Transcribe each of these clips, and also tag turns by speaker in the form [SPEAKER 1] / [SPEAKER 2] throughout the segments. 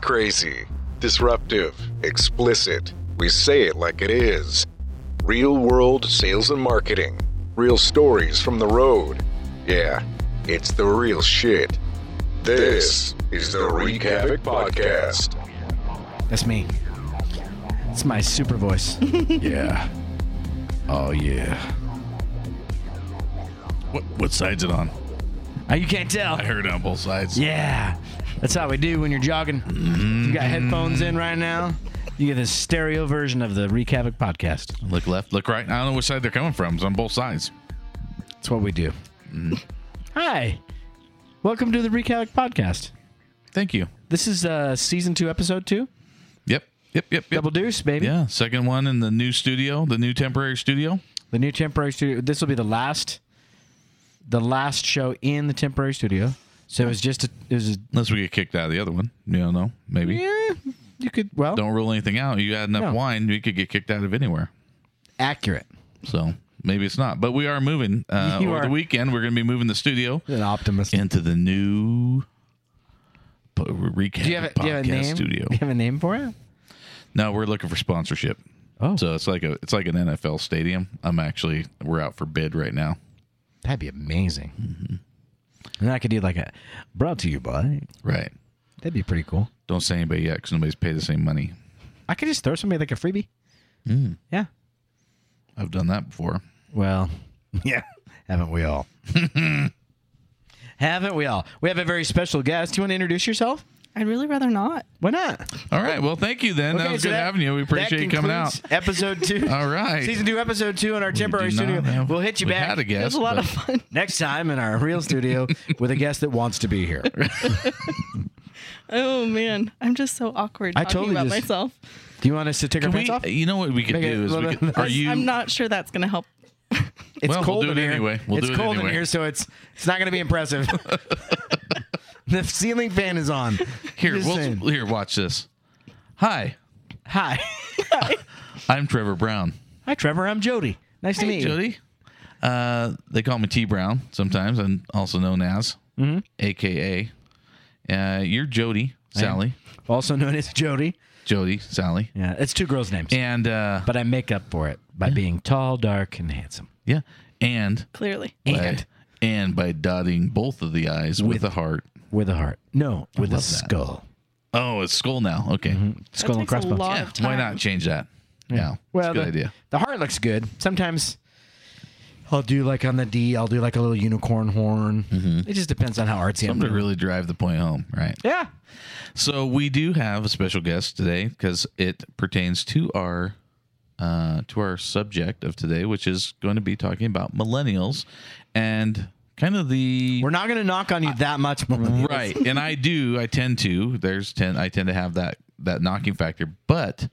[SPEAKER 1] Crazy, disruptive, explicit. We say it like it is. Real world sales and marketing. Real stories from the road. Yeah, it's the real shit. This is the Wreak Havoc Podcast.
[SPEAKER 2] That's me. It's my super voice.
[SPEAKER 3] Yeah. Oh yeah. What what side's it on?
[SPEAKER 2] Oh, you can't tell.
[SPEAKER 3] I heard it on both sides.
[SPEAKER 2] Yeah. That's how we do when you're jogging. You got headphones in right now. You get this stereo version of the Wreak Havoc podcast.
[SPEAKER 3] Look left, look right. I don't know which side they're coming from. It's on both sides.
[SPEAKER 2] That's what we do. Mm-hmm. Hi. Welcome to the Wreak Havoc podcast.
[SPEAKER 3] Thank you.
[SPEAKER 2] This is uh, season two, episode two.
[SPEAKER 3] Yep. Yep. Yep. yep.
[SPEAKER 2] Double deuce, baby.
[SPEAKER 3] Yeah. Second one in the new studio, the new temporary studio.
[SPEAKER 2] The new temporary studio. This will be the last, the last show in the temporary studio. So it was just, a, it was, a,
[SPEAKER 3] Unless we get kicked out of the other one. You don't know. Maybe.
[SPEAKER 2] yeah, you could, well,
[SPEAKER 3] Don't rule anything out. You had enough
[SPEAKER 2] No.
[SPEAKER 3] wine, we could get kicked out of anywhere.
[SPEAKER 2] accurate.
[SPEAKER 3] So maybe it's not. But we are moving. Uh,
[SPEAKER 2] You
[SPEAKER 3] over
[SPEAKER 2] are.
[SPEAKER 3] the weekend, we're going to be moving the studio
[SPEAKER 2] An optimist.
[SPEAKER 3] into the new po- recap
[SPEAKER 2] Do you, have a,
[SPEAKER 3] podcast
[SPEAKER 2] do you have a name?
[SPEAKER 3] studio.
[SPEAKER 2] Do you have a name for it?
[SPEAKER 3] No, we're looking for sponsorship.
[SPEAKER 2] Oh.
[SPEAKER 3] So it's like a it's like an NFL stadium. I'm actually we're out for bid right now.
[SPEAKER 2] That'd be amazing. Mm-hmm. And I could do like a brought to you by.
[SPEAKER 3] Right.
[SPEAKER 2] That'd be pretty cool.
[SPEAKER 3] Don't say anybody yet because nobody's paid us any money.
[SPEAKER 2] I could just throw somebody like a freebie. Yeah.
[SPEAKER 3] I've done that before.
[SPEAKER 2] Mm. Well, yeah. Haven't we all? Haven't we all? We have a very special guest. Do you want to introduce yourself?
[SPEAKER 4] I'd really rather not.
[SPEAKER 2] Why not?
[SPEAKER 3] All right. Well, thank you then. that was
[SPEAKER 2] so
[SPEAKER 3] good having you. We
[SPEAKER 2] that
[SPEAKER 3] appreciate you coming out.
[SPEAKER 2] concludes Episode two.
[SPEAKER 3] All right.
[SPEAKER 2] Season two, episode two on our
[SPEAKER 3] We
[SPEAKER 2] temporary
[SPEAKER 3] do not
[SPEAKER 2] studio.
[SPEAKER 3] have-
[SPEAKER 2] we'll hit you
[SPEAKER 3] we
[SPEAKER 2] back
[SPEAKER 3] Had a guest,
[SPEAKER 4] It was a lot
[SPEAKER 3] but
[SPEAKER 4] of fun.
[SPEAKER 2] next time in our real studio with a guest that wants to be here.
[SPEAKER 4] Oh man, I'm just so awkward
[SPEAKER 2] I
[SPEAKER 4] talking
[SPEAKER 2] totally
[SPEAKER 4] about
[SPEAKER 2] just-
[SPEAKER 4] myself.
[SPEAKER 2] Do you want us to take our
[SPEAKER 3] Can
[SPEAKER 2] pants off?
[SPEAKER 3] we, you know what we could
[SPEAKER 2] Make it
[SPEAKER 3] do is
[SPEAKER 2] a
[SPEAKER 3] we
[SPEAKER 2] little-
[SPEAKER 3] could, are you
[SPEAKER 4] I'm not sure that's going to help.
[SPEAKER 2] It's
[SPEAKER 3] Well, we'll
[SPEAKER 2] cold
[SPEAKER 3] do
[SPEAKER 2] in
[SPEAKER 3] it
[SPEAKER 2] here.
[SPEAKER 3] anyway. We'll
[SPEAKER 2] it's
[SPEAKER 3] do it
[SPEAKER 2] cold
[SPEAKER 3] anyway.
[SPEAKER 2] in here, so it's it's not going to be impressive. the ceiling fan is on.
[SPEAKER 3] here?
[SPEAKER 2] Just
[SPEAKER 3] We'll,
[SPEAKER 2] saying.
[SPEAKER 3] here, watch this. Hi,
[SPEAKER 2] Hi,
[SPEAKER 3] I'm Trevor Brown.
[SPEAKER 2] hi, Trevor. I'm Jody. Nice to meet you.
[SPEAKER 3] Jody. Uh, they call me T Brown sometimes, and also known as AKA. Uh, you're Jody, Sally,
[SPEAKER 2] Also known as Jody.
[SPEAKER 3] Jody, Sally,
[SPEAKER 2] Yeah, it's two girls' names,
[SPEAKER 3] and uh,
[SPEAKER 2] but I make up for it by being tall, dark, and handsome.
[SPEAKER 3] yeah, and
[SPEAKER 4] Clearly,
[SPEAKER 2] And
[SPEAKER 3] by, and by dotting both of the eyes with, a heart.
[SPEAKER 2] with a heart. No, with a
[SPEAKER 3] love that.
[SPEAKER 2] skull.
[SPEAKER 3] Oh, it's skull now. Okay,
[SPEAKER 4] that
[SPEAKER 2] Skull and
[SPEAKER 4] takes a
[SPEAKER 2] crossbones.
[SPEAKER 4] lot
[SPEAKER 3] yeah.
[SPEAKER 4] of time.
[SPEAKER 3] Why not change that? Mm-hmm. Yeah, It's
[SPEAKER 2] Well,
[SPEAKER 3] a good
[SPEAKER 2] the,
[SPEAKER 3] idea.
[SPEAKER 2] the heart looks good. Sometimes I'll do like on the D. I'll do like a little unicorn horn. It just depends on how artsy I'm
[SPEAKER 3] I'm to
[SPEAKER 2] feeling.
[SPEAKER 3] Mm-hmm. really drive the point home, right?
[SPEAKER 2] Yeah.
[SPEAKER 3] So we do have a special guest today because it pertains to our uh, to our subject of today, which is going to be talking about millennials and kind of the
[SPEAKER 2] We're not going to knock on you that much, Melinda.
[SPEAKER 3] right. and I do, I tend to. There's ten. I tend to have that that knocking factor. But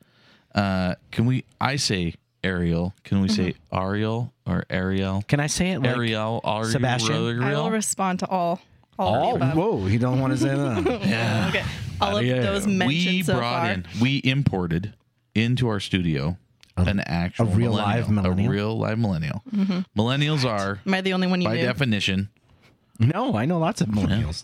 [SPEAKER 3] uh, can we? I say Ariel. Can we say Ariel or Ariel?
[SPEAKER 2] Mm-hmm. Can I say it? Like,
[SPEAKER 3] Ariel, Ariel,
[SPEAKER 2] Sebastian?
[SPEAKER 4] I will
[SPEAKER 3] Ariel.
[SPEAKER 4] respond to all. All, of
[SPEAKER 2] Oh,
[SPEAKER 4] the above.
[SPEAKER 2] whoa! You don't want to say that.
[SPEAKER 3] Yeah.
[SPEAKER 4] Okay. All of those mentioned
[SPEAKER 3] we
[SPEAKER 4] so
[SPEAKER 3] brought
[SPEAKER 4] far.
[SPEAKER 3] in we imported into our studio an actual
[SPEAKER 2] a real live millennial?
[SPEAKER 3] a real live millennial millennials are
[SPEAKER 4] Am I the only one you
[SPEAKER 3] by
[SPEAKER 4] knew?
[SPEAKER 3] definition
[SPEAKER 2] no, I know lots of millennials.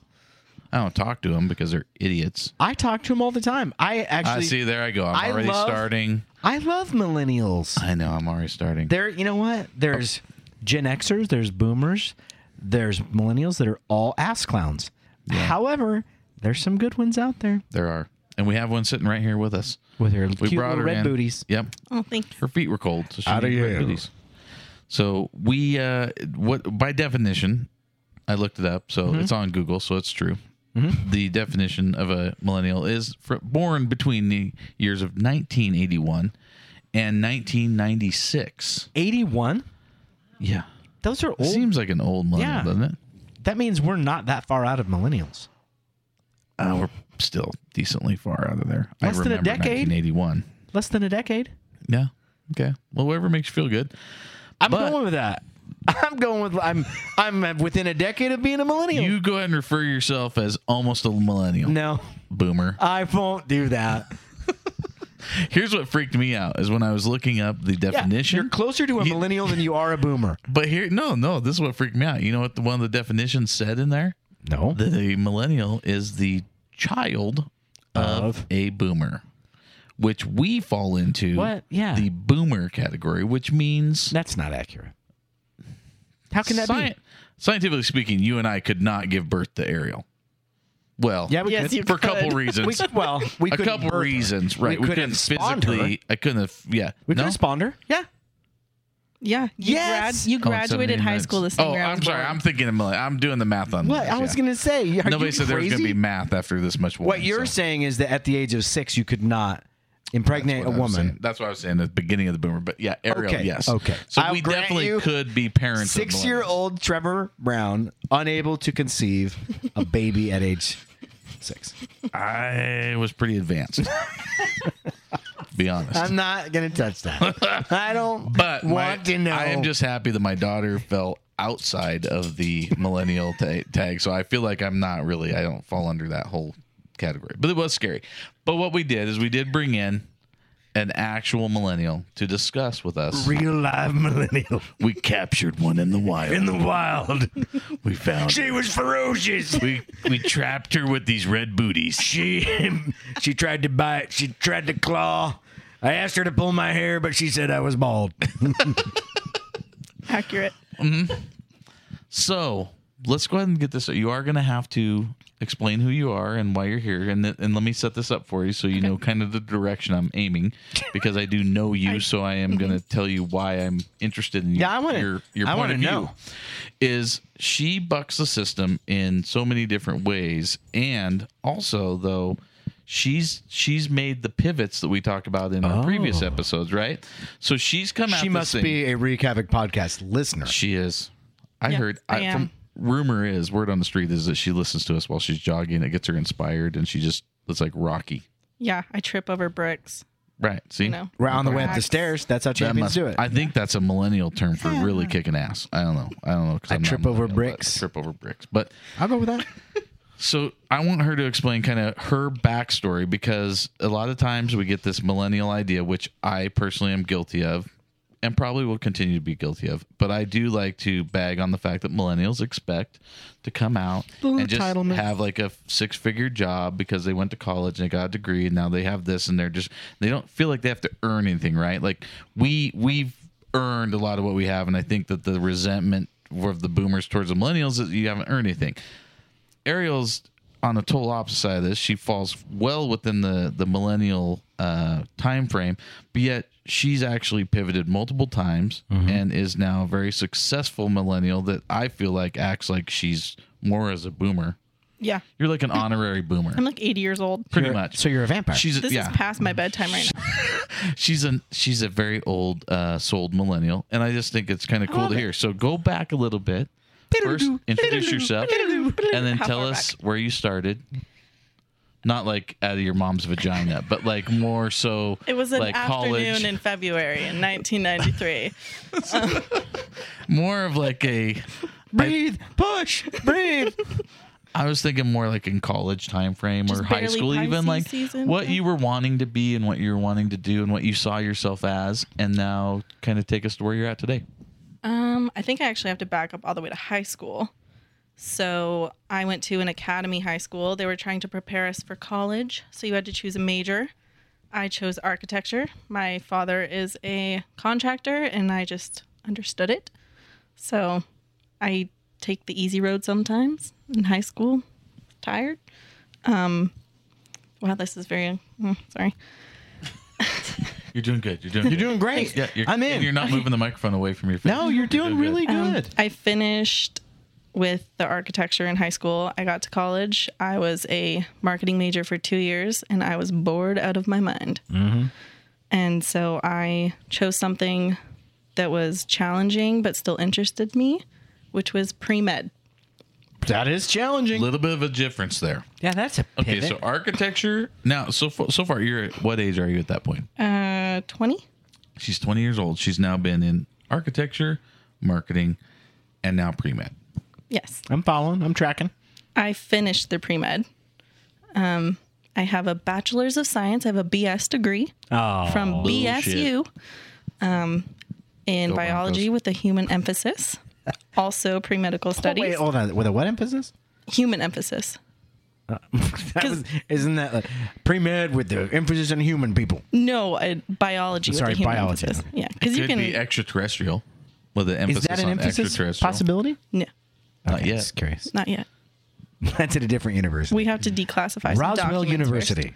[SPEAKER 3] i don't talk to them because they're idiots
[SPEAKER 2] I talk to them all the time. I
[SPEAKER 3] i
[SPEAKER 2] actually,
[SPEAKER 3] see there i go i'm
[SPEAKER 2] I
[SPEAKER 3] already
[SPEAKER 2] love-
[SPEAKER 3] starting
[SPEAKER 2] I love millennials.
[SPEAKER 3] i know i'm already starting
[SPEAKER 2] There, you know what? There's Gen Xers, there's Boomers, there's millennials that are all ass clowns. However, there's some good ones out there
[SPEAKER 3] there are and we have one sitting right here with us
[SPEAKER 2] with their
[SPEAKER 3] we
[SPEAKER 2] cute
[SPEAKER 3] brought
[SPEAKER 2] little
[SPEAKER 3] her
[SPEAKER 2] red
[SPEAKER 3] in.
[SPEAKER 2] booties.
[SPEAKER 3] yep
[SPEAKER 4] oh, thanks.
[SPEAKER 3] her feet were cold so she
[SPEAKER 2] Outta
[SPEAKER 3] needed red
[SPEAKER 2] here.
[SPEAKER 3] booties so we uh what by definition i looked it up so
[SPEAKER 2] Mm-hmm.
[SPEAKER 3] it's on google so it's true the definition of a millennial is fr born between the years of 1981 and 1996
[SPEAKER 2] Eighty-one.
[SPEAKER 3] yeah
[SPEAKER 2] Those are old.
[SPEAKER 3] seems like an old millennial
[SPEAKER 2] Yeah.
[SPEAKER 3] doesn't it
[SPEAKER 2] that means we're not that far out of millennials.
[SPEAKER 3] uh, we're still decently far out of there
[SPEAKER 2] Less
[SPEAKER 3] i
[SPEAKER 2] than a
[SPEAKER 3] remember
[SPEAKER 2] decade.
[SPEAKER 3] 1981
[SPEAKER 2] Less than a decade.
[SPEAKER 3] yeah okay well whatever makes you feel good
[SPEAKER 2] I'm
[SPEAKER 3] But-
[SPEAKER 2] going with that. I'm going with I'm I'm within a decade of being a millennial.
[SPEAKER 3] you go ahead and refer yourself as almost a millennial
[SPEAKER 2] no,
[SPEAKER 3] boomer
[SPEAKER 2] I won't do that.
[SPEAKER 3] Here's what freaked me out is when I was looking up the
[SPEAKER 2] Yeah,
[SPEAKER 3] definition.
[SPEAKER 2] you're closer to a
[SPEAKER 3] You-
[SPEAKER 2] millennial than you are a boomer.
[SPEAKER 3] but here, no, no, this is what freaked me out. You know what? The, one of the definitions said in there
[SPEAKER 2] No,
[SPEAKER 3] that a millennial is the child of,
[SPEAKER 2] Of?
[SPEAKER 3] a boomer, which we fall into
[SPEAKER 2] What? Yeah.
[SPEAKER 3] the boomer category, which means
[SPEAKER 2] That's not accurate. How can that
[SPEAKER 3] sci- scientifically speaking, you and I could not give birth to Ariel. Well,
[SPEAKER 2] be? Yeah, we
[SPEAKER 4] Yes,
[SPEAKER 2] could.
[SPEAKER 4] you
[SPEAKER 3] for a couple
[SPEAKER 4] could.
[SPEAKER 2] We,
[SPEAKER 3] reasons.
[SPEAKER 2] well, we
[SPEAKER 3] a
[SPEAKER 2] couldn't
[SPEAKER 3] couple
[SPEAKER 2] birth her.
[SPEAKER 3] reasons, right?
[SPEAKER 2] We, couldn't, spawn her.
[SPEAKER 3] physically. I couldn't have. Yeah,
[SPEAKER 2] We
[SPEAKER 3] no.
[SPEAKER 2] couldn't spawn her.
[SPEAKER 4] Yeah. Yeah. You
[SPEAKER 2] Yes!
[SPEAKER 4] Grad,
[SPEAKER 3] Oh,
[SPEAKER 4] you
[SPEAKER 3] it's
[SPEAKER 4] graduated
[SPEAKER 3] 78
[SPEAKER 4] high
[SPEAKER 3] minutes.
[SPEAKER 4] school the same
[SPEAKER 3] Oh,
[SPEAKER 4] year I
[SPEAKER 3] I'm
[SPEAKER 4] was
[SPEAKER 3] sorry.
[SPEAKER 4] born.
[SPEAKER 3] I'm thinking of millenn- I'm doing the math on
[SPEAKER 2] What
[SPEAKER 3] this,
[SPEAKER 2] I was
[SPEAKER 3] yeah.
[SPEAKER 2] gonna say. Are
[SPEAKER 3] Nobody
[SPEAKER 2] you
[SPEAKER 3] said there was
[SPEAKER 2] crazy?
[SPEAKER 3] going to be math after this much. Woman,
[SPEAKER 2] What you're
[SPEAKER 3] so
[SPEAKER 2] saying is that at the age of six, you could not
[SPEAKER 3] that's
[SPEAKER 2] impregnate a
[SPEAKER 3] what I was saying.
[SPEAKER 2] woman.
[SPEAKER 3] That's what I was saying at the beginning of the boomer. But yeah, Ariel.
[SPEAKER 2] Okay,
[SPEAKER 3] Yes.
[SPEAKER 2] okay.
[SPEAKER 3] So
[SPEAKER 2] I'll
[SPEAKER 3] we
[SPEAKER 2] grant
[SPEAKER 3] definitely
[SPEAKER 2] you
[SPEAKER 3] could be parents. of
[SPEAKER 2] Six year
[SPEAKER 3] millennials.
[SPEAKER 2] old Trevor Brown, unable to conceive a baby at age six.
[SPEAKER 3] I was pretty advanced. be honest.
[SPEAKER 2] I'm not going to touch that. I don't
[SPEAKER 3] but my-
[SPEAKER 2] want to know.
[SPEAKER 3] I am just happy that my daughter fell outside of the millennial ta- tag. So I feel like I'm not really, I don't fall under that whole category. But it was scary. But what we did is we did bring in an actual millennial to discuss with us.
[SPEAKER 2] real live millennial
[SPEAKER 3] We captured one in the wild.
[SPEAKER 2] in the wild.
[SPEAKER 3] we found
[SPEAKER 2] She was ferocious.
[SPEAKER 3] we we trapped her with these red booties.
[SPEAKER 2] She she tried to bite. She tried to claw. I asked her to pull my hair, but she said I was bald.
[SPEAKER 4] Accurate.
[SPEAKER 3] So let's go ahead and get this. You are going to have to explain who you are and why you're here, and th- and let me set this up for you so you know kind of the direction I'm aiming, because I do know you, so I am going to tell you why I'm interested in you.
[SPEAKER 2] Yeah, I wanna-
[SPEAKER 3] your your
[SPEAKER 2] I
[SPEAKER 3] point
[SPEAKER 2] wanna
[SPEAKER 3] of view.
[SPEAKER 2] know.
[SPEAKER 3] Is she bucks the system in so many different ways, and also though. She's she's made the pivots that we talked about in our previous episodes, right? So she's come out.
[SPEAKER 2] Oh. She must be a Recavic podcast listener.
[SPEAKER 3] She is. I
[SPEAKER 4] Yeah,
[SPEAKER 3] heard.
[SPEAKER 4] I am.
[SPEAKER 3] rumor is word on the street is that she listens to us while she's jogging. It gets her inspired, and she just it's like Rocky.
[SPEAKER 4] Yeah. I trip over bricks.
[SPEAKER 3] Right. See.
[SPEAKER 4] You know.
[SPEAKER 2] Right on the way up the
[SPEAKER 4] Perhaps.
[SPEAKER 2] stairs. That's how
[SPEAKER 3] That
[SPEAKER 2] champions
[SPEAKER 3] must-
[SPEAKER 2] do it.
[SPEAKER 3] I think that's a millennial term for really kicking ass. I don't know. I don't know. 'cause
[SPEAKER 2] I
[SPEAKER 3] I'm not
[SPEAKER 2] trip over
[SPEAKER 3] millennial, but
[SPEAKER 2] bricks.
[SPEAKER 3] Trip over bricks. But
[SPEAKER 2] I'll go with that.
[SPEAKER 3] So I want her to explain kind of her backstory because a lot of times we get this millennial idea, which I personally am guilty of and probably will continue to be guilty of. But I do like to bag on the fact that millennials expect to come out and just
[SPEAKER 2] entitlement.
[SPEAKER 3] have like a six figure job because they went to college and they got a degree and now they have this and they're just they don't feel like they have to earn anything, right? Like we we've earned a lot of what we have and I think that the resentment of the boomers towards the millennials is you haven't earned anything. Ariel's on the total opposite side of this. She falls well within the the millennial uh, time frame, but yet she's actually pivoted multiple times
[SPEAKER 2] Mm-hmm.
[SPEAKER 3] and is now a very successful millennial that I feel like acts like she's more as a boomer.
[SPEAKER 4] Yeah.
[SPEAKER 3] You're like an honorary boomer,
[SPEAKER 4] I'm like 80 years old.
[SPEAKER 3] pretty much.
[SPEAKER 2] So you're a vampire.
[SPEAKER 3] she's
[SPEAKER 4] This
[SPEAKER 3] yeah.
[SPEAKER 4] is past my bedtime right now.
[SPEAKER 3] she's an she's a very old uh, souled millennial, and I just think it's kind of cool to hear. So go back a little bit. First, introduce yourself, and then
[SPEAKER 4] How
[SPEAKER 3] tell
[SPEAKER 4] far
[SPEAKER 3] us where you started. Not like out of your mom's vagina, but like more so.
[SPEAKER 4] It was an
[SPEAKER 3] like
[SPEAKER 4] afternoon
[SPEAKER 3] college,
[SPEAKER 4] in February in 1993.
[SPEAKER 3] more of like a.
[SPEAKER 2] breathe, push, breathe.
[SPEAKER 3] I was thinking more like in college time frame or
[SPEAKER 4] Just
[SPEAKER 3] high
[SPEAKER 4] barely
[SPEAKER 3] school, even
[SPEAKER 4] Pisces
[SPEAKER 3] like
[SPEAKER 4] season,
[SPEAKER 3] what
[SPEAKER 4] yeah.
[SPEAKER 3] you were wanting to be and what you were wanting to do and what you saw yourself as, and now kind of take us to where you're at today.
[SPEAKER 4] Um, I think I actually have to back up all the way to high school. So I went to an academy high school. They were trying to prepare us for college, so you had to choose a major. I chose architecture. My father is a contractor, and I just understood it. So I take the easy road sometimes in high school. Tired. Um, wow, this is very mm, sorry.
[SPEAKER 3] You're doing good. You're doing.
[SPEAKER 2] You're doing great.
[SPEAKER 3] Yeah, you're,
[SPEAKER 2] I'm in.
[SPEAKER 3] and You're not moving the microphone away from your face.
[SPEAKER 2] no, you're doing really
[SPEAKER 4] Um,
[SPEAKER 2] good.
[SPEAKER 4] I finished with the architecture in high school. I got to college. I was a marketing major for two years and I was bored out of my mind. And so I chose something that was challenging but still interested me, which was pre med.
[SPEAKER 2] that is
[SPEAKER 3] A
[SPEAKER 2] challenging.
[SPEAKER 3] little bit of a difference there.
[SPEAKER 2] Yeah, that's a
[SPEAKER 3] Okay,
[SPEAKER 2] pivot.
[SPEAKER 3] so architecture. Now, so far, so far, you're at what age are you at that point?
[SPEAKER 4] Uh, 20?
[SPEAKER 3] She's 20 years old. She's now been in architecture, marketing, and now pre med.
[SPEAKER 4] Yes.
[SPEAKER 2] I'm following. I'm tracking.
[SPEAKER 4] I finished the pre med. Um, I have a bachelor's of science, I have a BS degree.
[SPEAKER 2] Oh,
[SPEAKER 4] from
[SPEAKER 3] bullshit.
[SPEAKER 4] BSU um, in
[SPEAKER 3] Go
[SPEAKER 4] biology
[SPEAKER 3] Broncos.
[SPEAKER 4] with a human emphasis.
[SPEAKER 2] Oh,
[SPEAKER 4] Also, pre medical studies,
[SPEAKER 2] wait, hold on. With a what emphasis?
[SPEAKER 4] human emphasis.
[SPEAKER 2] Uh, That was, isn't that like pre med with the emphasis on human people?
[SPEAKER 4] No, uh, biology. with
[SPEAKER 2] Sorry,
[SPEAKER 4] the human
[SPEAKER 2] biology.
[SPEAKER 4] emphasis. Yeah, because you
[SPEAKER 3] Could
[SPEAKER 4] can.
[SPEAKER 3] be extraterrestrial with an
[SPEAKER 2] Is
[SPEAKER 3] emphasis
[SPEAKER 2] that an
[SPEAKER 3] on
[SPEAKER 2] emphasis
[SPEAKER 3] extraterrestrial.
[SPEAKER 2] possibility?
[SPEAKER 4] no,
[SPEAKER 3] Not yet.
[SPEAKER 2] Just curious.
[SPEAKER 4] not yet.
[SPEAKER 2] That's at a different university.
[SPEAKER 4] We have to declassify. some
[SPEAKER 2] Roswell
[SPEAKER 4] documents
[SPEAKER 2] University.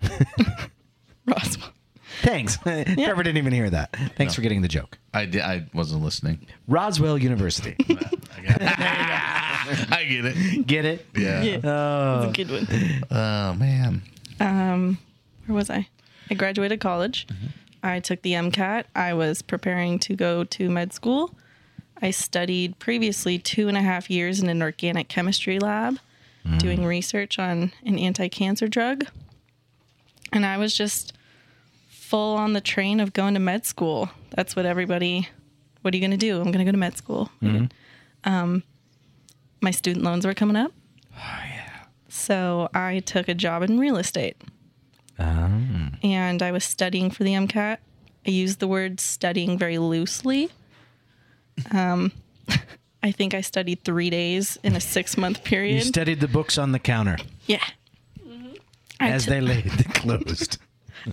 [SPEAKER 4] first. Roswell.
[SPEAKER 2] Thanks. Trevor didn't even hear that. Thanks for getting the joke.
[SPEAKER 3] I, di- I wasn't listening.
[SPEAKER 2] Roswell University.
[SPEAKER 3] I get it.
[SPEAKER 2] Get it?
[SPEAKER 3] Yeah.
[SPEAKER 4] Yeah,
[SPEAKER 2] Uh,
[SPEAKER 4] that's a good one.
[SPEAKER 3] Oh man.
[SPEAKER 4] Where was I? I graduated college. I took the MCAT. I was preparing to go to med school. I studied previously two and a half years in an organic chemistry lab doing research on an anti cancer drug. And I was just full on the train of going to med school. That's what everybody, what are you going to do? I'm going to go to med school. Um, my student loans were coming up. So I took a job in real estate and I was studying for the MCAT. I used the word studying very loosely. Um, I think I studied three days in a six month
[SPEAKER 2] You
[SPEAKER 4] period.
[SPEAKER 2] studied the books on the counter
[SPEAKER 4] yeah. Mm-hmm. I,
[SPEAKER 2] as
[SPEAKER 4] t-
[SPEAKER 2] they laid the closed.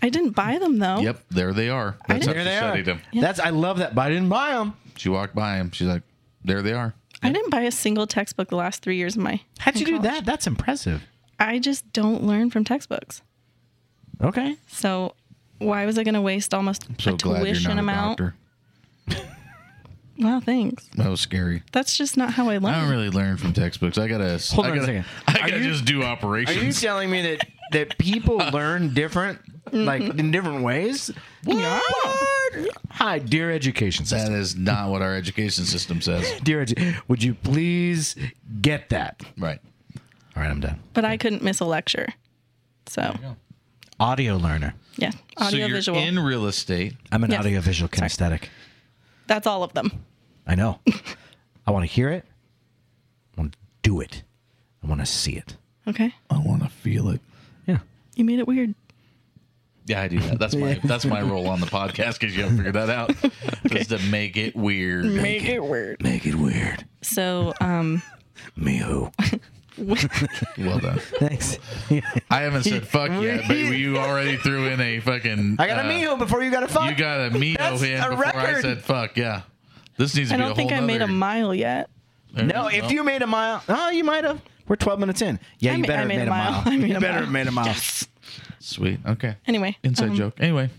[SPEAKER 4] I didn't buy them
[SPEAKER 2] Oh.
[SPEAKER 4] though.
[SPEAKER 3] Yep. There they are. That's how
[SPEAKER 2] There
[SPEAKER 3] she
[SPEAKER 2] they are.
[SPEAKER 3] studied them.
[SPEAKER 2] That's I love that, but I didn't buy them.
[SPEAKER 3] She walked by him. She's like, "There they are."
[SPEAKER 4] I didn't buy a single textbook the last three years of my.
[SPEAKER 2] How'd you
[SPEAKER 4] in
[SPEAKER 2] do
[SPEAKER 4] college.
[SPEAKER 2] that? That's impressive.
[SPEAKER 4] I just don't learn from textbooks.
[SPEAKER 2] Okay.
[SPEAKER 4] So why was I going to waste almost
[SPEAKER 3] So
[SPEAKER 4] a
[SPEAKER 3] glad you're
[SPEAKER 4] tuition
[SPEAKER 3] not a
[SPEAKER 4] amount?
[SPEAKER 3] doctor.
[SPEAKER 4] Wow, thanks.
[SPEAKER 3] That was scary.
[SPEAKER 4] That's just not how I learn.
[SPEAKER 3] I don't really learn from textbooks. I gotta
[SPEAKER 2] Hold
[SPEAKER 3] I
[SPEAKER 2] on a
[SPEAKER 3] gotta-
[SPEAKER 2] second.
[SPEAKER 3] I
[SPEAKER 2] Are
[SPEAKER 3] gotta
[SPEAKER 2] you-
[SPEAKER 3] just do
[SPEAKER 2] Are you
[SPEAKER 3] operations.
[SPEAKER 2] telling me that that people learn different, like in different ways? What? Hi, dear education
[SPEAKER 3] that
[SPEAKER 2] system.
[SPEAKER 3] is not what our education system says.
[SPEAKER 2] Dear, edu- would you please get that?
[SPEAKER 3] Right.
[SPEAKER 2] All right, I'm done.
[SPEAKER 4] but I couldn't miss a lecture. So
[SPEAKER 2] Audio learner.
[SPEAKER 4] yeah,
[SPEAKER 3] so
[SPEAKER 4] audio
[SPEAKER 3] you're
[SPEAKER 4] visual.
[SPEAKER 3] in real estate.
[SPEAKER 2] I'm an
[SPEAKER 4] Yes.
[SPEAKER 2] audiovisual kinesthetic.
[SPEAKER 4] That's all of them.
[SPEAKER 2] I know. I want to hear it. I want to do it. I want to see it.
[SPEAKER 4] Okay.
[SPEAKER 3] I want to feel it.
[SPEAKER 2] Yeah.
[SPEAKER 4] You made it weird.
[SPEAKER 3] Yeah, I do that. That's my that's my role on the podcast because you haven't figured that out. Just to make it weird.
[SPEAKER 4] Make it weird.
[SPEAKER 2] Make it weird.
[SPEAKER 4] So, um,
[SPEAKER 2] Me who?
[SPEAKER 3] Well done.
[SPEAKER 2] Thanks.
[SPEAKER 3] I haven't said fuck yet, but you already threw in a fucking.
[SPEAKER 2] I got a
[SPEAKER 3] uh,
[SPEAKER 2] me who before you got a fuck.
[SPEAKER 3] You got a meo
[SPEAKER 2] That's
[SPEAKER 3] in
[SPEAKER 2] a
[SPEAKER 3] before I
[SPEAKER 2] record.
[SPEAKER 3] said fuck. Yeah, this needs to
[SPEAKER 4] I
[SPEAKER 3] be a
[SPEAKER 4] don't
[SPEAKER 3] whole.
[SPEAKER 4] think I made a
[SPEAKER 3] nother-
[SPEAKER 4] mile yet.
[SPEAKER 2] no, if you made a mile, oh, you might have. We're 12 minutes in. Yeah,
[SPEAKER 4] I
[SPEAKER 2] you
[SPEAKER 4] ma-
[SPEAKER 2] better
[SPEAKER 4] I
[SPEAKER 2] have made a mile.
[SPEAKER 4] I made
[SPEAKER 2] You
[SPEAKER 4] a
[SPEAKER 2] better
[SPEAKER 4] mile.
[SPEAKER 2] have made a mile.
[SPEAKER 3] sweet. Okay,
[SPEAKER 4] Anyway,
[SPEAKER 3] inside
[SPEAKER 4] um,
[SPEAKER 3] joke. Anyway,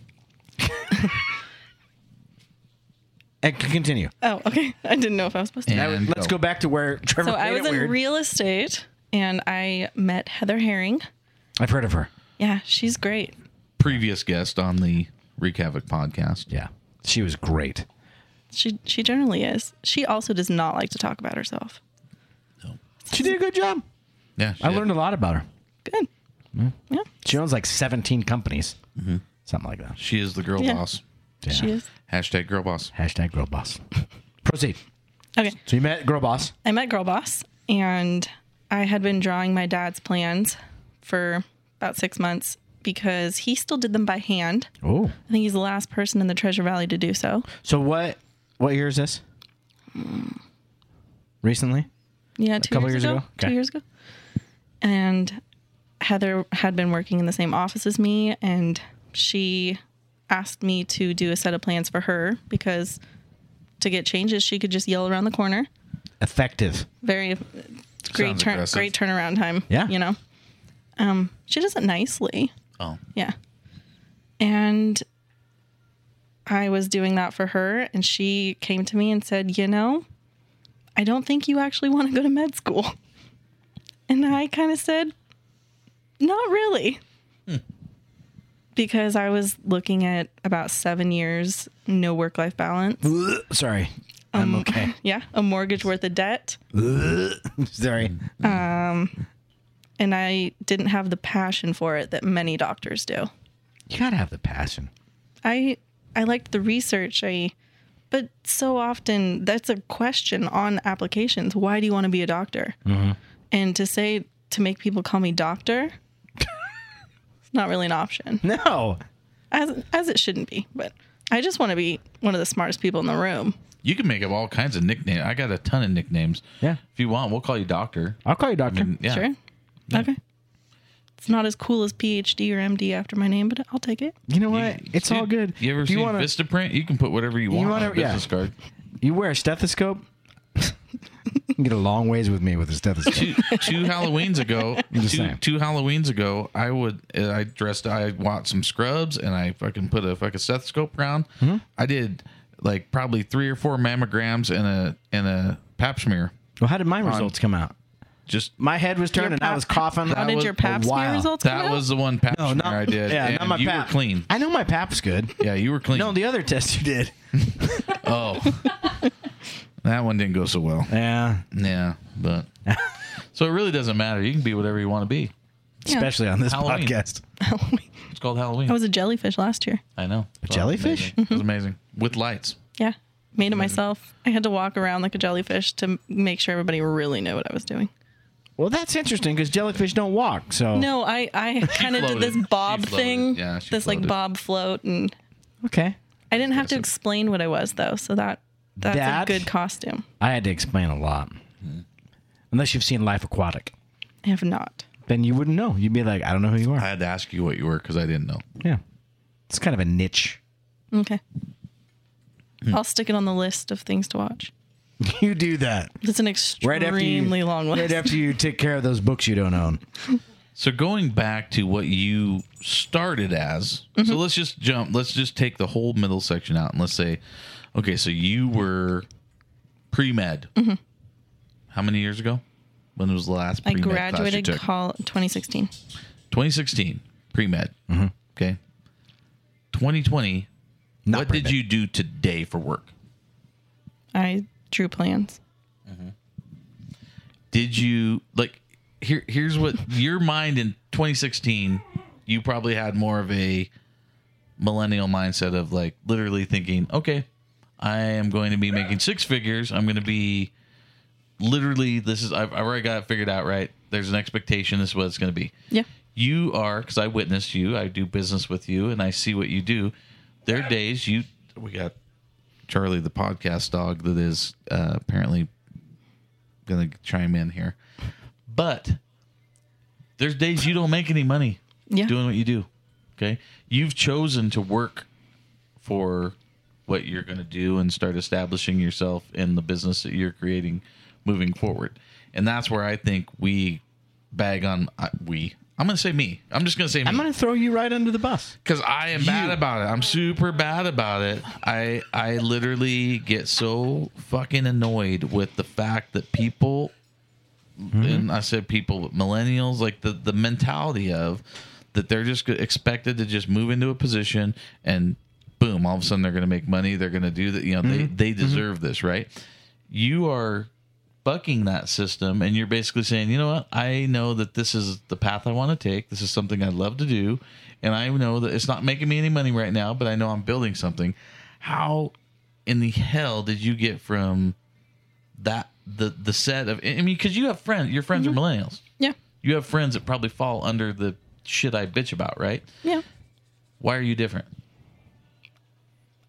[SPEAKER 2] And c- continue.
[SPEAKER 4] Oh, okay. I didn't know if I was supposed to.
[SPEAKER 3] And-
[SPEAKER 2] Now, let's
[SPEAKER 3] go.
[SPEAKER 2] go back to where Trevor
[SPEAKER 4] so
[SPEAKER 2] made
[SPEAKER 4] I
[SPEAKER 2] it
[SPEAKER 4] was in
[SPEAKER 2] weird.
[SPEAKER 4] real estate, and I met Heather Herring.
[SPEAKER 2] I've heard of her.
[SPEAKER 4] Yeah, she's great.
[SPEAKER 3] previous guest on the Wreak Havoc podcast.
[SPEAKER 2] Yeah. She was great.
[SPEAKER 4] She she generally is. She also does not like to talk about herself.
[SPEAKER 2] She did a good job.
[SPEAKER 3] Yeah,
[SPEAKER 2] I learned a lot about her.
[SPEAKER 4] Good.
[SPEAKER 2] Hmm.
[SPEAKER 4] Yeah,
[SPEAKER 2] She owns like 17 companies, something like that.
[SPEAKER 3] She is the girl
[SPEAKER 4] Yeah.
[SPEAKER 3] boss.
[SPEAKER 2] Yeah.
[SPEAKER 4] she is.
[SPEAKER 3] Hashtag girl boss.
[SPEAKER 2] Hashtag girl boss. Proceed.
[SPEAKER 4] Okay.
[SPEAKER 2] So you met girl boss.
[SPEAKER 4] I met Girl Boss, and I had been drawing my dad's plans for about six months because he still did them by hand.
[SPEAKER 2] Oh.
[SPEAKER 4] I think he's the last person in the Treasure Valley to do so.
[SPEAKER 2] So what? What year is this?
[SPEAKER 4] Mm.
[SPEAKER 2] Recently.
[SPEAKER 4] Yeah, two
[SPEAKER 2] couple
[SPEAKER 4] years,
[SPEAKER 2] years
[SPEAKER 4] ago.
[SPEAKER 2] ago? Okay.
[SPEAKER 4] Two years ago. And Heather had been working in the same office as me, and she asked me to do a set of plans for her because to get changes, she could just yell around the corner.
[SPEAKER 2] Effective.
[SPEAKER 4] Very great,
[SPEAKER 3] Sounds
[SPEAKER 4] turn,
[SPEAKER 3] aggressive.
[SPEAKER 4] great turnaround time.
[SPEAKER 2] Yeah.
[SPEAKER 4] you know. Um, she does it nicely.
[SPEAKER 3] Oh,
[SPEAKER 4] Yeah. And I was doing that for her, and she came to me and said, You know, I don't think you actually want to go to med school. And I kind of said, Not really. Because I was looking at about seven years, no work life balance.
[SPEAKER 2] Sorry. I'm
[SPEAKER 4] Um.
[SPEAKER 2] okay.
[SPEAKER 4] Yeah, a mortgage worth of debt.
[SPEAKER 2] Sorry.
[SPEAKER 4] And I didn't have the passion for it that many doctors do.
[SPEAKER 2] You gotta have the passion.
[SPEAKER 4] I I liked the research. I but so often that's a question on applications. Why do you want to be a doctor?
[SPEAKER 3] Mm-hmm.
[SPEAKER 4] And to say to make people call me doctor, it's not really an option.
[SPEAKER 2] No.
[SPEAKER 4] As as it shouldn't be. But I just want to be one of the smartest people in the room.
[SPEAKER 3] you can make up all kinds of nicknames. I got a ton of nicknames.
[SPEAKER 2] Yeah.
[SPEAKER 3] If you want, we'll call you doctor. Mm,
[SPEAKER 2] I'll call you doctor.
[SPEAKER 3] Yeah.
[SPEAKER 4] Sure. Okay. It's not as cool as PhD or MD after my name, but I'll take it.
[SPEAKER 2] You know what? it's all good.
[SPEAKER 3] You ever
[SPEAKER 2] If
[SPEAKER 3] seen
[SPEAKER 2] wanna-
[SPEAKER 3] Vistaprint? You can put whatever you want
[SPEAKER 2] wanna-
[SPEAKER 3] on a business
[SPEAKER 2] yeah.
[SPEAKER 3] card.
[SPEAKER 2] You wear a stethoscope. you can get a long ways with me with a stethoscope.
[SPEAKER 3] two, two Halloweens ago,
[SPEAKER 2] just
[SPEAKER 3] two,
[SPEAKER 2] saying.
[SPEAKER 3] two Halloweens ago, I would uh, I dressed I bought some scrubs and I fucking put a fucking stethoscope around.
[SPEAKER 2] Hmm?
[SPEAKER 3] I did like probably three or four mammograms and a and a pap smear.
[SPEAKER 2] well, how did my results come out?
[SPEAKER 3] Just
[SPEAKER 2] My head was turned and I
[SPEAKER 4] pap-
[SPEAKER 2] was coughing.
[SPEAKER 4] How
[SPEAKER 3] That
[SPEAKER 4] did
[SPEAKER 3] was
[SPEAKER 4] your pap smear
[SPEAKER 2] wild.
[SPEAKER 4] results come
[SPEAKER 3] that
[SPEAKER 4] out?
[SPEAKER 3] was the one pap
[SPEAKER 2] No,
[SPEAKER 3] smear
[SPEAKER 2] not-
[SPEAKER 3] I did.
[SPEAKER 2] Yeah,
[SPEAKER 3] and
[SPEAKER 2] not my
[SPEAKER 3] you
[SPEAKER 2] pap.
[SPEAKER 3] were clean.
[SPEAKER 2] I know my pap's good.
[SPEAKER 3] Yeah, you were clean.
[SPEAKER 2] No, the other test you did.
[SPEAKER 3] oh, that one didn't go so well.
[SPEAKER 2] Yeah,
[SPEAKER 3] Yeah, but so it really doesn't matter. You can be whatever you want to be.
[SPEAKER 4] Yeah.
[SPEAKER 2] especially on this
[SPEAKER 3] Halloween.
[SPEAKER 2] podcast.
[SPEAKER 3] It's called Halloween.
[SPEAKER 4] I was a jellyfish last year.
[SPEAKER 3] I know. It's
[SPEAKER 2] jellyfish?
[SPEAKER 3] amazing. It was amazing with lights.
[SPEAKER 4] Yeah. Made it myself. I had to walk around like a jellyfish to m- make sure everybody really knew what I was doing.
[SPEAKER 2] Well, that's interesting because jellyfish don't walk. So
[SPEAKER 4] No, I, I kind of did
[SPEAKER 3] floated.
[SPEAKER 4] this bob
[SPEAKER 3] She floated.
[SPEAKER 4] thing,
[SPEAKER 3] Yeah, she
[SPEAKER 4] this like
[SPEAKER 3] floated.
[SPEAKER 4] bob float, and
[SPEAKER 2] okay,
[SPEAKER 4] I didn't have to explain what I was though, so that that's
[SPEAKER 2] That-
[SPEAKER 4] a good costume.
[SPEAKER 2] I had to explain a lot.
[SPEAKER 3] Mm-hmm.
[SPEAKER 2] Unless you've seen Life Aquatic,
[SPEAKER 4] I have not.
[SPEAKER 2] then you wouldn't know. You'd be like, I don't know who you are.
[SPEAKER 3] I had to ask you what you were because I didn't know.
[SPEAKER 2] yeah, it's kind of a niche.
[SPEAKER 4] Okay,
[SPEAKER 3] Hmm.
[SPEAKER 4] I'll stick it on the list of things to watch.
[SPEAKER 2] you do that
[SPEAKER 4] It's an
[SPEAKER 2] right after you,
[SPEAKER 4] extremely long list.
[SPEAKER 2] right after you take care of those books you don't own.
[SPEAKER 3] So going back to what you started as,
[SPEAKER 4] Mm-hmm.
[SPEAKER 3] so let's just jump. Let's just take the whole middle section out and let's say, okay, so you were pre med. How many years ago? When was the last
[SPEAKER 4] Mm-hmm. I
[SPEAKER 3] pre med class you
[SPEAKER 4] graduated
[SPEAKER 3] took?
[SPEAKER 4] col- 2016.
[SPEAKER 3] 2016 pre med. Okay. 2020.
[SPEAKER 2] Not
[SPEAKER 3] what did
[SPEAKER 2] pre-med.
[SPEAKER 3] you do today for work?
[SPEAKER 4] I drew plans.
[SPEAKER 3] did you like here here's what your mind in 2016 you probably had more of a millennial mindset of like literally thinking okay i am going to be making six figures i'm going to be literally this is i've, I've already got it figured out right there's an expectation this is what it's going to be
[SPEAKER 4] Yeah.
[SPEAKER 3] you are because i witnessed you i do business with you and i see what you do there are days you we got charlie the podcast dog that is uh, apparently gonna chime in here but there's days you don't make any money
[SPEAKER 4] Yeah.
[SPEAKER 3] doing what you do okay you've chosen to work for what you're going to do and start establishing yourself in the business that you're creating moving forward. And that's where I think we bag on I- we. I'm going to say me. I'm just going to say
[SPEAKER 2] I'm
[SPEAKER 3] me
[SPEAKER 2] gonna throw you right under the bus.
[SPEAKER 3] cuz I am bad about it. I'm super bad about it. I I literally get so fucking annoyed with the fact that people and I said people but millennials like the the mentality of that they're just expected to just move into a position and boom all of a sudden they're going to make money they're going to do that you know they they deserve this right you are bucking that system and you're basically saying you know what I know that this is the path I want to take this is something I'd love to do and I know that it's not making me any money right now but I know I'm building something how in the hell did you get from that the the set of I mean because you have friends your friends are
[SPEAKER 4] Mm-hmm.
[SPEAKER 3] millennials
[SPEAKER 4] Yeah.
[SPEAKER 3] you have friends that probably fall under the shit I bitch about right
[SPEAKER 4] Yeah.
[SPEAKER 3] why are you different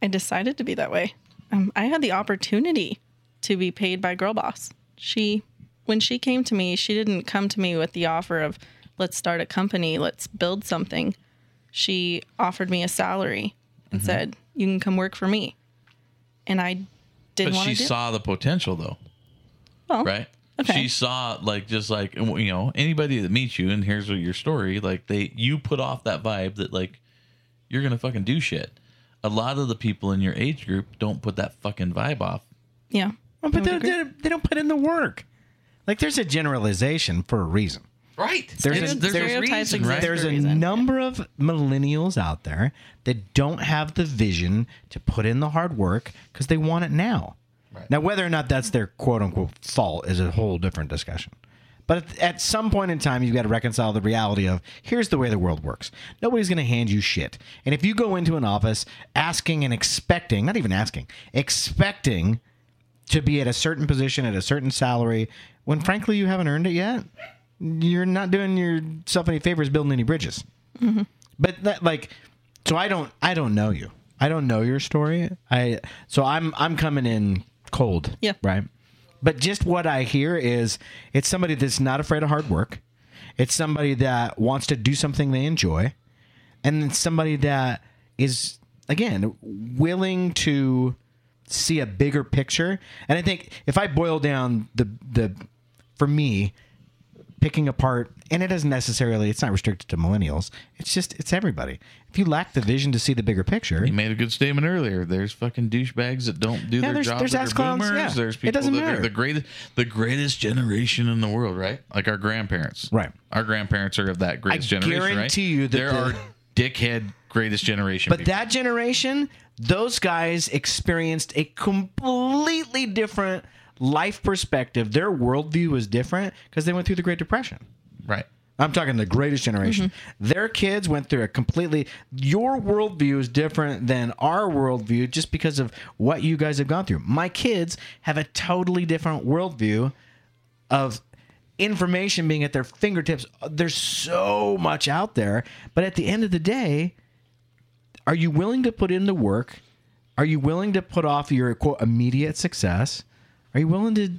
[SPEAKER 4] I decided to be that way. Um, I had the opportunity to be paid by Girl Boss. She, when she came to me, she didn't come to me with the offer of, let's start a company, let's build something. She offered me a salary
[SPEAKER 3] Mm-hmm.
[SPEAKER 4] and said, you can come work for me. And I
[SPEAKER 3] but
[SPEAKER 4] didn't want
[SPEAKER 3] she
[SPEAKER 4] to do
[SPEAKER 3] saw the potential though
[SPEAKER 4] well,
[SPEAKER 3] right
[SPEAKER 4] okay.
[SPEAKER 3] she saw like just like you know anybody that meets you and here's what your story like they you put off that vibe that like you're gonna fucking do shit a lot of the people in your age group don't put that fucking vibe off
[SPEAKER 4] Yeah.
[SPEAKER 2] Well,
[SPEAKER 4] I
[SPEAKER 2] Oh, but
[SPEAKER 4] would
[SPEAKER 2] they,
[SPEAKER 4] agree.
[SPEAKER 2] they, they don't put in the work. Like there's a generalization for a reason.
[SPEAKER 3] right
[SPEAKER 2] There's a-
[SPEAKER 3] there's a
[SPEAKER 4] Stereotypes
[SPEAKER 3] reason
[SPEAKER 4] exist.
[SPEAKER 3] right
[SPEAKER 2] There's
[SPEAKER 4] for
[SPEAKER 2] a
[SPEAKER 4] a reason.
[SPEAKER 2] number of millennials out there that don't have the vision to put in the hard work because they want it now.
[SPEAKER 3] Right.
[SPEAKER 2] Now, whether or not that's their quote unquote fault is a whole different discussion. But at, at some point in time, you've got to reconcile the reality of here's the way the world works. Nobody's going to hand you shit. And if you go into an office asking and expecting, not even asking, expecting to be at a certain position at a certain salary when frankly you haven't earned it yet, you're not doing yourself any favors building any bridges. But that like so I don't I don't know you. I don't know your story. I so I'm I'm coming in cold.
[SPEAKER 4] Yeah.
[SPEAKER 2] Right. But just what I hear is it's somebody that's not afraid of hard work. It's somebody that wants to do something they enjoy, and it's somebody that is again willing to see a bigger picture. And I think if I boil down the the for me picking apart and it doesn't necessarily it's not restricted to millennials it's just it's everybody if you lack the vision to see the bigger picture
[SPEAKER 3] You made a good statement earlier. There's fucking douchebags that don't do their
[SPEAKER 2] there's-
[SPEAKER 3] job.
[SPEAKER 2] there's
[SPEAKER 3] that
[SPEAKER 2] ass
[SPEAKER 3] are
[SPEAKER 2] clowns,
[SPEAKER 3] boomers.
[SPEAKER 2] yeah.
[SPEAKER 3] There's
[SPEAKER 2] It
[SPEAKER 3] people
[SPEAKER 2] doesn't
[SPEAKER 3] that are
[SPEAKER 2] matter.
[SPEAKER 3] the greatest, the greatest generation in the world, right? Like our grandparents,
[SPEAKER 2] Right.
[SPEAKER 3] Our grandparents are of that greatest generation, right?
[SPEAKER 2] guarantee you that
[SPEAKER 3] there
[SPEAKER 2] the-
[SPEAKER 3] are dickhead greatest generation.
[SPEAKER 2] But
[SPEAKER 3] people.
[SPEAKER 2] that generation, those guys experienced a completely different life perspective. Their worldview was different because they went through the Great Depression.
[SPEAKER 3] right?
[SPEAKER 2] I'm talking the greatest generation.
[SPEAKER 4] Mm-hmm.
[SPEAKER 2] Their kids went through a completely. Your worldview is different than our worldview just because of what you guys have gone through. My kids have a totally different worldview of information being at their fingertips. There's so much out there. But at the end of the day, are you willing to put in the work? Are you willing to put off your quote immediate success? Are you willing to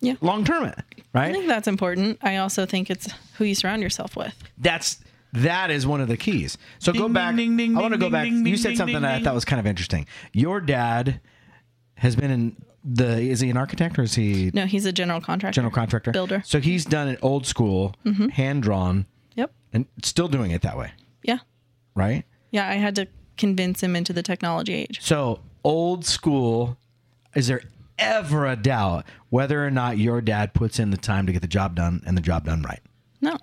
[SPEAKER 4] Yeah.
[SPEAKER 2] long term it? Right?
[SPEAKER 4] I think that's important. I also think it's who you surround yourself with.
[SPEAKER 2] that's that is one of the keys. So go
[SPEAKER 3] Ding,
[SPEAKER 2] back.
[SPEAKER 3] ding, ding,
[SPEAKER 2] I want to
[SPEAKER 3] ding,
[SPEAKER 2] go
[SPEAKER 3] ding,
[SPEAKER 2] back.
[SPEAKER 3] ding,
[SPEAKER 2] you
[SPEAKER 3] ding,
[SPEAKER 2] said
[SPEAKER 3] ding,
[SPEAKER 2] something
[SPEAKER 3] ding,
[SPEAKER 2] that I
[SPEAKER 3] ding.
[SPEAKER 2] thought was kind of interesting. Your dad has been in the. Is he an architect or is he
[SPEAKER 4] No, he's a general contractor.
[SPEAKER 2] general contractor
[SPEAKER 4] Builder.
[SPEAKER 2] So he's done it old school, hand drawn,
[SPEAKER 4] Yep.
[SPEAKER 2] and still doing it that way,
[SPEAKER 4] Yeah.
[SPEAKER 2] right?
[SPEAKER 4] Yeah. I had to convince him into the technology age.
[SPEAKER 2] So old school. Is there ever a doubt whether or not your dad puts in the time to get the job done and the job done right?
[SPEAKER 4] No.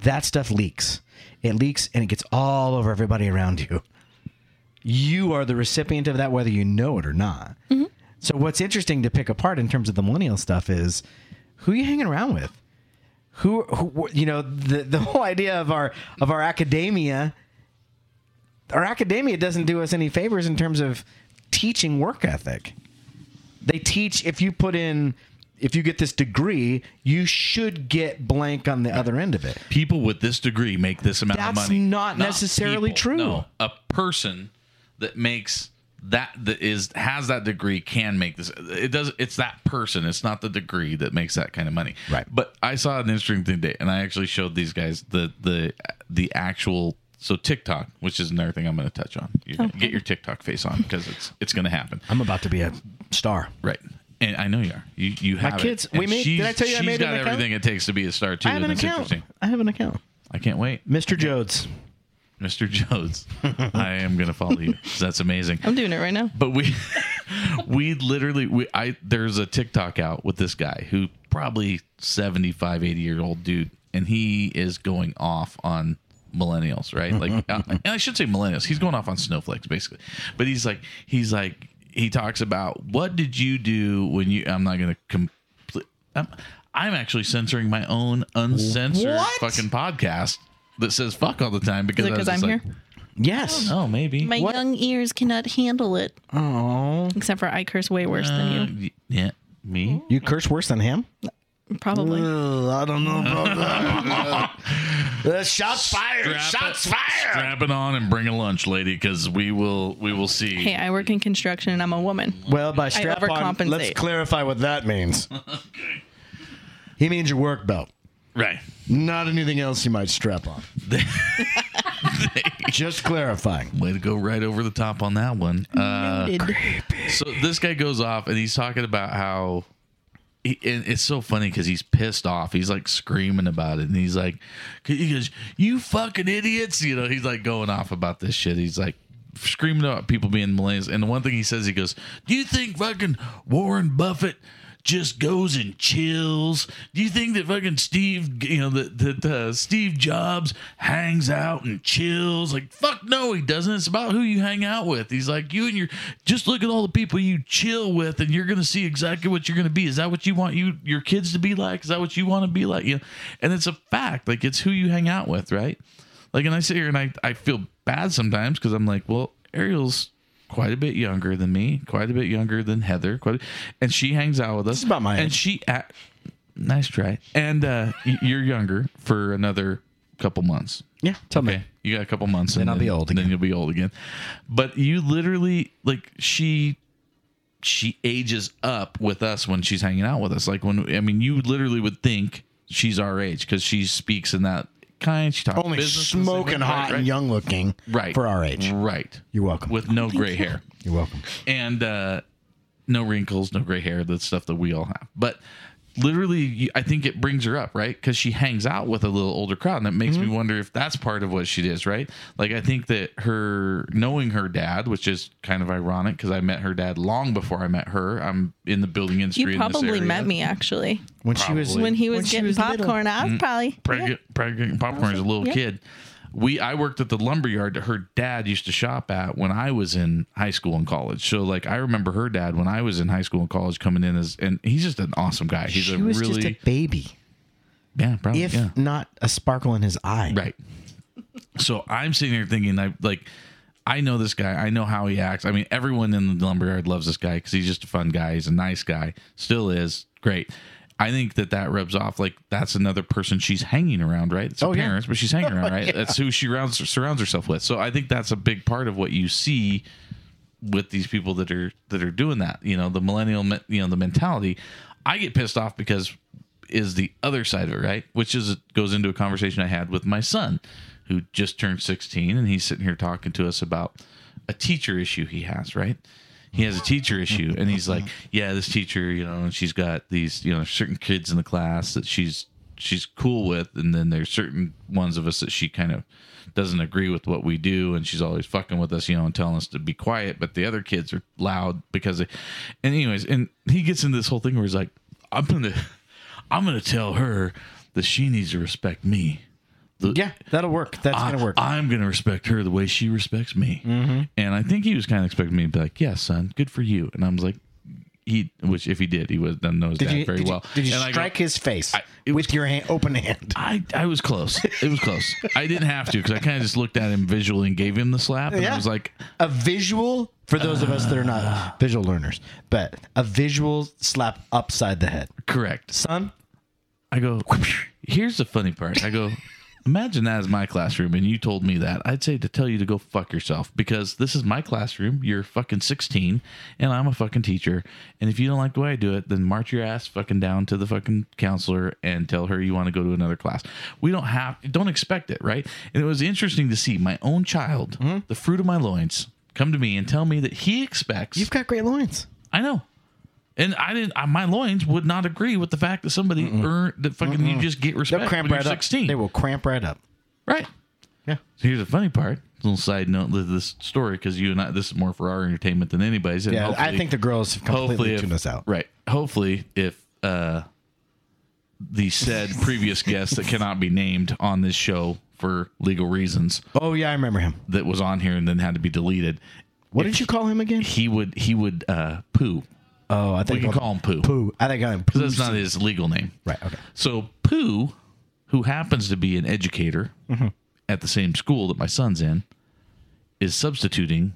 [SPEAKER 2] that stuff leaks. It leaks and it gets all over everybody around you. You are the recipient of that, whether you know it or not. So, what's interesting to pick apart in terms of the millennial stuff is who you hanging around with. Who, who you know, the, the whole idea of our of our academia, our academia doesn't do us any favors in terms of teaching work ethic they teach if you put in if you get this degree you should get blank on the other end of it
[SPEAKER 3] People with this degree make this amount of
[SPEAKER 2] That's
[SPEAKER 3] money.
[SPEAKER 2] not necessarily true.
[SPEAKER 3] No, a person that makes that that is has that degree can make this. It does. It's that person. It's not the degree that makes that kind of money.
[SPEAKER 2] Right.
[SPEAKER 3] But I saw an interesting thing today, and I actually showed these guys the the the actual. So TikTok, which is another thing I'm going to touch on. You're gonna
[SPEAKER 4] Okay.
[SPEAKER 3] get your TikTok face on because it's it's going to happen.
[SPEAKER 2] i'm about to be a star
[SPEAKER 3] Right. And I know you are. You you have it.
[SPEAKER 2] kids-
[SPEAKER 3] And
[SPEAKER 2] we made- did
[SPEAKER 3] she's-
[SPEAKER 2] I tell you I
[SPEAKER 3] she's
[SPEAKER 2] made an
[SPEAKER 3] got
[SPEAKER 2] account?
[SPEAKER 3] everything it takes to be a star too.
[SPEAKER 2] i have
[SPEAKER 3] and
[SPEAKER 2] an
[SPEAKER 3] it's
[SPEAKER 2] account
[SPEAKER 3] interesting.
[SPEAKER 2] i have an account
[SPEAKER 3] I can't wait.
[SPEAKER 2] mr jodes
[SPEAKER 3] Mr. Jones, I am gonna follow you. 'cause That's amazing.
[SPEAKER 4] I'm doing it right now.
[SPEAKER 3] But we we literally we I there's a TikTok out with this guy who probably 75, 80 year old dude, and he is going off on millennials, right? Like uh, and I should say millennials. He's going off on snowflakes basically. But he's like he's like he talks about what did you do when you I'm not gonna complete I'm, I'm actually censoring my own uncensored
[SPEAKER 2] What?
[SPEAKER 3] fucking podcast that says fuck all the time because
[SPEAKER 4] Is it
[SPEAKER 3] I was
[SPEAKER 4] because I'm
[SPEAKER 3] just like,
[SPEAKER 4] here?
[SPEAKER 2] yes
[SPEAKER 3] Oh, maybe.
[SPEAKER 4] My
[SPEAKER 2] What-
[SPEAKER 4] young ears cannot handle it.
[SPEAKER 2] oh
[SPEAKER 4] Except for I curse way worse than
[SPEAKER 3] Uh, y- yeah, me.
[SPEAKER 2] you curse worse than him
[SPEAKER 3] Uh,
[SPEAKER 4] you. Probably.
[SPEAKER 2] i don't know about that Uh, shots fired shots fired
[SPEAKER 3] Strap it on and bring a lunch, lady, because we will we will see.
[SPEAKER 4] Hey, I work in construction and I'm a woman.
[SPEAKER 2] well by strap on
[SPEAKER 4] overcompensate.
[SPEAKER 2] let's clarify what that means he means your work belt
[SPEAKER 3] Right.
[SPEAKER 2] not anything else you might strap on just clarifying
[SPEAKER 3] Way to go right over the top on that one. Uh, so this guy goes off and he's talking about how he, and it's so funny because he's pissed off. He's like screaming about it, and he's like, he goes, "You fucking idiots!" You know, he's like going off about this shit. He's like screaming about people being millennials. And the one thing he says, he goes, "Do you think fucking Warren Buffett?" Just goes and chills. Do you think that fucking Steve, you know, that that uh, Steve Jobs hangs out and chills? Like fuck no, he doesn't. It's about who you hang out with. He's like you and your. Just look at all the people you chill with, and you're gonna see exactly what you're gonna be. Is that what you want you your kids to be like? Is that what you want to be like? You know? and it's a fact. Like it's who you hang out with, right? Like, and I sit here and I I feel bad sometimes because I'm like, well, Ariel's quite a bit younger than me, quite a bit younger than Heather, quite, a, and she hangs out with us.
[SPEAKER 2] about my
[SPEAKER 3] and
[SPEAKER 2] age.
[SPEAKER 3] she at, nice try, and uh, y- you're younger for another couple months.
[SPEAKER 2] Yeah, tell
[SPEAKER 3] Okay. You got a couple months,
[SPEAKER 2] Then
[SPEAKER 3] and
[SPEAKER 2] I'll be old
[SPEAKER 3] and Then
[SPEAKER 2] again.
[SPEAKER 3] you'll be old again. But you literally like she she ages up with us when she's hanging out with us. Like when I mean, you literally would think she's our age because she speaks in that kind. She talks
[SPEAKER 2] Only
[SPEAKER 3] business in the same way,
[SPEAKER 2] smoking
[SPEAKER 3] right,
[SPEAKER 2] hot
[SPEAKER 3] right,
[SPEAKER 2] and young looking
[SPEAKER 3] right
[SPEAKER 2] for our age.
[SPEAKER 3] right
[SPEAKER 2] You're welcome.
[SPEAKER 3] with no gray hair
[SPEAKER 2] You're welcome.
[SPEAKER 3] and uh, no wrinkles, no gray hair, the stuff that we all have. But literally, you- I think it brings her up, right? Because she hangs out with a little older crowd, and it makes
[SPEAKER 4] Mm-hmm.
[SPEAKER 3] me wonder if that's part of what she is, right? Like, I think that her knowing her dad, which is kind of ironic because I met her dad long before I met her. I'm in the building industry.
[SPEAKER 4] You
[SPEAKER 3] in this
[SPEAKER 4] probably
[SPEAKER 3] area.
[SPEAKER 4] met me actually
[SPEAKER 2] When she was
[SPEAKER 4] when he was
[SPEAKER 2] When she
[SPEAKER 4] getting
[SPEAKER 2] was little.
[SPEAKER 4] popcorn. I
[SPEAKER 3] Mm,
[SPEAKER 4] was probably yeah.
[SPEAKER 3] pregnant, pregnant popcorn as a little
[SPEAKER 4] Yeah.
[SPEAKER 3] kid. We I worked at the lumber yard that her dad used to shop at when I was in high school and college. So like I remember her dad when I was in high school and college coming in as and he's just an awesome guy. He's
[SPEAKER 2] she
[SPEAKER 3] a
[SPEAKER 2] was
[SPEAKER 3] really
[SPEAKER 2] just a baby,
[SPEAKER 3] yeah, probably
[SPEAKER 2] if
[SPEAKER 3] yeah.
[SPEAKER 2] not a sparkle in his eye.
[SPEAKER 3] Right. So I'm sitting here thinking, I like, I know this guy. I know how he acts. I mean, everyone in the lumberyard loves this guy because he's just a fun guy. He's a nice guy. Still is great. I think that that rubs off. Like that's another person she's hanging around, right? It's her
[SPEAKER 2] Oh, yeah.
[SPEAKER 3] parents, but she's hanging around, right? That's who she rounds, surrounds herself with. So I think that's a big part of what you see with these people that are that are doing that you know the millennial me- you know the mentality i get pissed off because is the other side of it right which is goes into a conversation i had with my son who just turned 16 and he's sitting here talking to us about a teacher issue he has right he has a teacher issue and he's like yeah this teacher you know and she's got these you know certain kids in the class that she's she's cool with and then there's certain ones of us that she kind of doesn't agree with what we do and she's always fucking with us you know and telling us to be quiet but the other kids are loud because they and anyways and he gets into this whole thing where he's like i'm gonna i'm gonna tell her that she needs to respect me The-
[SPEAKER 2] Yeah, that'll work. That's
[SPEAKER 3] I,
[SPEAKER 2] gonna work. Mm-hmm.
[SPEAKER 3] am going to respect her the way she respects me. And I think he was kind of expecting me to be like, "Yes, son, good for you." And I was like, "He," which if he did, he was doesn't know his
[SPEAKER 2] did
[SPEAKER 3] dad
[SPEAKER 2] you
[SPEAKER 3] very
[SPEAKER 2] did you-
[SPEAKER 3] well.
[SPEAKER 2] did you
[SPEAKER 3] And I go,
[SPEAKER 2] strike his face
[SPEAKER 3] I- it
[SPEAKER 2] with your hand, open hand?
[SPEAKER 3] I, I was close. It was close. I didn't have to because I kind of just looked at him visually and gave him the slap. And
[SPEAKER 2] Yeah.
[SPEAKER 3] I was like,
[SPEAKER 2] a visual for those of us that are not visual learners, but a visual slap upside the head.
[SPEAKER 3] correct.
[SPEAKER 2] Son,
[SPEAKER 3] I go, here's the funny part. I go, imagine that is my classroom and you told me that. I'd say to tell you to go fuck yourself because this is my classroom. You're fucking 16 and I'm a fucking teacher. And if you don't like the way I do it, then march your ass fucking down to the fucking counselor and tell her you want to go to another class. We don't have, don't expect it, right? And it was interesting to see my own child, the fruit of my loins, come to me and tell me that he expects.
[SPEAKER 2] you've got great loins.
[SPEAKER 3] I know. And I didn't. I, my loins would not agree with the fact that somebody earned that fucking you just get respect
[SPEAKER 2] They'll cramp
[SPEAKER 3] when
[SPEAKER 2] right
[SPEAKER 3] you're
[SPEAKER 2] up.
[SPEAKER 3] 16,
[SPEAKER 2] They will cramp right up.
[SPEAKER 3] right?
[SPEAKER 2] Yeah.
[SPEAKER 3] So here's the funny part. Little side note to this story because you and I. This is more for our entertainment than anybody's. and
[SPEAKER 2] Yeah, I
[SPEAKER 3] hopefully-
[SPEAKER 2] think the girls have
[SPEAKER 3] hopefully
[SPEAKER 2] completely
[SPEAKER 3] if,
[SPEAKER 2] tuned us out.
[SPEAKER 3] Right. Hopefully, if uh, the said previous guest that cannot be named on this show for legal reasons
[SPEAKER 2] Oh yeah, I remember him.
[SPEAKER 3] that was on here and then had to be deleted,
[SPEAKER 2] What did you call him again?
[SPEAKER 3] he would he would uh, poo.
[SPEAKER 2] Oh, I
[SPEAKER 3] We
[SPEAKER 2] think
[SPEAKER 3] can
[SPEAKER 2] I
[SPEAKER 3] call him poo.
[SPEAKER 2] Pooh. I think I am Pooh.
[SPEAKER 3] That's not his legal name.
[SPEAKER 2] Right. Okay.
[SPEAKER 3] So Pooh, who happens to be an educator at the same school that my son's in, is substituting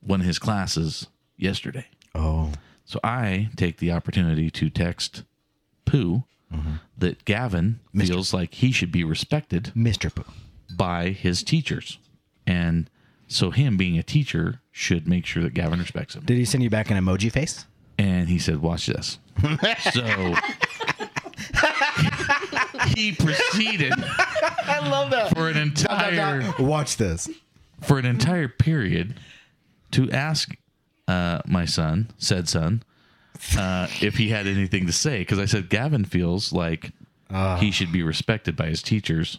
[SPEAKER 3] one of his classes yesterday.
[SPEAKER 2] Oh,
[SPEAKER 3] So I take the opportunity to text Pooh that Gavin feels like he should be respected
[SPEAKER 2] Mr. Pooh.
[SPEAKER 3] by his teachers. And so him being a teacher should make sure that Gavin respects him.
[SPEAKER 2] Did he send you back an emoji face?
[SPEAKER 3] And he said, "Watch this." So he proceeded. I love that for an entire
[SPEAKER 2] Watch this.
[SPEAKER 3] for an entire period to ask uh, my son, said son, uh, if he had anything to say because I said Gavin feels like he should be respected by his teachers.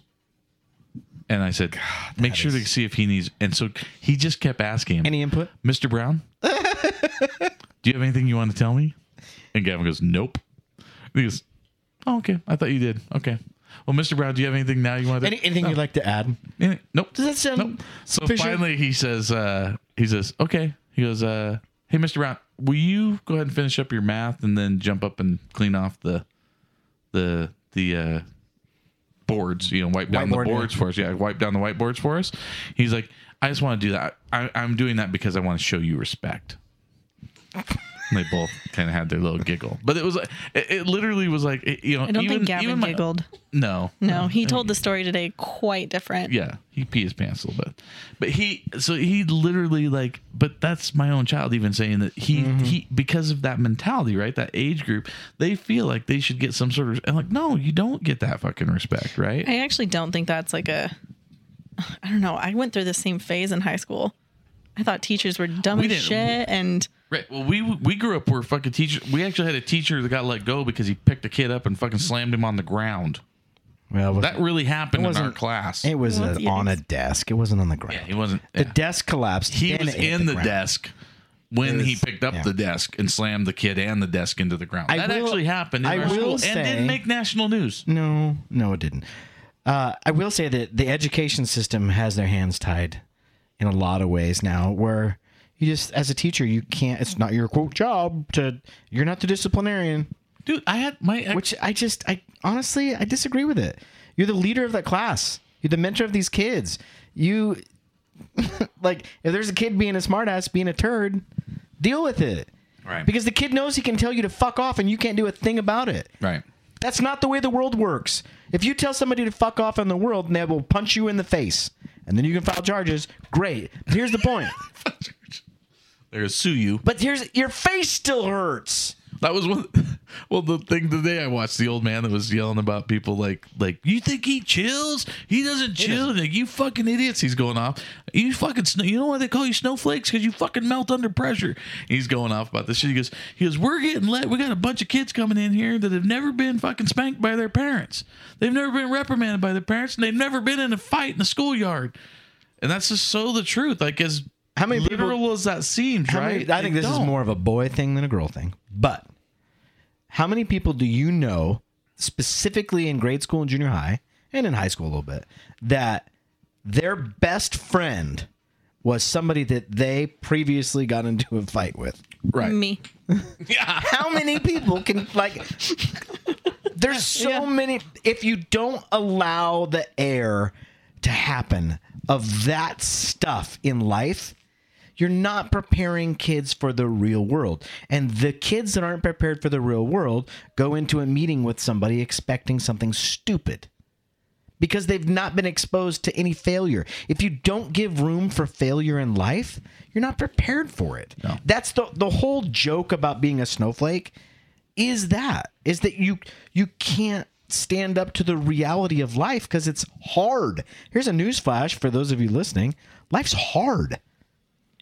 [SPEAKER 3] And I said, make sure to see if he needs. And so he just kept asking him,
[SPEAKER 2] Any input?
[SPEAKER 3] Mr. Brown, do you have anything you want to tell me? And Gavin goes, Nope. And he goes, oh, okay. I thought you did. Okay. Well, Mr. Brown, do you have anything now you want to
[SPEAKER 2] Any, anything
[SPEAKER 3] No.
[SPEAKER 2] you'd like to add?
[SPEAKER 3] Any- Nope.
[SPEAKER 2] Does that sound
[SPEAKER 3] Nope. So
[SPEAKER 2] sufficient?
[SPEAKER 3] finally he says, uh, he says, Okay. He goes, uh, hey Mr. Brown, will you go ahead and finish up your math and then jump up and clean off the the the uh boards, you know, wipe down
[SPEAKER 2] Whiteboard,
[SPEAKER 3] the
[SPEAKER 2] yeah.
[SPEAKER 3] boards for us. Yeah, wipe down the whiteboards for us. He's like, I just want to do that. I, I'm doing that because I want to show you respect. And they both kind of had their little giggle, but it was like it, it literally was like it- you know.
[SPEAKER 4] I don't
[SPEAKER 3] even,
[SPEAKER 4] think Gavin
[SPEAKER 3] even my-
[SPEAKER 4] giggled.
[SPEAKER 3] No,
[SPEAKER 4] No, he told the story today quite different.
[SPEAKER 3] yeah, he pee his pants a little bit, but he so he literally like, but that's my own child even saying that he
[SPEAKER 2] Mm-hmm.
[SPEAKER 3] he because of that mentality, right? That age group, they feel like they should get some sort of and like, no, you don't get that fucking respect, right?
[SPEAKER 4] I actually don't think that's like a. I don't know. I went through the same phase in high school. I thought teachers were dumb
[SPEAKER 3] We
[SPEAKER 4] as
[SPEAKER 3] didn't-
[SPEAKER 4] shit, and
[SPEAKER 3] Right. Well, we we grew up where fucking teacher. We actually had a teacher that got let go because he picked a kid up and fucking slammed him on the ground.
[SPEAKER 2] Well, it wasn't-
[SPEAKER 3] That really happened in our
[SPEAKER 2] wasn't-
[SPEAKER 3] class.
[SPEAKER 2] it was
[SPEAKER 4] Well,
[SPEAKER 2] uh, on a desk. It wasn't on the ground.
[SPEAKER 3] he wasn't.
[SPEAKER 2] The
[SPEAKER 3] yeah.
[SPEAKER 2] desk collapsed.
[SPEAKER 3] he
[SPEAKER 2] and
[SPEAKER 3] was
[SPEAKER 2] it hit
[SPEAKER 3] in the,
[SPEAKER 2] ground.
[SPEAKER 3] desk when
[SPEAKER 2] It
[SPEAKER 3] he
[SPEAKER 2] was-
[SPEAKER 3] picked up
[SPEAKER 2] yeah.
[SPEAKER 3] the desk and slammed the kid and the desk into the ground.
[SPEAKER 2] I
[SPEAKER 3] that
[SPEAKER 2] will-
[SPEAKER 3] actually happened in
[SPEAKER 2] I
[SPEAKER 3] our
[SPEAKER 2] will
[SPEAKER 3] school and
[SPEAKER 2] say-
[SPEAKER 3] didn't make national news.
[SPEAKER 2] No, no, it didn't. Uh, I will say that the education system has their hands tied in a lot of ways now, where you just, as a teacher, you can't. It's not your quote job to. You're not the disciplinarian,
[SPEAKER 3] Dude, I had my ex-
[SPEAKER 2] which I just, I honestly, I disagree with it. You're the leader of that class. You're the mentor of these kids. You, like, if there's a kid being a smartass, being a turd, deal with it.
[SPEAKER 3] Right.
[SPEAKER 2] Because the kid knows he can tell you to fuck off and you can't do a thing about it.
[SPEAKER 3] right.
[SPEAKER 2] That's not the way the world works. If you tell somebody to fuck off in the world, they will punch you in the face, and then you can file charges. Great. But here's the point.
[SPEAKER 3] There's sue you.
[SPEAKER 2] but here's your face still hurts.
[SPEAKER 3] That was one. Well, the thing today I watched the old man that was yelling about people like like you think he chills? He doesn't chill. Like you fucking idiots. He's going off. You fucking snow. You know why they call you snowflakes? Because you fucking melt under pressure. He's going off about this shit. He goes. He goes. We're getting let. We got a bunch of kids coming in here that have never been fucking spanked by their parents. They've never been reprimanded by their parents, and they've never been in a fight in the schoolyard. And that's just so the truth. Like as
[SPEAKER 2] How many people-
[SPEAKER 3] literal as that seems,
[SPEAKER 2] How
[SPEAKER 3] right?
[SPEAKER 2] many- I think
[SPEAKER 3] They
[SPEAKER 2] this is
[SPEAKER 3] don't.
[SPEAKER 2] more of a boy thing than a girl thing. But how many people do you know, specifically in grade school and junior high, and in high school a little bit, that their best friend was somebody that they previously got into a fight with?
[SPEAKER 3] right.
[SPEAKER 4] me.
[SPEAKER 3] Yeah.
[SPEAKER 2] how many people can like there's so many if you don't allow the air to happen of that stuff in life you're not preparing kids for the real world and the kids that aren't prepared for the real world go into a meeting with somebody expecting something stupid because they've not been exposed to any failure. If you don't give room for failure in life, you're not prepared for it. That's the the whole joke about being a snowflake is that is that you you can't stand up to the reality of life because it's hard. Here's a news flash for those of you listening. Life's hard.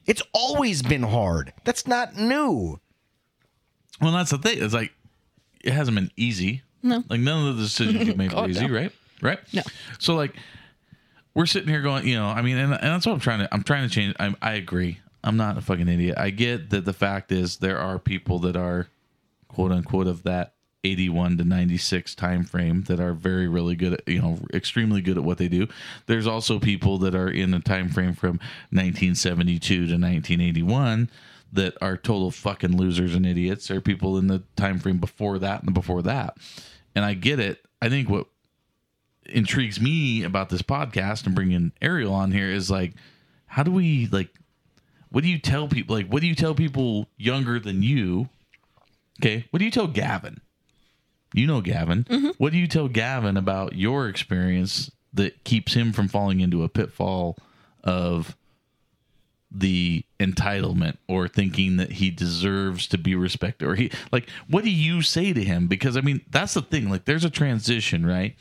[SPEAKER 2] It's always been hard. That's not new.
[SPEAKER 3] Well, that's the thing. It's like it hasn't been easy. No, like none of the decisions you made were
[SPEAKER 4] God,
[SPEAKER 3] easy,
[SPEAKER 4] no.
[SPEAKER 3] right? Right. No. So like we're sitting here going, you know, I mean, and, and that's what I'm trying to. I'm trying to change. I, I agree. I'm not a fucking idiot. I get that the fact is there are people that are quote unquote of that 81 to 96 time frame that are very really good at you know extremely good at what they do there's also people that are in the time frame from 1972 to 1981 that are total fucking losers and idiots there are people in the time frame before that and before that and i get it i think what intrigues me about this podcast and bringing ariel on here is like how do we like what do you tell people like what do you tell people younger than you Okay. What do you tell Gavin? You know Gavin. What do you tell Gavin about your experience that keeps him from falling into a pitfall of the entitlement or thinking that he deserves to be respected or he like what do you say to him because I mean that's the thing like there's a transition, right?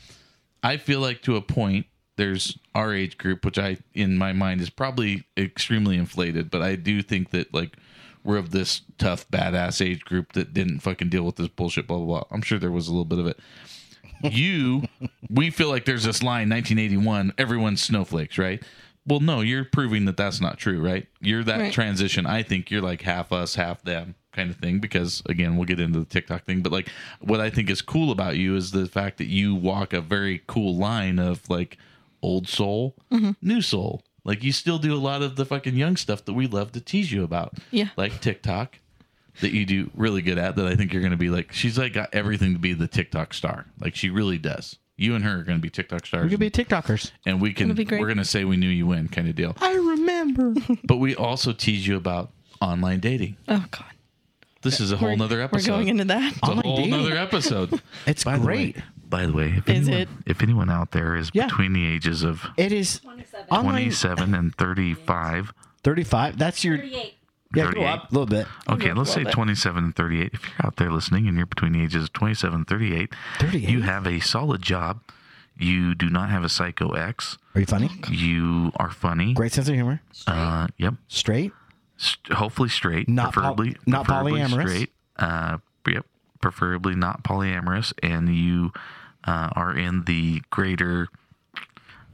[SPEAKER 3] I feel like to a point there's our age group, which I in my mind is probably extremely inflated, but I do think that like we're of this tough badass age group that didn't fucking deal with this bullshit, blah blah blah. I'm sure there was a little bit of it. You, we feel like there's this line 1981, everyone's snowflakes, right? Well, no, you're proving that that's not true, right? You're that
[SPEAKER 4] Right.
[SPEAKER 3] transition. I think you're like half us, half them kind of thing because again, we'll get into the TikTok thing, but like what I think is cool about you is the fact that you walk a very cool line of like old soul,
[SPEAKER 4] Mm-hmm.
[SPEAKER 3] new soul. Like you still do a lot of the fucking young stuff that we love to tease you about.
[SPEAKER 4] Yeah.
[SPEAKER 3] Like TikTok that you do really good at that I think you're going to be like she's like got everything to be the TikTok star. Like she really does. You and her are going to be TikTok stars.
[SPEAKER 2] We could be TikTokers.
[SPEAKER 3] and we can
[SPEAKER 4] It'll be great.
[SPEAKER 3] we're going to say we knew you win kind of deal.
[SPEAKER 2] I remember.
[SPEAKER 3] But we also tease you about online dating.
[SPEAKER 4] Oh God,
[SPEAKER 3] This is a whole
[SPEAKER 4] We're-
[SPEAKER 3] nother episode.
[SPEAKER 4] We're going into that.
[SPEAKER 3] It's a
[SPEAKER 2] my
[SPEAKER 3] whole
[SPEAKER 2] dating.
[SPEAKER 3] nother episode.
[SPEAKER 2] It's
[SPEAKER 3] By the way-
[SPEAKER 2] great.
[SPEAKER 3] by the way, if
[SPEAKER 4] Is
[SPEAKER 3] anyone,
[SPEAKER 4] it?
[SPEAKER 3] if anyone out there is
[SPEAKER 2] Yeah.
[SPEAKER 3] between the ages of
[SPEAKER 2] It is online
[SPEAKER 3] 27 and 35,
[SPEAKER 2] 35. That's your
[SPEAKER 5] Thirty-eight.
[SPEAKER 2] yeah, go
[SPEAKER 3] 38.
[SPEAKER 2] up a little bit.
[SPEAKER 3] okay, let's say
[SPEAKER 4] Love it.
[SPEAKER 3] 27 and 38. If you're out there listening and you're between the ages of 27 and 38,
[SPEAKER 2] 38.
[SPEAKER 3] you have a solid job. You do not have a psycho ex.
[SPEAKER 2] Are you funny?
[SPEAKER 3] You are funny.
[SPEAKER 2] Great sense of humor.
[SPEAKER 3] Uh, yep.
[SPEAKER 2] Straight.
[SPEAKER 3] St- hopefully straight.
[SPEAKER 2] Not poly-
[SPEAKER 3] preferably
[SPEAKER 2] not
[SPEAKER 3] preferably
[SPEAKER 2] polyamorous.
[SPEAKER 3] Straight. Uh, yep. Preferably not polyamorous, and you uh, are in the greater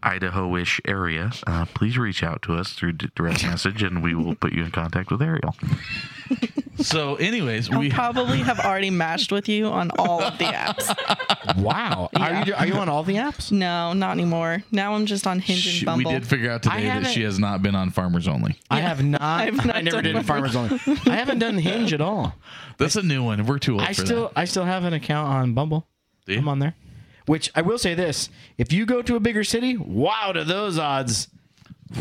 [SPEAKER 3] Idaho-ish area. Uh, please reach out to us through d- direct message, and we will put you in contact with Ariel. So, anyways,
[SPEAKER 4] I'll probably have already matched with you on all of the apps.
[SPEAKER 2] Wow. Are you are you on all the apps?
[SPEAKER 4] No, not anymore. Now I'm just on Hinge and
[SPEAKER 3] She- we
[SPEAKER 4] Bumble.
[SPEAKER 3] did figure out
[SPEAKER 2] I
[SPEAKER 3] today that
[SPEAKER 2] haven't-
[SPEAKER 3] she has not been on Farmers Only.
[SPEAKER 2] I have not.
[SPEAKER 4] I've not
[SPEAKER 2] I never
[SPEAKER 4] done
[SPEAKER 2] did
[SPEAKER 4] one.
[SPEAKER 2] farmers only. I haven't done Hinge at all.
[SPEAKER 3] That's a new one. We're too old
[SPEAKER 2] I
[SPEAKER 3] for
[SPEAKER 2] still I still have an account on Bumble.
[SPEAKER 3] Do you?
[SPEAKER 2] I'm on there. Which I will say this: if you go to a bigger city, wow, to those odds,
[SPEAKER 3] that.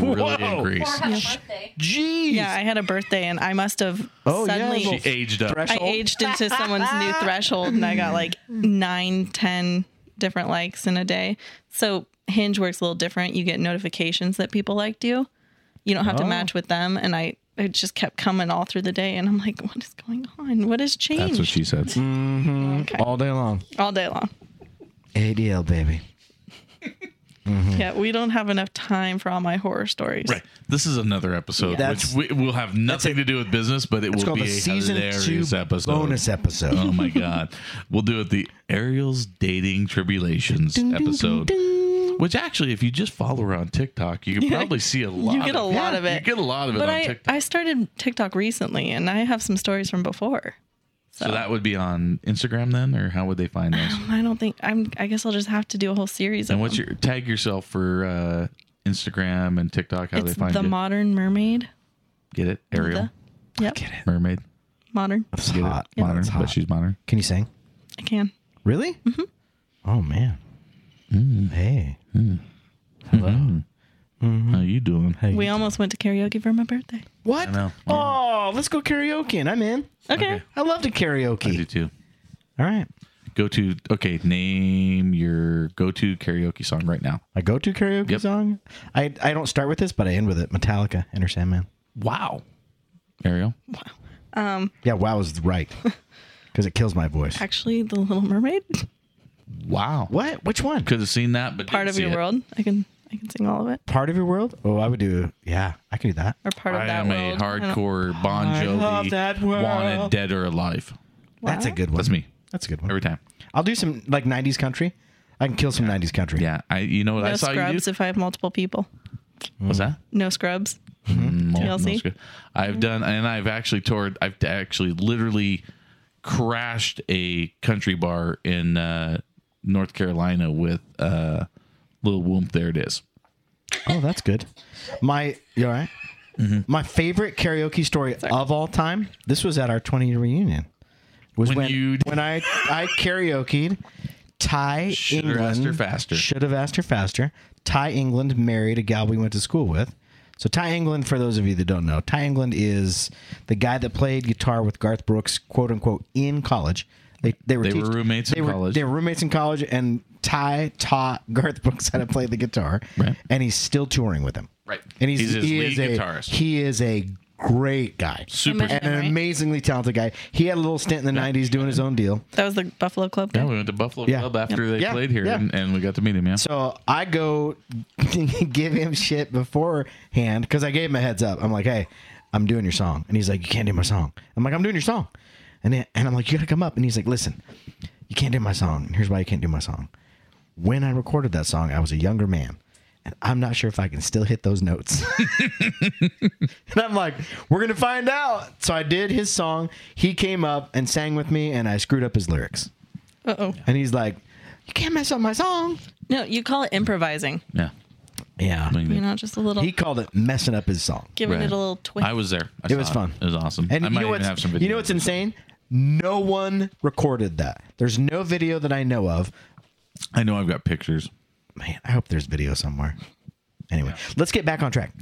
[SPEAKER 3] Really
[SPEAKER 2] Whoa.
[SPEAKER 5] Or
[SPEAKER 3] increased.
[SPEAKER 5] have a birthday.
[SPEAKER 2] jeez,
[SPEAKER 4] yeah, I had a birthday and I must have
[SPEAKER 2] Oh, yeah,
[SPEAKER 4] suddenly
[SPEAKER 2] well,
[SPEAKER 3] She aged up.
[SPEAKER 4] I
[SPEAKER 2] threshold.
[SPEAKER 4] aged into someone's new threshold and I got like nine, ten different likes in a day. So Hinge works a little different. You get notifications that people liked you. You don't have to
[SPEAKER 2] Oh.
[SPEAKER 4] match with them. And I it just kept coming all through the day and I'm like, what is going on? What has changed?
[SPEAKER 3] That's what she said.
[SPEAKER 2] all day long.
[SPEAKER 4] all day long.
[SPEAKER 2] ADL baby.
[SPEAKER 3] Hmm.
[SPEAKER 4] Yeah, we don't have enough time for all my horror stories.
[SPEAKER 3] Right. This is another episode,
[SPEAKER 2] That's-
[SPEAKER 3] which we, will have nothing to do with business, but it
[SPEAKER 2] It's
[SPEAKER 3] will
[SPEAKER 2] called
[SPEAKER 3] be
[SPEAKER 2] the
[SPEAKER 3] a
[SPEAKER 2] season two
[SPEAKER 3] hilarious episode.
[SPEAKER 2] bonus episode.
[SPEAKER 3] Oh my god, we'll do it the Ariel's dating tribulations episode. Which actually, if you just follow her on TikTok, you can probably see a lot.
[SPEAKER 4] You get a
[SPEAKER 3] of
[SPEAKER 4] lot of it.
[SPEAKER 3] You get a lot of it
[SPEAKER 4] But
[SPEAKER 3] on
[SPEAKER 4] I,
[SPEAKER 3] TikTok.
[SPEAKER 4] I started TikTok recently and I have some stories from before.
[SPEAKER 3] so that would be on Instagram then, or how would they find those?
[SPEAKER 4] I don't think I'm I guess I'll just have to do a whole series of
[SPEAKER 3] And what's
[SPEAKER 4] them.
[SPEAKER 3] your tag yourself for uh, Instagram and TikTok? How
[SPEAKER 4] it's
[SPEAKER 3] they find
[SPEAKER 4] the
[SPEAKER 3] you?
[SPEAKER 4] modern mermaid.
[SPEAKER 3] get it, Ariel,
[SPEAKER 4] The, yep.
[SPEAKER 3] mermaid,
[SPEAKER 4] Modern.
[SPEAKER 2] That's
[SPEAKER 3] get
[SPEAKER 2] hot.
[SPEAKER 3] it, modern,
[SPEAKER 2] That's hot.
[SPEAKER 3] but she's modern.
[SPEAKER 2] Can you sing?
[SPEAKER 4] I can.
[SPEAKER 2] Really?
[SPEAKER 3] Mm-hmm.
[SPEAKER 2] Oh man.
[SPEAKER 3] Mm.
[SPEAKER 2] Hey.
[SPEAKER 3] Mm-hmm. How you doing? Hey,
[SPEAKER 4] We almost went to karaoke for my birthday.
[SPEAKER 2] What?
[SPEAKER 3] I know.
[SPEAKER 2] Oh, let's go karaoke, and I'm in.
[SPEAKER 4] Okay.
[SPEAKER 2] I love to
[SPEAKER 3] I do
[SPEAKER 2] karaoke.
[SPEAKER 3] too.
[SPEAKER 2] All right.
[SPEAKER 3] Go to okay. Name your go-to karaoke song right now.
[SPEAKER 2] My go-to karaoke
[SPEAKER 3] Yep.
[SPEAKER 2] song. I I don't start with this, but I end with it. Metallica, Enter Sandman.
[SPEAKER 3] Wow, Ariel.
[SPEAKER 2] Yeah, wow is right because it kills my voice.
[SPEAKER 4] Actually, The Little Mermaid,
[SPEAKER 3] Wow.
[SPEAKER 2] What? Which one?
[SPEAKER 3] Could have seen that, but
[SPEAKER 4] part
[SPEAKER 3] didn't
[SPEAKER 4] of
[SPEAKER 3] see
[SPEAKER 4] your
[SPEAKER 3] it.
[SPEAKER 4] world. I can I can sing all of it.
[SPEAKER 2] Part of your world? Oh, I would do. Yeah, I could do that.
[SPEAKER 4] Or part
[SPEAKER 3] I
[SPEAKER 4] of that
[SPEAKER 3] am
[SPEAKER 4] world.
[SPEAKER 3] a
[SPEAKER 4] I don't-
[SPEAKER 3] hardcore Bon
[SPEAKER 2] I
[SPEAKER 3] Jovi.
[SPEAKER 2] love that world.
[SPEAKER 3] Wanted dead or alive.
[SPEAKER 2] That's a
[SPEAKER 4] Wow.
[SPEAKER 2] good one.
[SPEAKER 3] That's me
[SPEAKER 2] That's a good one.
[SPEAKER 3] every time.
[SPEAKER 2] I'll do some like '90s country. I can kill some '90s country.
[SPEAKER 3] Yeah. I. You know what I
[SPEAKER 4] No
[SPEAKER 3] saw you
[SPEAKER 4] scrubs
[SPEAKER 3] do?
[SPEAKER 4] if I have multiple people.
[SPEAKER 3] What's that?
[SPEAKER 4] No scrubs.
[SPEAKER 3] Mm, well,
[SPEAKER 4] TLC?
[SPEAKER 3] that's good.
[SPEAKER 4] Mm.
[SPEAKER 3] I've done, and I've actually toured. I've actually literally crashed a country bar in uh, North Carolina with uh, Lil Whoop. There it is.
[SPEAKER 2] Oh, that's good. My, you all right?
[SPEAKER 3] Mm-hmm.
[SPEAKER 2] My favorite karaoke story of all time. This was at our 20 year reunion. Was
[SPEAKER 3] When
[SPEAKER 2] when
[SPEAKER 3] you-
[SPEAKER 2] when I I karaokeed. Ty
[SPEAKER 3] Should've
[SPEAKER 2] England
[SPEAKER 3] asked her faster.
[SPEAKER 2] Should have asked her faster. Ty England married a gal we went to school with. So Ty England, for those of you that don't know, Ty England is the guy that played guitar with Garth Brooks, quote unquote, in college. They they were,
[SPEAKER 3] They were
[SPEAKER 2] teach-
[SPEAKER 3] roommates in
[SPEAKER 2] they were-
[SPEAKER 3] college.
[SPEAKER 2] They were roommates in college, and Ty taught Garth Brooks how to play the guitar,
[SPEAKER 3] Right.
[SPEAKER 2] and he's still touring with him.
[SPEAKER 3] Right.
[SPEAKER 2] And he's,
[SPEAKER 3] He's his
[SPEAKER 2] he
[SPEAKER 3] lead
[SPEAKER 2] is a,
[SPEAKER 3] guitarist.
[SPEAKER 2] He is a great guy.
[SPEAKER 3] Super.
[SPEAKER 4] Imagine-
[SPEAKER 2] And an
[SPEAKER 4] Right.
[SPEAKER 2] amazingly talented guy. He had a little stint in the 90s doing his own deal.
[SPEAKER 4] That was the Buffalo Club.
[SPEAKER 3] Yeah,
[SPEAKER 4] guy.
[SPEAKER 3] we went to Buffalo
[SPEAKER 2] Yeah.
[SPEAKER 3] Club after they
[SPEAKER 2] Yeah.
[SPEAKER 3] played here,
[SPEAKER 2] Yeah.
[SPEAKER 3] and, and we got to meet him. Yeah.
[SPEAKER 2] So I go give him shit beforehand because I gave him a heads up. I'm like, hey, I'm doing your song. And he's like, you can't do my song. I'm like, I'm doing your song. And, then- and I'm like, you got to come up. And he's like, listen, you can't do my song. And here's why you can't do my song. When I recorded that song, I was a younger man. And I'm not sure if I can still hit those notes. and I'm like, we're going to find out. So I did his song. He came up and sang with me, and I screwed up his lyrics.
[SPEAKER 4] Uh oh.
[SPEAKER 2] And he's like, you can't mess up my song.
[SPEAKER 4] No, you call it improvising.
[SPEAKER 3] yeah.
[SPEAKER 2] Yeah.
[SPEAKER 3] I mean,
[SPEAKER 4] You're not just a little
[SPEAKER 2] He called it messing up his song.
[SPEAKER 4] giving
[SPEAKER 3] right.
[SPEAKER 4] it a little twist.
[SPEAKER 3] I was there. I
[SPEAKER 2] It
[SPEAKER 3] saw
[SPEAKER 2] was fun.
[SPEAKER 3] It was awesome.
[SPEAKER 2] And
[SPEAKER 3] I
[SPEAKER 2] you
[SPEAKER 3] might
[SPEAKER 2] know
[SPEAKER 3] even
[SPEAKER 2] what's
[SPEAKER 3] have some video.
[SPEAKER 2] you know what's insane? No one recorded that. There's no video that I know of.
[SPEAKER 3] I know I've got pictures.
[SPEAKER 2] Man, I hope there's video somewhere. Anyway, let's get back on track.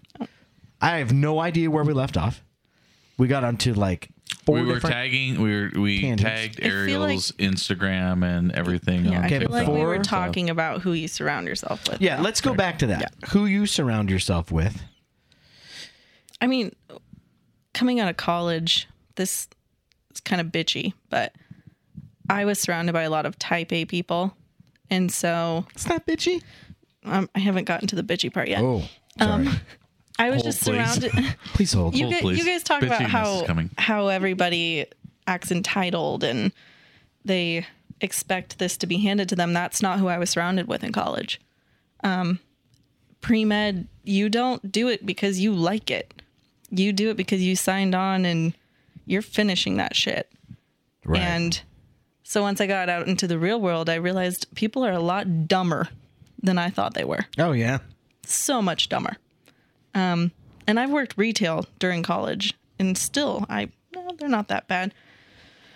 [SPEAKER 2] I have no idea where we left off. We got onto like four
[SPEAKER 3] we were
[SPEAKER 2] different.
[SPEAKER 3] tagging. We were, we
[SPEAKER 2] tangents.
[SPEAKER 3] tagged
[SPEAKER 4] I feel like-
[SPEAKER 3] Ariel's Instagram and everything.
[SPEAKER 4] Yeah,
[SPEAKER 3] on
[SPEAKER 4] I
[SPEAKER 2] Okay,
[SPEAKER 4] feel like we
[SPEAKER 2] before-
[SPEAKER 4] were
[SPEAKER 2] so-
[SPEAKER 4] talking about who you surround yourself with.
[SPEAKER 2] yeah, let's go back to that. Who you surround yourself with.
[SPEAKER 4] I mean, coming out of college, this is kind of bitchy, but I was surrounded by a lot of type A people. And so
[SPEAKER 2] It's not bitchy.
[SPEAKER 4] um, I haven't gotten to the bitchy part yet.
[SPEAKER 2] Oh, sorry.
[SPEAKER 4] I was
[SPEAKER 3] hold,
[SPEAKER 4] just
[SPEAKER 3] please.
[SPEAKER 4] surrounded.
[SPEAKER 2] Please hold.
[SPEAKER 4] you,
[SPEAKER 3] Hold,
[SPEAKER 4] guys,
[SPEAKER 3] please.
[SPEAKER 4] you guys talk about
[SPEAKER 3] Bitchiness is
[SPEAKER 4] how,
[SPEAKER 3] coming.
[SPEAKER 4] how everybody acts entitled and they expect this to be handed to them. That's not who I was surrounded with in college. Um, Pre med, you don't do it because you like it, you do it because you signed on and you're finishing that shit.
[SPEAKER 2] right.
[SPEAKER 4] And so once I got out into the real world, I realized people are a lot dumber than I thought they were.
[SPEAKER 2] oh yeah.
[SPEAKER 4] So much dumber. Um, and I've worked retail during college, and still, I no, they're not that bad.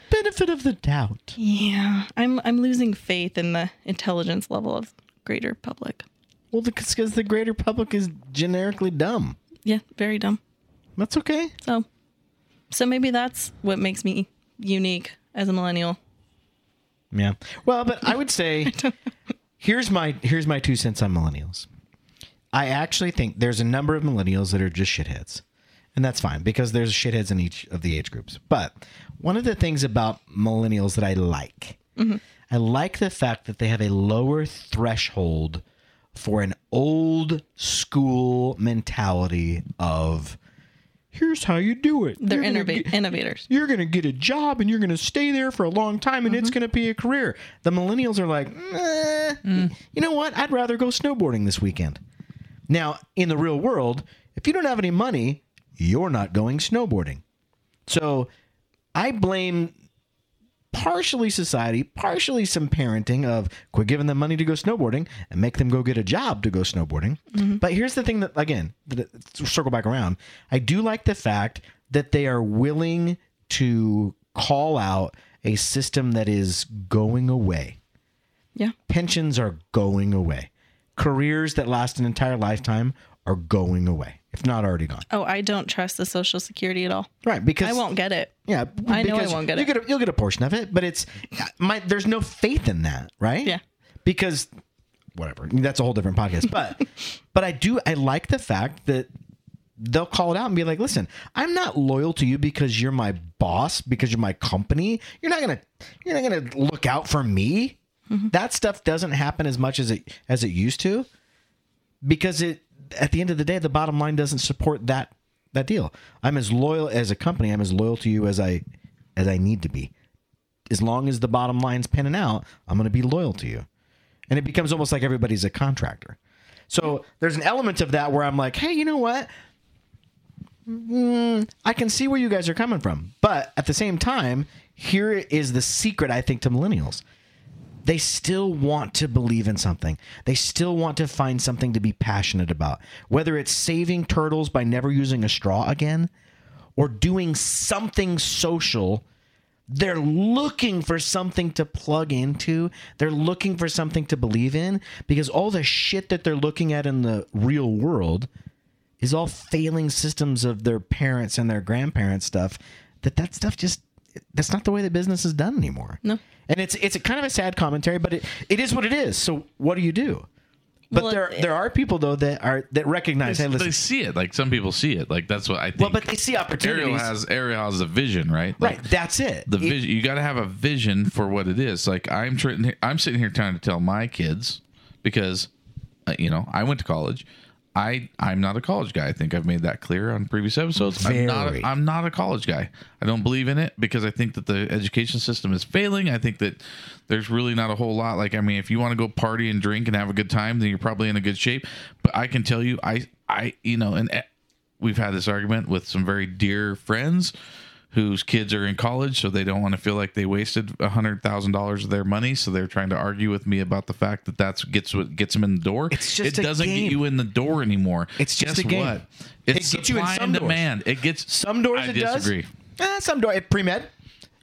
[SPEAKER 2] Benefit of the doubt.
[SPEAKER 4] Yeah, I'm I'm losing faith in the intelligence level of greater public.
[SPEAKER 2] Well, because the greater public is generically dumb.
[SPEAKER 4] Yeah, very dumb.
[SPEAKER 2] That's okay.
[SPEAKER 4] So, so maybe that's what makes me unique as a millennial.
[SPEAKER 2] Yeah. Well, but I would say here's my here's my two cents on millennials. I actually think there's a number of millennials that are just shitheads. And that's fine because there's shitheads in each of the age groups. But one of the things about millennials that I like, I like the fact that they have a lower threshold for an old school mentality of here's how you do it.
[SPEAKER 4] They're
[SPEAKER 2] You're gonna
[SPEAKER 4] innova- innovators.
[SPEAKER 2] you're going to get a job and you're going to stay there for a long time and it's going to be a career. The millennials are like, "Nah, you know what? I'd rather go snowboarding this weekend. Now, in the real world, if you don't have any money, you're not going snowboarding. So I blame partially society, partially some parenting of quit giving them money to go snowboarding and make them go get a job to go snowboarding. But here's the thing that again, that to circle back around. I do like the fact that they are willing to call out a system that is going away.
[SPEAKER 4] Yeah,
[SPEAKER 2] Pensions are going away. Careers that last an entire lifetime are going away, if not already gone.
[SPEAKER 4] Oh, I don't trust the Social Security at all.
[SPEAKER 2] Right, because
[SPEAKER 4] I won't get it.
[SPEAKER 2] yeah,
[SPEAKER 4] I know I
[SPEAKER 2] because
[SPEAKER 4] won't get
[SPEAKER 2] you
[SPEAKER 4] it.
[SPEAKER 2] a, you'll get a portion of it, but it's my. There's no faith in that, right?
[SPEAKER 4] Yeah.
[SPEAKER 2] Because whatever, that's a whole different podcast. But but I do I like the fact that they'll call it out and be like, "Listen, I'm not loyal to you because you're my boss, because you're my company. You're not gonna you're not gonna look out for me."
[SPEAKER 4] Mm-hmm.
[SPEAKER 2] That stuff doesn't happen as much as it as it used to because it at the end of the day the bottom line doesn't support that that deal i'm as loyal as a company i'm as loyal to you as i as i need to be as long as the bottom line's panning out i'm going to be loyal to you and it becomes almost like everybody's a contractor so there's an element of that where i'm like hey you know what Mm, i can see where you guys are coming from but at the same time here is the secret i think to millennials they still want to believe in something. They still want to find something to be passionate about, whether it's saving turtles by never using a straw again or doing something social. They're looking for something to plug into. They're looking for something to believe in because all the shit that they're looking at in the real world is all failing systems of their parents and their grandparents stuff that that stuff just that's not the way that business is done anymore no and it's it's a kind of a sad commentary but it, it is what it is so what do you do but
[SPEAKER 4] Well,
[SPEAKER 2] there
[SPEAKER 4] it-
[SPEAKER 2] there are people though that are that recognize hey listen
[SPEAKER 3] They see it. Like some people see it. Like that's what I think.
[SPEAKER 2] well but they see
[SPEAKER 3] Ariel
[SPEAKER 2] opportunities
[SPEAKER 3] has Ariel has a vision, right? Like,
[SPEAKER 2] right that's it
[SPEAKER 3] the
[SPEAKER 2] It-
[SPEAKER 3] vision you got to have a vision for what it is like i'm trying i'm sitting here trying to tell my kids because uh, you know i went to college i i'm not a college guy i think i've made that clear on previous episodes i'm not
[SPEAKER 2] Very.
[SPEAKER 3] a, i'm not a college guy i don't believe in it because i think that the education system is failing i think that there's really not a whole lot like i mean if you want to go party and drink and have a good time then you're probably in a good shape but i can tell you i i you know and eh, we've had this argument with some very dear friends whose kids are in college, so they don't want to feel like they wasted hundred thousand dollars of their money. So they're trying to argue with me about the fact that that's gets what gets them in the door.
[SPEAKER 2] It's
[SPEAKER 3] it
[SPEAKER 2] just a
[SPEAKER 3] doesn't
[SPEAKER 2] game.
[SPEAKER 3] get you in the door anymore.
[SPEAKER 2] It's just
[SPEAKER 3] Guess
[SPEAKER 2] a game.
[SPEAKER 3] What? It's
[SPEAKER 2] It gets you in
[SPEAKER 3] supply
[SPEAKER 2] some
[SPEAKER 3] and
[SPEAKER 2] doors.
[SPEAKER 3] demand. It gets
[SPEAKER 2] some doors
[SPEAKER 3] I
[SPEAKER 2] it
[SPEAKER 3] disagree.
[SPEAKER 2] does eh, some door pre med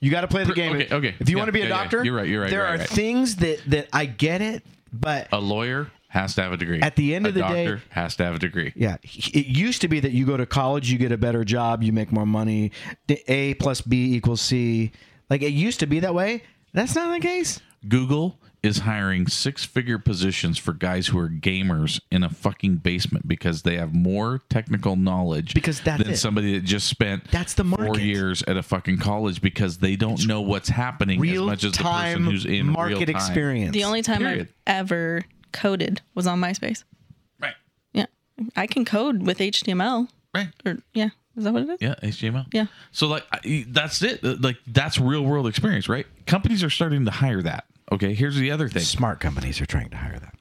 [SPEAKER 2] you got to play the
[SPEAKER 3] Pre-
[SPEAKER 2] game
[SPEAKER 3] okay, okay.
[SPEAKER 2] if you
[SPEAKER 3] Yeah,
[SPEAKER 2] want to be a
[SPEAKER 3] yeah, yeah.
[SPEAKER 2] doctor
[SPEAKER 3] You're right, Oh. you're right,
[SPEAKER 2] there
[SPEAKER 3] you're right,
[SPEAKER 2] are
[SPEAKER 3] right.
[SPEAKER 2] things that that i get it but
[SPEAKER 3] A lawyer. has to have a degree.
[SPEAKER 2] At the end
[SPEAKER 3] A
[SPEAKER 2] of the day-
[SPEAKER 3] doctor has to have a degree.
[SPEAKER 2] Yeah, it used to be that you go to college, you get a better job, you make more money. D- A plus B equals C. Like it used to be that way. That's not the case.
[SPEAKER 3] Google is hiring six figure positions for guys who are gamers in a fucking basement because they have more technical knowledge
[SPEAKER 2] Because that's
[SPEAKER 3] than
[SPEAKER 2] it.
[SPEAKER 3] somebody that just spent
[SPEAKER 2] That's the
[SPEAKER 3] four
[SPEAKER 2] market.
[SPEAKER 3] years at a fucking college because they don't know what's happening as
[SPEAKER 2] Real
[SPEAKER 3] much as the person
[SPEAKER 2] time
[SPEAKER 3] who's in
[SPEAKER 2] market
[SPEAKER 3] real time.
[SPEAKER 2] experience.
[SPEAKER 4] The only time
[SPEAKER 3] Period.
[SPEAKER 4] I've ever coded was on MySpace.
[SPEAKER 3] Right.
[SPEAKER 4] Yeah. I can code with HTML.
[SPEAKER 3] Right.
[SPEAKER 4] Or yeah. Is that what it is?
[SPEAKER 3] Yeah, HTML.
[SPEAKER 4] Yeah.
[SPEAKER 3] So like I- that's it. Like that's real world experience, right? Companies are starting to hire that. Okay, here's the other thing.
[SPEAKER 2] smart companies are trying to hire that.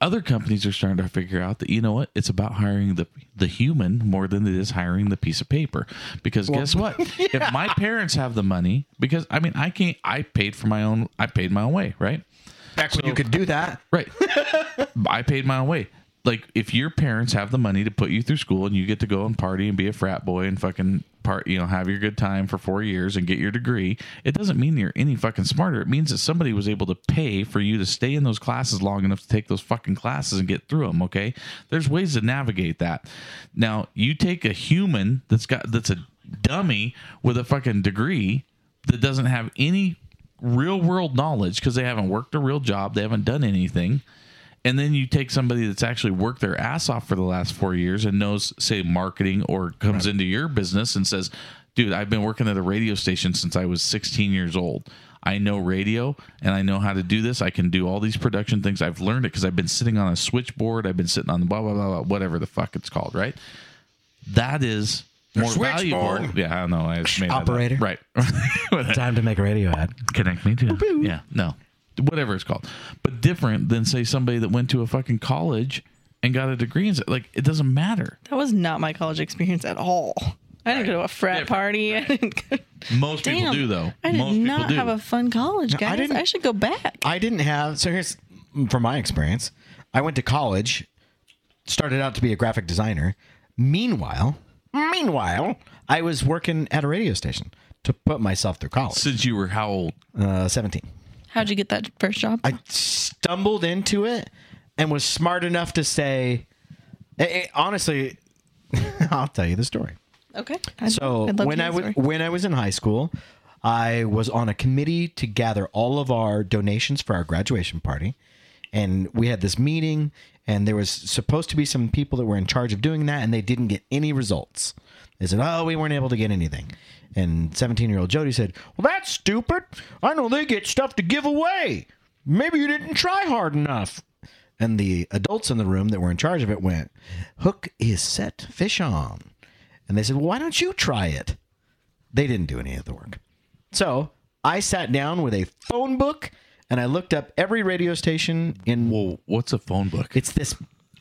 [SPEAKER 3] other companies are starting to figure out that you know what it's about hiring the the human more than it is hiring the piece of paper because guess what if my parents have the money because i mean i can't i paid for my own i paid my own way right
[SPEAKER 2] Back when you could do that.
[SPEAKER 3] right i paid my own way like if your parents have the money to put you through school and you get to go and party and be a frat boy and fucking part you know have your good time for four years and get your degree it doesn't mean you're any fucking smarter it means that somebody was able to pay for you to stay in those classes long enough to take those fucking classes and get through them okay there's ways to navigate that now you take a human that's got that's a dummy with a fucking degree that doesn't have any real world knowledge because they haven't worked a real job they haven't done anything and then you take somebody that's actually worked their ass off for the last four years and knows, say, marketing or comes into your business and says, dude, I've been working at a radio station since I was 16 years old. I know radio and I know how to do this. I can do all these production things. I've learned it because I've been sitting on a switchboard. I've been sitting on the blah, blah, blah, blah, whatever the fuck it's called, right? That is more valuable.
[SPEAKER 1] switchboard.
[SPEAKER 3] Yeah, I don't know. I just made that up.
[SPEAKER 2] Operator.
[SPEAKER 3] Right.
[SPEAKER 2] Time to make a radio ad.
[SPEAKER 3] connect me to. Yeah, no, whatever it's called, but different than say somebody that went to a fucking college and got a degree. And, like it doesn't matter.
[SPEAKER 4] That was not my college experience at all. I didn't go to a frat
[SPEAKER 3] Different,
[SPEAKER 4] party. I didn't go-
[SPEAKER 3] Most people
[SPEAKER 4] Damn,
[SPEAKER 3] do though.
[SPEAKER 4] I did
[SPEAKER 3] Most
[SPEAKER 4] not
[SPEAKER 3] people do.
[SPEAKER 4] have a fun college, guys. I,
[SPEAKER 2] didn't-
[SPEAKER 4] should go back.
[SPEAKER 2] I didn't have. So here's from my experience. I went to college, started out to be a graphic designer. Meanwhile, meanwhile, I was working at a radio station to put myself through college.
[SPEAKER 3] Since you were how old?
[SPEAKER 2] Uh, Seventeen.
[SPEAKER 4] How'd you get that first job?
[SPEAKER 2] I stumbled into it and was smart enough to say, eh, eh, honestly, I'll tell you the story.
[SPEAKER 4] okay. I'd-
[SPEAKER 2] So
[SPEAKER 4] I'd love to
[SPEAKER 2] when
[SPEAKER 4] hear
[SPEAKER 2] I
[SPEAKER 4] the
[SPEAKER 2] was
[SPEAKER 4] story.
[SPEAKER 2] when I was in high school, I was on a committee to gather all of our donations for our graduation party, and we had this meeting, and there was supposed to be some people that were in charge of doing that, and they didn't get any results. They said, "Oh, we weren't able to get anything." And seventeen-year-old Jody said, "Well, that's stupid. I know they get stuff to give away. Maybe you didn't try hard enough." And the adults in the room that were in charge of it went, "Hook is set, fish on." And they said, well, why don't you try it? They didn't do any of the work. So I sat down with a phone book and I looked up every radio station in.
[SPEAKER 3] Well, what's a phone book?
[SPEAKER 2] It's this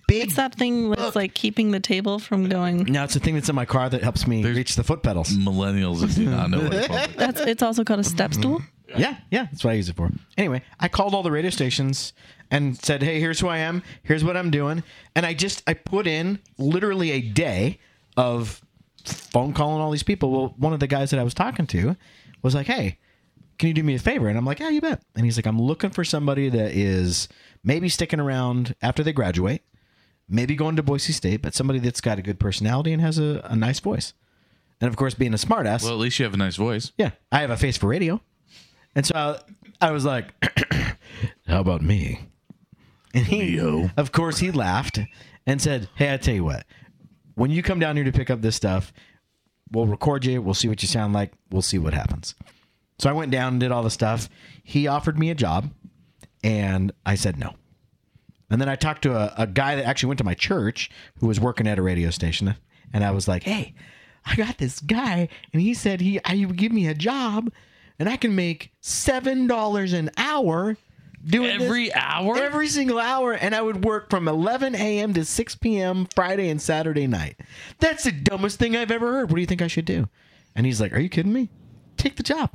[SPEAKER 2] big.
[SPEAKER 4] it's that thing that's like keeping the table from going.
[SPEAKER 2] now it's the thing that's in my car that helps me reach the foot pedals.
[SPEAKER 3] Millennials that do not know what a phone book. is.
[SPEAKER 4] That's it's also called a step stool.
[SPEAKER 2] Yeah, yeah, that's what I use it for. Anyway, I called all the radio stations and said, "Hey, here's who I am. Here's what I'm doing." And I just I put in literally a day of phone calling all these people. Well, one of the guys that I was talking to was like, "Hey, can you do me a favor?" And I'm like, "Yeah, you bet." And he's like, "I'm looking for somebody that is maybe sticking around after they graduate, maybe going to Boise State, but somebody that's got a good personality and has a, a nice voice." And of course, being a smartass,
[SPEAKER 3] Well, at least you have a nice voice.
[SPEAKER 2] yeah, I have a face for radio. And so I, I was like, how about me? And he, of course, he laughed and said, hey, I tell you what, when you come down here to pick up this stuff, we'll record you. We'll see what you sound like. We'll see what happens. So I went down and did all the stuff. He offered me a job and I said no. And then I talked to a, a guy that actually went to my church who was working at a radio station. And I was like, hey, I got this guy. And he said he, he would give me a job and I can make $7 an hour doing this-
[SPEAKER 3] Every hour?
[SPEAKER 2] Every single hour. And I would work from 11 a.m. to 6 p.m. Friday and Saturday night. That's the dumbest thing I've ever heard. What do you think I should do? And he's like, are you kidding me? Take the job.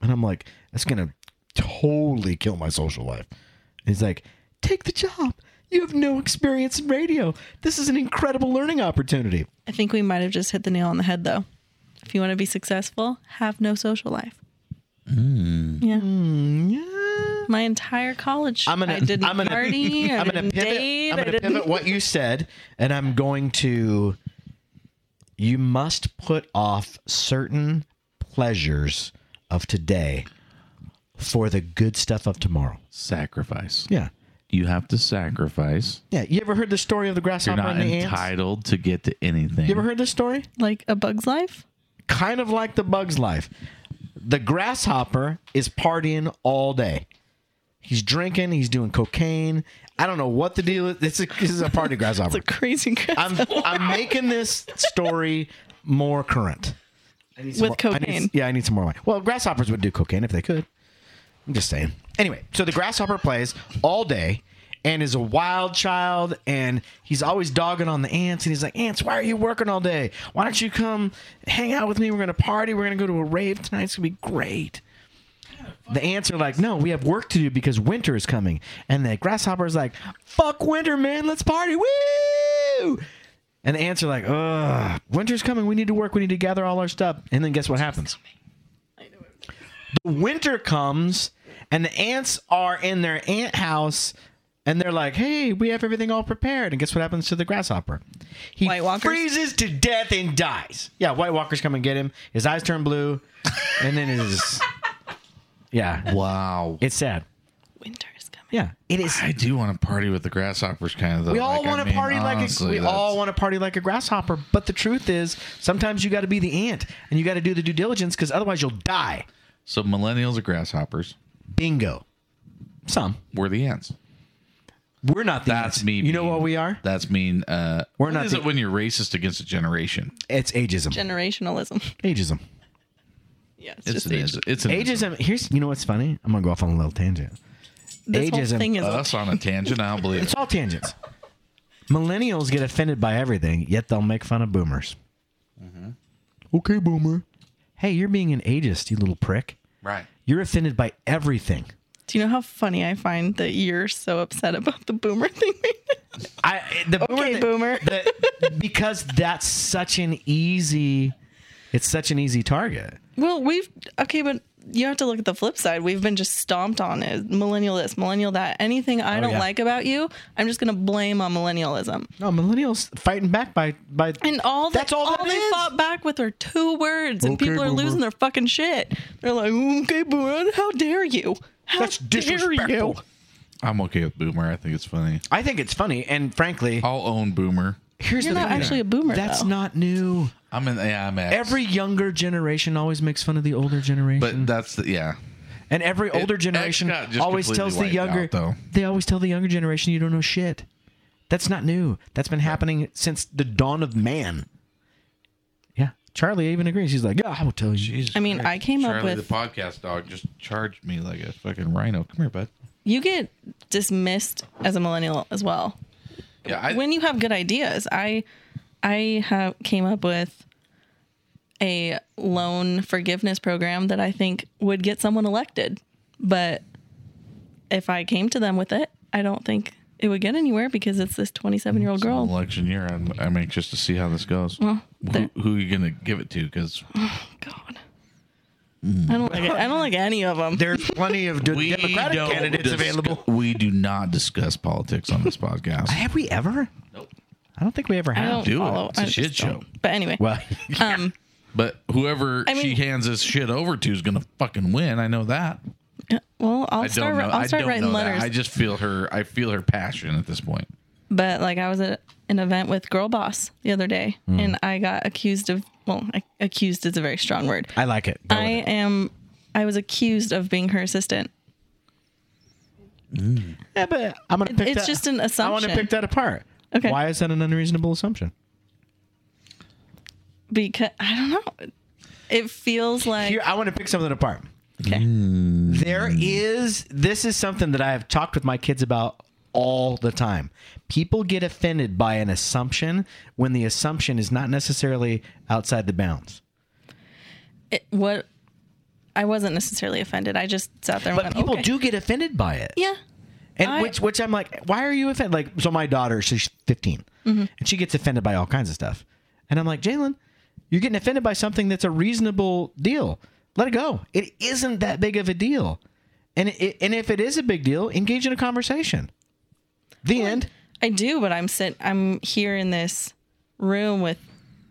[SPEAKER 2] And I'm like, that's going to totally kill my social life. And he's like, take the job. You have no experience in radio. This is an incredible learning opportunity.
[SPEAKER 4] I think we might have just hit the nail on the head though. If you want to be successful, have no social life. Yeah.
[SPEAKER 2] Hmm. Yeah.
[SPEAKER 4] my entire college.
[SPEAKER 2] I'm gonna.
[SPEAKER 4] I didn't
[SPEAKER 2] am gonna,
[SPEAKER 4] party. I
[SPEAKER 2] I'm gonna
[SPEAKER 4] didn't
[SPEAKER 2] pivot.
[SPEAKER 4] date.
[SPEAKER 2] I'm
[SPEAKER 4] I
[SPEAKER 2] gonna
[SPEAKER 4] didn't-
[SPEAKER 2] pivot what you said, and I'm going to. You must put off certain pleasures of today for the good stuff of tomorrow.
[SPEAKER 3] Sacrifice.
[SPEAKER 2] Yeah.
[SPEAKER 3] You have to sacrifice.
[SPEAKER 2] Yeah. You ever heard the story of the
[SPEAKER 3] You're
[SPEAKER 2] grasshopper
[SPEAKER 3] not
[SPEAKER 2] and the ants?
[SPEAKER 3] entitled to get to anything.
[SPEAKER 2] You ever heard this story?
[SPEAKER 4] like a bug's life.
[SPEAKER 2] Kind of like the bug's life. The grasshopper is partying all day. He's drinking. He's doing cocaine. I don't know what the deal is. This is, this is a party grasshopper.
[SPEAKER 4] It's a crazy
[SPEAKER 2] I'm I'm making this story more current. I need
[SPEAKER 4] With
[SPEAKER 2] more- I need-
[SPEAKER 4] cocaine.
[SPEAKER 2] yeah, I need some more wine. Well, grasshoppers would do cocaine if they could. I'm just saying. Anyway, so the grasshopper plays all day and is a wild child and he's always dogging on the ants and he's like, Ants, why are you working all day? Why don't you come hang out with me? We're gonna party, we're gonna go to a rave tonight, it's gonna be great. The ants are like, no, we have work to do because winter is coming. And the grasshopper's like, fuck winter, man, let's party. Woo! And the ants are like, ugh, winter's coming. We need to work. We need to gather all our stuff. And then guess what happens? The winter comes, and the ants are in their ant house, and they're like, hey, we have everything all prepared. And guess what happens to the grasshopper? He
[SPEAKER 4] White Walkers?
[SPEAKER 2] freezes to death and dies. Yeah, White Walkers come and get him. His eyes turn blue, and then his. Yeah.
[SPEAKER 3] Wow.
[SPEAKER 2] It's sad.
[SPEAKER 4] Winter is coming.
[SPEAKER 2] Yeah. It is.
[SPEAKER 3] I do want to party with the grasshoppers, kind of. Though.
[SPEAKER 2] We all
[SPEAKER 3] Like, I
[SPEAKER 2] want to
[SPEAKER 3] mean,
[SPEAKER 2] party
[SPEAKER 3] honestly,
[SPEAKER 2] like a, we
[SPEAKER 3] that's-
[SPEAKER 2] all want to party like a grasshopper. But the truth is, sometimes you got to be the ant and you got to do the due diligence because otherwise you'll die.
[SPEAKER 3] So millennials are grasshoppers.
[SPEAKER 2] Bingo. Some
[SPEAKER 3] We're the ants.
[SPEAKER 2] we're not the
[SPEAKER 3] That's
[SPEAKER 2] ants.
[SPEAKER 3] me.
[SPEAKER 2] You know
[SPEAKER 3] being-
[SPEAKER 2] what we are?
[SPEAKER 3] That's mean. Uh,
[SPEAKER 2] We're
[SPEAKER 3] what
[SPEAKER 2] not
[SPEAKER 3] is
[SPEAKER 2] the-
[SPEAKER 3] it when you're racist against a generation?
[SPEAKER 2] It's ageism.
[SPEAKER 4] Generationalism.
[SPEAKER 2] ageism.
[SPEAKER 4] Yeah, it's,
[SPEAKER 3] It's
[SPEAKER 4] just
[SPEAKER 3] an
[SPEAKER 4] age.
[SPEAKER 3] is- It's an
[SPEAKER 2] Ageism. Here's you know what's funny. I'm gonna go off on a little tangent.
[SPEAKER 4] This
[SPEAKER 2] ageism.
[SPEAKER 4] whole thing is
[SPEAKER 3] Us on a tangent. I don't believe
[SPEAKER 2] It's
[SPEAKER 3] it.
[SPEAKER 2] all tangents. Millennials get offended by everything, yet they'll make fun of boomers.
[SPEAKER 3] Mm-hmm.
[SPEAKER 2] Okay, boomer. Hey, you're being an ageist, you little prick.
[SPEAKER 3] Right.
[SPEAKER 2] You're offended by everything.
[SPEAKER 4] Do you know how funny I find that you're so upset about the boomer thing? right now?
[SPEAKER 2] I the
[SPEAKER 4] Okay,
[SPEAKER 2] boomer,
[SPEAKER 4] boomer.
[SPEAKER 2] the- the- because that's such an easy it's such an easy target.
[SPEAKER 4] well, we've okay, but you have to look at the flip side. We've been just stomped on as millennial this, millennial that. Anything I don't
[SPEAKER 2] yeah.
[SPEAKER 4] like about you, I'm just gonna blame on millennialism.
[SPEAKER 2] No, millennials fighting back by by
[SPEAKER 4] And all that,
[SPEAKER 2] That's all that
[SPEAKER 4] they
[SPEAKER 2] is.
[SPEAKER 4] fought back with were two words, and
[SPEAKER 2] Okay,
[SPEAKER 4] people are
[SPEAKER 2] boomer.
[SPEAKER 4] losing their fucking shit. They're like, "Mm, "Okay, boomer, how dare you? How
[SPEAKER 2] That's
[SPEAKER 4] Dare you?
[SPEAKER 2] disrespectful.
[SPEAKER 3] I'm okay with boomer. I think it's funny.
[SPEAKER 2] I think it's funny and frankly,
[SPEAKER 3] I'll own boomer.
[SPEAKER 2] here's
[SPEAKER 4] You're
[SPEAKER 2] the
[SPEAKER 4] not
[SPEAKER 2] thing.
[SPEAKER 4] actually a boomer.
[SPEAKER 2] That's
[SPEAKER 4] though.
[SPEAKER 2] not new.
[SPEAKER 3] I'm in. Yeah, I'm X.
[SPEAKER 2] Every younger generation always makes fun of the older generation.
[SPEAKER 3] But that's the, yeah.
[SPEAKER 2] and every older
[SPEAKER 3] X
[SPEAKER 2] generation
[SPEAKER 3] got just
[SPEAKER 2] always
[SPEAKER 3] completely
[SPEAKER 2] tells the
[SPEAKER 3] wiped
[SPEAKER 2] younger
[SPEAKER 3] out, though.
[SPEAKER 2] they always tell the younger generation you don't know shit. That's not new. That's been happening since the dawn of man. Yeah. Charlie even agrees. He's like, Yeah, I will tell you.
[SPEAKER 3] Jesus
[SPEAKER 4] I mean,
[SPEAKER 3] Christ.
[SPEAKER 4] I came up
[SPEAKER 3] Charlie,
[SPEAKER 4] with-
[SPEAKER 3] the podcast dog just charged me like a fucking rhino. Come here, bud.
[SPEAKER 4] You get dismissed as a millennial as well.
[SPEAKER 3] Yeah, I,
[SPEAKER 4] when you have good ideas i i have came up with a loan forgiveness program that i think would get someone elected but if i came to them with it i don't think it would get anywhere because it's this 27 year old girl
[SPEAKER 3] election year. I'm, I'm anxious to see how this goes. who,
[SPEAKER 4] there-
[SPEAKER 3] who are you gonna give it to? Because
[SPEAKER 4] god i don't like it. i don't like any of them
[SPEAKER 2] There's plenty of de- Democratic candidates available.
[SPEAKER 3] We do not discuss politics on this podcast.
[SPEAKER 2] Have we ever?
[SPEAKER 3] Nope.
[SPEAKER 2] I don't think we ever
[SPEAKER 4] i
[SPEAKER 2] have.
[SPEAKER 4] don't
[SPEAKER 3] do it.
[SPEAKER 4] follow
[SPEAKER 3] It's a
[SPEAKER 4] I just
[SPEAKER 3] shit show.
[SPEAKER 4] don't. but anyway
[SPEAKER 2] Well,
[SPEAKER 4] um
[SPEAKER 3] But whoever
[SPEAKER 4] I mean-
[SPEAKER 3] she hands this shit over to is gonna fucking win. I know that.
[SPEAKER 4] well i'll
[SPEAKER 3] I
[SPEAKER 4] start
[SPEAKER 3] don't know.
[SPEAKER 4] i'll
[SPEAKER 3] I
[SPEAKER 4] start
[SPEAKER 3] don't
[SPEAKER 4] writing
[SPEAKER 3] know that.
[SPEAKER 4] letters
[SPEAKER 3] I just feel her. I feel her passion at this point.
[SPEAKER 4] but like I was at an event with Girl Boss the other day,
[SPEAKER 2] Hmm.
[SPEAKER 4] and I got accused of well, I, accused is a very strong word.
[SPEAKER 2] I like it. Go with
[SPEAKER 4] I
[SPEAKER 2] it.
[SPEAKER 4] am, I was accused of being her assistant.
[SPEAKER 2] Yeah, but I'm gonna pick
[SPEAKER 4] It's
[SPEAKER 2] that-
[SPEAKER 4] just an
[SPEAKER 2] I want to
[SPEAKER 4] assumption.
[SPEAKER 2] pick that apart.
[SPEAKER 4] Okay.
[SPEAKER 2] Why is that an unreasonable assumption?
[SPEAKER 4] because I don't know. It feels like
[SPEAKER 2] Here, I want to pick something apart.
[SPEAKER 4] okay.
[SPEAKER 2] There is this is something that I have talked with my kids about all the time. People get offended by an assumption when the assumption is not necessarily outside the bounds.
[SPEAKER 4] It, what I wasn't necessarily offended. I just sat there and
[SPEAKER 2] But
[SPEAKER 4] went,
[SPEAKER 2] people
[SPEAKER 4] Uh, okay.
[SPEAKER 2] do get offended by it.
[SPEAKER 4] yeah.
[SPEAKER 2] And
[SPEAKER 4] I-
[SPEAKER 2] which which I'm like, why are you offended? Like, so my daughter, she's 15, and she gets offended by all kinds of stuff, and I'm like, Jalen, you're getting offended by something that's a reasonable deal. Let it go. It isn't that big of a deal. And it, and if it is a big deal, engage in a conversation. The end.
[SPEAKER 4] I do, but I'm sit I'm here in this room with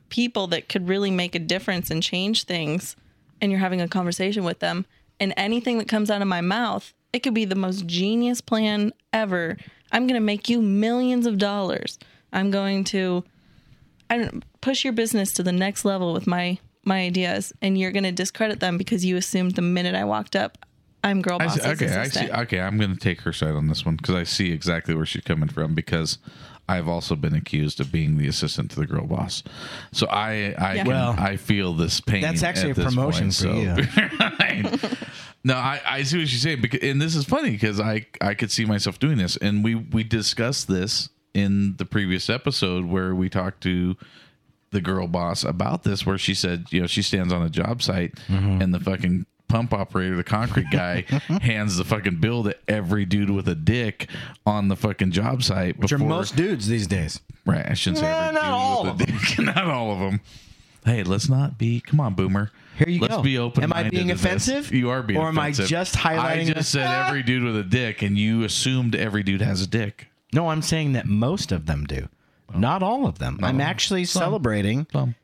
[SPEAKER 4] people that could really make a difference and change things and you're having a conversation with them and anything that comes out of my mouth, it could be the most genius plan ever. I'm going to make you millions of dollars. I'm going to I don't push your business to the next level with my my ideas and you're going to discredit them because you assumed the minute I walked up I'm girl
[SPEAKER 3] I
[SPEAKER 4] boss's
[SPEAKER 3] see, okay, I
[SPEAKER 4] assistant.
[SPEAKER 3] see. Okay, I'm going to take her side on this one because I see exactly where she's coming from. Because I've also been accused of being the assistant to the girl boss, so I, I,
[SPEAKER 4] Yeah.
[SPEAKER 3] can-
[SPEAKER 2] Well,
[SPEAKER 3] I feel this pain.
[SPEAKER 2] That's actually
[SPEAKER 3] at
[SPEAKER 2] a
[SPEAKER 3] this
[SPEAKER 2] promotion
[SPEAKER 3] point,
[SPEAKER 2] for you.
[SPEAKER 3] Right. no, I, I see what she's saying. Because and this is funny because I, I could see myself doing this, and we, we discussed this in the previous episode where we talked to the girl boss about this where she said you know she stands on a job site
[SPEAKER 2] Mm-hmm.
[SPEAKER 3] and the fucking pump operator the concrete guy hands the fucking bill to every dude with a dick on the fucking job site
[SPEAKER 2] Which are most dudes these days.
[SPEAKER 3] right i shouldn't say
[SPEAKER 2] Nah,
[SPEAKER 3] every
[SPEAKER 2] not
[SPEAKER 3] dude
[SPEAKER 2] all
[SPEAKER 3] with
[SPEAKER 2] of
[SPEAKER 3] a dick. not all of them hey let's not be come on boomer
[SPEAKER 2] Here you
[SPEAKER 3] Let's
[SPEAKER 2] go.
[SPEAKER 3] be open.
[SPEAKER 2] Am I being offensive?
[SPEAKER 3] You are being
[SPEAKER 2] Or am I
[SPEAKER 3] offensive.
[SPEAKER 2] just highlighting
[SPEAKER 3] I
[SPEAKER 2] a-
[SPEAKER 3] just said every dude with a dick, and you assumed every dude has a dick.
[SPEAKER 2] No, I'm saying that most of them do. Not all of them. I'm actually celebrating
[SPEAKER 3] Bum.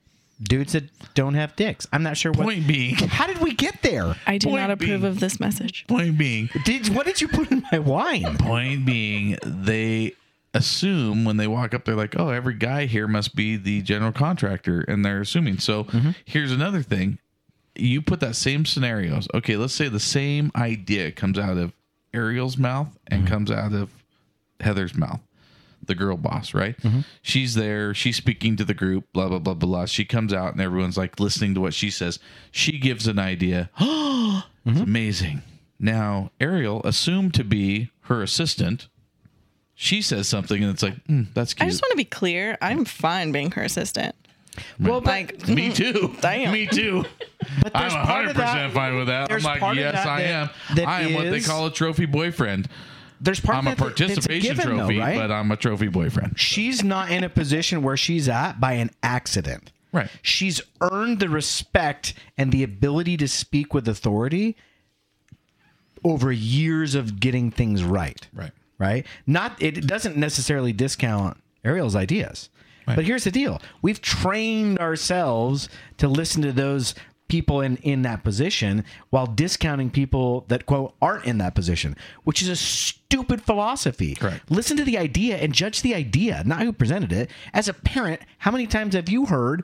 [SPEAKER 2] dudes that don't have dicks. I'm not sure what.
[SPEAKER 3] Point being,
[SPEAKER 2] How did we get there?
[SPEAKER 4] I do
[SPEAKER 3] Point
[SPEAKER 4] not approve
[SPEAKER 3] being-
[SPEAKER 4] of this message.
[SPEAKER 3] point being,
[SPEAKER 2] Did what did you put in my wine?
[SPEAKER 3] Point being, they assume when they walk up, they're like, oh, every guy here must be the general contractor. And they're assuming. So
[SPEAKER 2] Mm-hmm.
[SPEAKER 3] here's another thing you put that same scenarios. Okay, let's say the same idea comes out of Ariel's mouth and comes out of Heather's mouth, the girl boss, right? She's there, she's speaking to the group, blah, blah, blah, blah, blah. She comes out and everyone's like listening to what she says. She gives an idea. It's amazing. Now, Ariel, assumed to be her assistant, she says something and it's like, "Hmm, that's
[SPEAKER 4] I
[SPEAKER 3] cute.
[SPEAKER 4] just want to be clear. I'm fine being her assistant.
[SPEAKER 2] Well, but
[SPEAKER 4] Like
[SPEAKER 3] Me too.
[SPEAKER 4] Damn.
[SPEAKER 3] Me too. I'm
[SPEAKER 2] there's part
[SPEAKER 3] 100%
[SPEAKER 2] of that-
[SPEAKER 3] fine with that. I'm
[SPEAKER 2] there's
[SPEAKER 3] like,
[SPEAKER 2] part of
[SPEAKER 3] yes,
[SPEAKER 2] that
[SPEAKER 3] I
[SPEAKER 2] that-
[SPEAKER 3] am.
[SPEAKER 2] that
[SPEAKER 3] I am what they
[SPEAKER 2] is-
[SPEAKER 3] call a trophy boyfriend.
[SPEAKER 2] there's part of
[SPEAKER 3] I'm a
[SPEAKER 2] that that- that's
[SPEAKER 3] participation
[SPEAKER 2] given, though,
[SPEAKER 3] trophy,
[SPEAKER 2] right?
[SPEAKER 3] but I'm a trophy boyfriend.
[SPEAKER 2] she's not in a position where she's at by an accident.
[SPEAKER 3] Right.
[SPEAKER 2] She's earned the respect and the ability to speak with authority over years of getting things right.
[SPEAKER 3] Right.
[SPEAKER 2] Right? Not it doesn't necessarily discount Ariel's ideas. But here's the deal. We've trained ourselves to listen to those people in in that position while discounting people that quote aren't in that position, which is a stupid philosophy.
[SPEAKER 3] Correct.
[SPEAKER 2] Listen to the idea and judge the idea, not who presented it. As a parent, how many times have you heard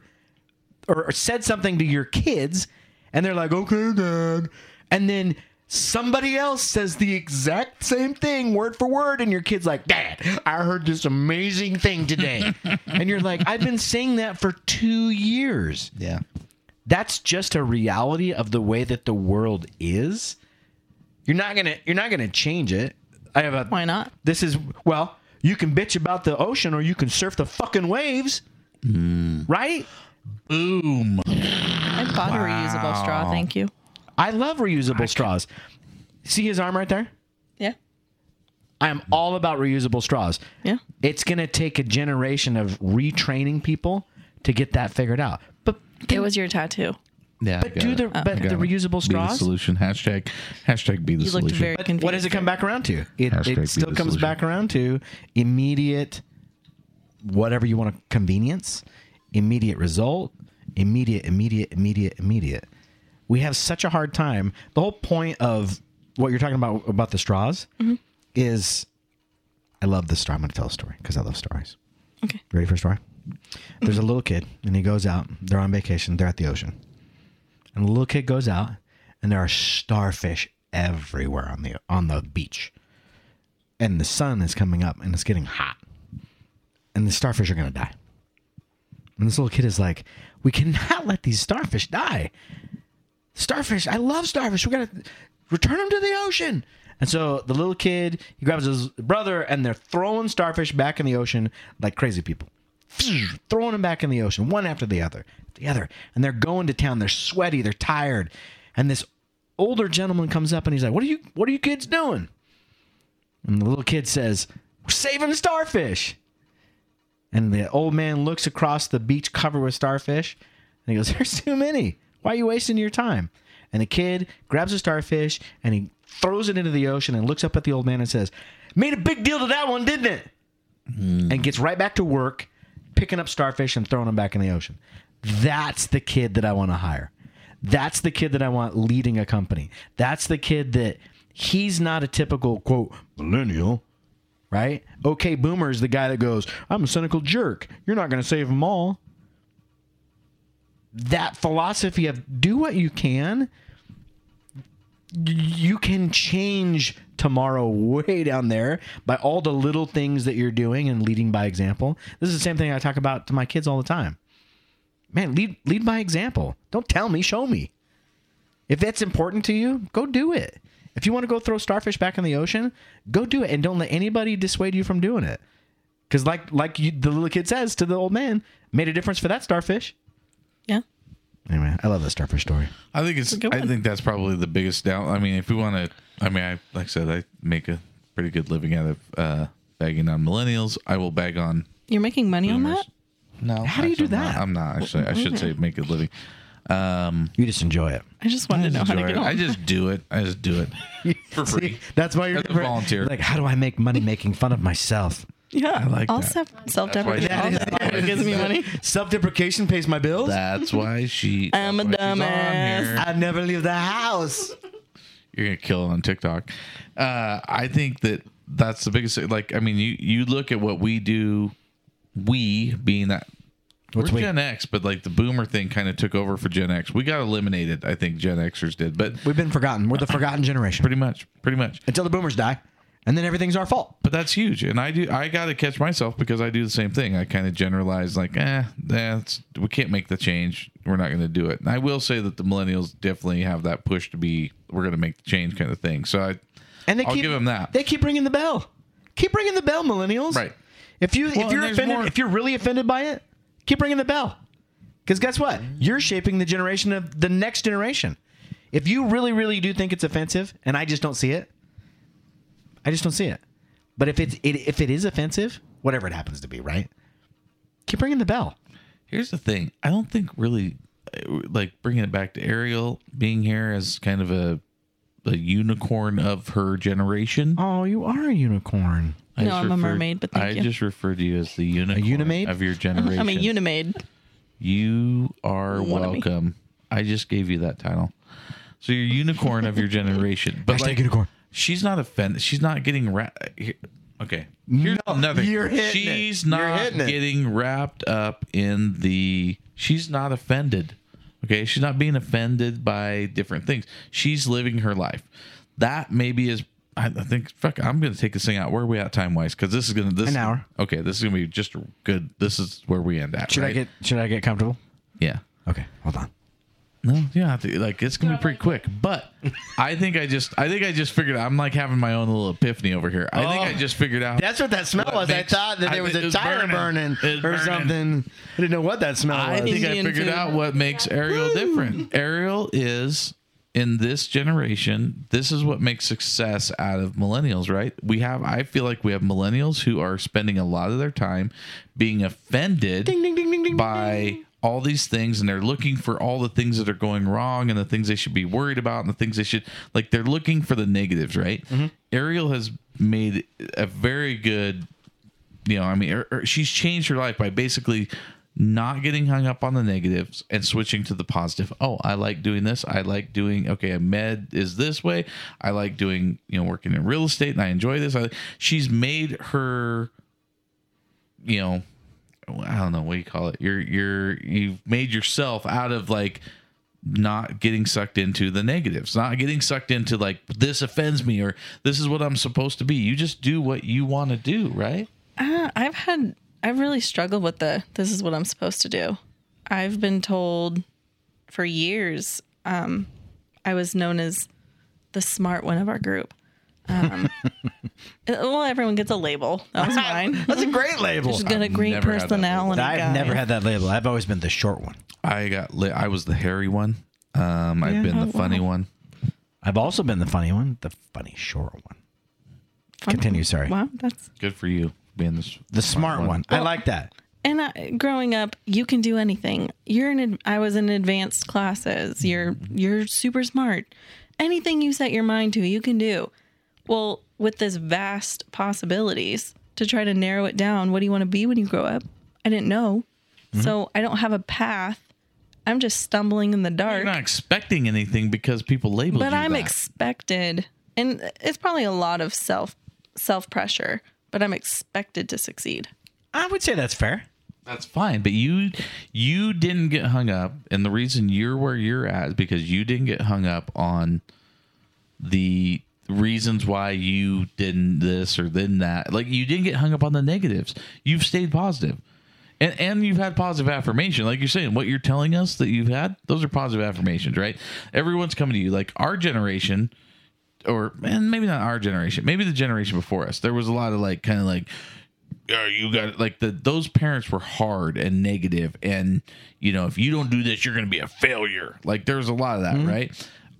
[SPEAKER 2] or, or said something to your kids and they're like, okay, dad. And then somebody else says the exact same thing, word for word. And your kid's like, dad, I heard this amazing thing today. and you're like, I've been saying that for two years.
[SPEAKER 3] Yeah.
[SPEAKER 2] That's just a reality of the way that the world is. You're not gonna you're not gonna change it. I have a
[SPEAKER 4] why not?
[SPEAKER 2] this is well, you can bitch about the ocean or you can surf the fucking waves. Right?
[SPEAKER 3] Boom.
[SPEAKER 4] I bought a reusable straw. Thank you.
[SPEAKER 2] I love reusable straws. See his arm right there?
[SPEAKER 4] Yeah.
[SPEAKER 2] I am all about reusable straws.
[SPEAKER 4] Yeah.
[SPEAKER 2] It's going to take a generation of retraining people to get that figured out. But
[SPEAKER 4] It was your tattoo.
[SPEAKER 3] Yeah.
[SPEAKER 2] but do the but the reusable
[SPEAKER 3] Be the
[SPEAKER 2] straws.
[SPEAKER 3] solution. Hashtag, hashtag be the
[SPEAKER 4] You looked
[SPEAKER 3] solution.
[SPEAKER 4] very
[SPEAKER 2] But
[SPEAKER 4] confused.
[SPEAKER 2] what does it come back around to? It,
[SPEAKER 3] Hashtag be
[SPEAKER 2] it still
[SPEAKER 3] the
[SPEAKER 2] comes
[SPEAKER 3] solution.
[SPEAKER 2] back around to immediate, whatever you want to convenience, immediate result, immediate, immediate, immediate, immediate. We have such a hard time. The whole point of what you're talking about about the straws is, I love this story. I'm going to tell a story because I love stories.
[SPEAKER 4] Okay.
[SPEAKER 2] Ready for a story? There's a little kid, and he goes out. They're on vacation. They're at the ocean, and the little kid goes out, and there are starfish everywhere on the on the beach. And the sun is coming up, and it's getting hot, and the starfish are gonna die. And this little kid is like, "We cannot let these starfish die. Starfish, I love starfish. We gotta return them to the ocean." And so the little kid he grabs his brother, and they're throwing starfish back in the ocean like crazy people throwing them back in the ocean, one after the other, the other. And they're going to town. They're sweaty. They're tired. And this older gentleman comes up and he's like, "What are you? What are you kids doing?" And the little kid says, "We're saving starfish." And the old man looks across the beach covered with starfish, and he goes, "There's too many. Why are you wasting your time?" And the kid grabs a starfish and he throws it into the ocean, and looks up at the old man and says, Made a big deal to that one, didn't it? And gets right back to work, picking up starfish and throwing them back in the ocean. That's the kid that I want to hire. That's the kid that I want leading a company. That's the kid that he's not a typical, quote, millennial right? Okay, Boomer is the guy that goes, I'm a cynical jerk. You're not going to save them all. That philosophy of do what you can, y- you can change tomorrow way down there by all the little things that you're doing and leading by example. This is the same thing I talk about to my kids all the time. Man, lead lead by example. Don't tell me, show me. If that's important to you, go do it. If you want to go throw starfish back in the ocean, go do it, and don't let anybody dissuade you from doing it. Because like like you, the little kid says to the old man, made a difference for that starfish.
[SPEAKER 4] Yeah.
[SPEAKER 2] Anyway, I love that starfish story.
[SPEAKER 3] I think it's.
[SPEAKER 4] good
[SPEAKER 3] I
[SPEAKER 4] one.
[SPEAKER 3] think that's probably the biggest down. I mean, if we want to, I mean, I like I said, I make a pretty good living out of uh, bagging on millennials. I will bag on
[SPEAKER 4] You're making money on
[SPEAKER 3] boomers.
[SPEAKER 4] that?
[SPEAKER 3] No,
[SPEAKER 2] How do you do
[SPEAKER 3] actually, I'm not-
[SPEAKER 2] that?
[SPEAKER 3] I'm not actually. I should say make a living. Um,
[SPEAKER 2] You just enjoy it.
[SPEAKER 4] I just wanted to know how to
[SPEAKER 3] enjoy
[SPEAKER 4] get
[SPEAKER 3] it.
[SPEAKER 4] on.
[SPEAKER 3] I just do it. I just do it for
[SPEAKER 2] See,
[SPEAKER 3] free.
[SPEAKER 2] that's why you're
[SPEAKER 3] As a volunteer.
[SPEAKER 2] Like, how do I make money making fun of myself?
[SPEAKER 4] yeah, I
[SPEAKER 3] like
[SPEAKER 4] all
[SPEAKER 3] that.
[SPEAKER 4] self deprecating.
[SPEAKER 3] That's why- that
[SPEAKER 4] All
[SPEAKER 3] is-
[SPEAKER 4] self-deprecating gives me money.
[SPEAKER 2] Self-deprecation pays my bills.
[SPEAKER 3] That's why she.
[SPEAKER 4] I'm
[SPEAKER 3] that's
[SPEAKER 4] a
[SPEAKER 3] why she's on
[SPEAKER 4] dumbass.
[SPEAKER 3] here.
[SPEAKER 2] I never leave the house.
[SPEAKER 3] you're gonna kill it on TikTok. Uh, I think that that's the biggest. Like, I mean, you you look at what we do. We being that
[SPEAKER 2] What's
[SPEAKER 3] we're
[SPEAKER 2] we?
[SPEAKER 3] Gen X, but like the boomer thing kind of took over for Gen X. We got eliminated. I think Gen Xers did, but
[SPEAKER 2] We've been forgotten. We're the forgotten generation
[SPEAKER 3] pretty much, pretty much.
[SPEAKER 2] until the boomers die, and then everything's our fault.
[SPEAKER 3] But that's huge, and I do. I got to catch myself because I do the same thing. I kind of generalize, like, eh, that's we can't make the change. We're not going to do it. And I will say that the millennials definitely have that push to be, we're going to make the change kind of thing. So I,
[SPEAKER 2] And they
[SPEAKER 3] I'll
[SPEAKER 2] keep,
[SPEAKER 3] give 'em that.
[SPEAKER 2] They keep ringing the bell. Keep ringing the bell, millennials.
[SPEAKER 3] Right.
[SPEAKER 2] If you
[SPEAKER 3] Well,
[SPEAKER 2] if you're
[SPEAKER 3] and there's
[SPEAKER 2] offended,
[SPEAKER 3] more-
[SPEAKER 2] if you're really offended by it, keep ringing the bell. Because guess what? You're shaping the generation of the next generation. If you really, really do think it's offensive, and I just don't see it, I just don't see it. But if it's it, if it is offensive, whatever it happens to be, right? Keep ringing the bell.
[SPEAKER 3] Here's the thing. I don't think really eh, like bringing it back to Ariel being here as kind of a a unicorn of her generation.
[SPEAKER 2] Oh, you are a unicorn.
[SPEAKER 3] I
[SPEAKER 4] No,
[SPEAKER 3] just
[SPEAKER 4] I'm a mermaid, but thank
[SPEAKER 3] I
[SPEAKER 4] you.
[SPEAKER 3] just refer to you as the unicorn
[SPEAKER 2] unimade?
[SPEAKER 3] of your generation.
[SPEAKER 4] I'm a unimade.
[SPEAKER 3] You are
[SPEAKER 4] Wannabe.
[SPEAKER 3] welcome. I just gave you that title. So you're unicorn of your generation. But
[SPEAKER 2] Hashtag
[SPEAKER 3] like,
[SPEAKER 2] unicorn.
[SPEAKER 3] She's not offended. She's not getting wrapped. Okay. Here's
[SPEAKER 2] No,
[SPEAKER 3] another.
[SPEAKER 2] you're hitting it.
[SPEAKER 3] she's
[SPEAKER 2] You're
[SPEAKER 3] not
[SPEAKER 2] hitting it.
[SPEAKER 3] getting wrapped up in the. She's not offended. Okay. She's not being offended by different things. She's living her life. That maybe is. I I think fuck. I'm gonna take this thing out. Where are we at time wise? Because this is gonna this
[SPEAKER 2] An hour.
[SPEAKER 3] Okay, this is gonna be just a good. This is where we end at.
[SPEAKER 2] Should I
[SPEAKER 3] right?
[SPEAKER 2] get should I get comfortable?
[SPEAKER 3] Yeah.
[SPEAKER 2] Okay, hold on.
[SPEAKER 3] No, you don't have to. Like it's gonna be pretty quick. But I think I just, I think I just figured. I'm like having my own little epiphany over here. I think I
[SPEAKER 2] Oh.
[SPEAKER 3] just figured out.
[SPEAKER 2] That's what that smell
[SPEAKER 3] What
[SPEAKER 2] was.
[SPEAKER 3] makes-
[SPEAKER 2] I thought that
[SPEAKER 3] I
[SPEAKER 2] there was
[SPEAKER 3] think it
[SPEAKER 2] a
[SPEAKER 3] was
[SPEAKER 2] tire burning,
[SPEAKER 3] burning. It was
[SPEAKER 2] or
[SPEAKER 3] burning.
[SPEAKER 2] something. I didn't know what that smell
[SPEAKER 3] I
[SPEAKER 2] was.
[SPEAKER 3] think I
[SPEAKER 4] Indian
[SPEAKER 3] figured
[SPEAKER 4] food.
[SPEAKER 3] out what makes Ariel different. Ariel is in this generation. This is what makes success out of millennials, right? We have. I feel like we have millennials who are spending a lot of their time being offended
[SPEAKER 2] ding ding ding ding.
[SPEAKER 3] by all these things and they're looking for all the things that are going wrong and the things they should be worried about and the things they should like they're looking for the negatives right
[SPEAKER 2] Mm-hmm.
[SPEAKER 3] ariel has made a very good you know i mean er, er, she's changed her life by basically not getting hung up on the negatives and switching to the positive oh i like doing this i like doing okay a med is this way i like doing you know working in real estate and i enjoy this I, she's made her you know I don't know what do you call it. You're you're you've made yourself out of like not getting sucked into the negatives, not getting sucked into like this offends me or this is what I'm supposed to be. You just do what you want to do, right?
[SPEAKER 4] Uh, I've had I've really struggled with the this is what I'm supposed to do. I've been told for years um, I was known as the smart one of our group. Um, uh, well, everyone gets a label. That was mine.
[SPEAKER 2] That's a great label.
[SPEAKER 4] She's got a great
[SPEAKER 3] never had that
[SPEAKER 4] personality.
[SPEAKER 2] I've
[SPEAKER 4] guys.
[SPEAKER 2] never had that label. I've always been the short one.
[SPEAKER 3] I got lit. I was the hairy one. Um, I've been
[SPEAKER 4] Oh,
[SPEAKER 3] the funny one.
[SPEAKER 2] I've also been the funny one, the funny short one, Continue, sorry.
[SPEAKER 4] Wow, that's
[SPEAKER 3] Good for you being this.
[SPEAKER 2] the smart one. I like that.
[SPEAKER 4] and I, growing up, you can do anything. You're an ad- I was in advanced classes. You're you're super smart. anything you set your mind to, you can do. Well, with this vast possibilities to try to narrow it down, what do you want to be when you grow up? I didn't know.
[SPEAKER 3] Mm-hmm.
[SPEAKER 4] So I don't have a path. I'm just stumbling in the dark
[SPEAKER 3] You're not expecting anything because people labeled
[SPEAKER 4] but
[SPEAKER 3] you
[SPEAKER 4] i'm
[SPEAKER 3] that.
[SPEAKER 4] expected and it's probably a lot of self self pressure but i'm expected to succeed
[SPEAKER 2] I would say that's fair.
[SPEAKER 3] That's fine, but you you didn't get hung up, and the reason you're where you're at is because you didn't get hung up on the reasons why you didn't this or then that. Like you didn't get hung up on the negatives. You've stayed positive. And, and you've had positive affirmation, like you're saying. What you're telling us that you've had, those are positive affirmations, right? Everyone's coming to you. Like our generation, or and maybe not our generation, maybe the generation before us. There was a lot of like, kind of like, yeah, uh, you got like the those parents were hard and negative and you know if you don't do this you're going to be a failure like there's a lot of that right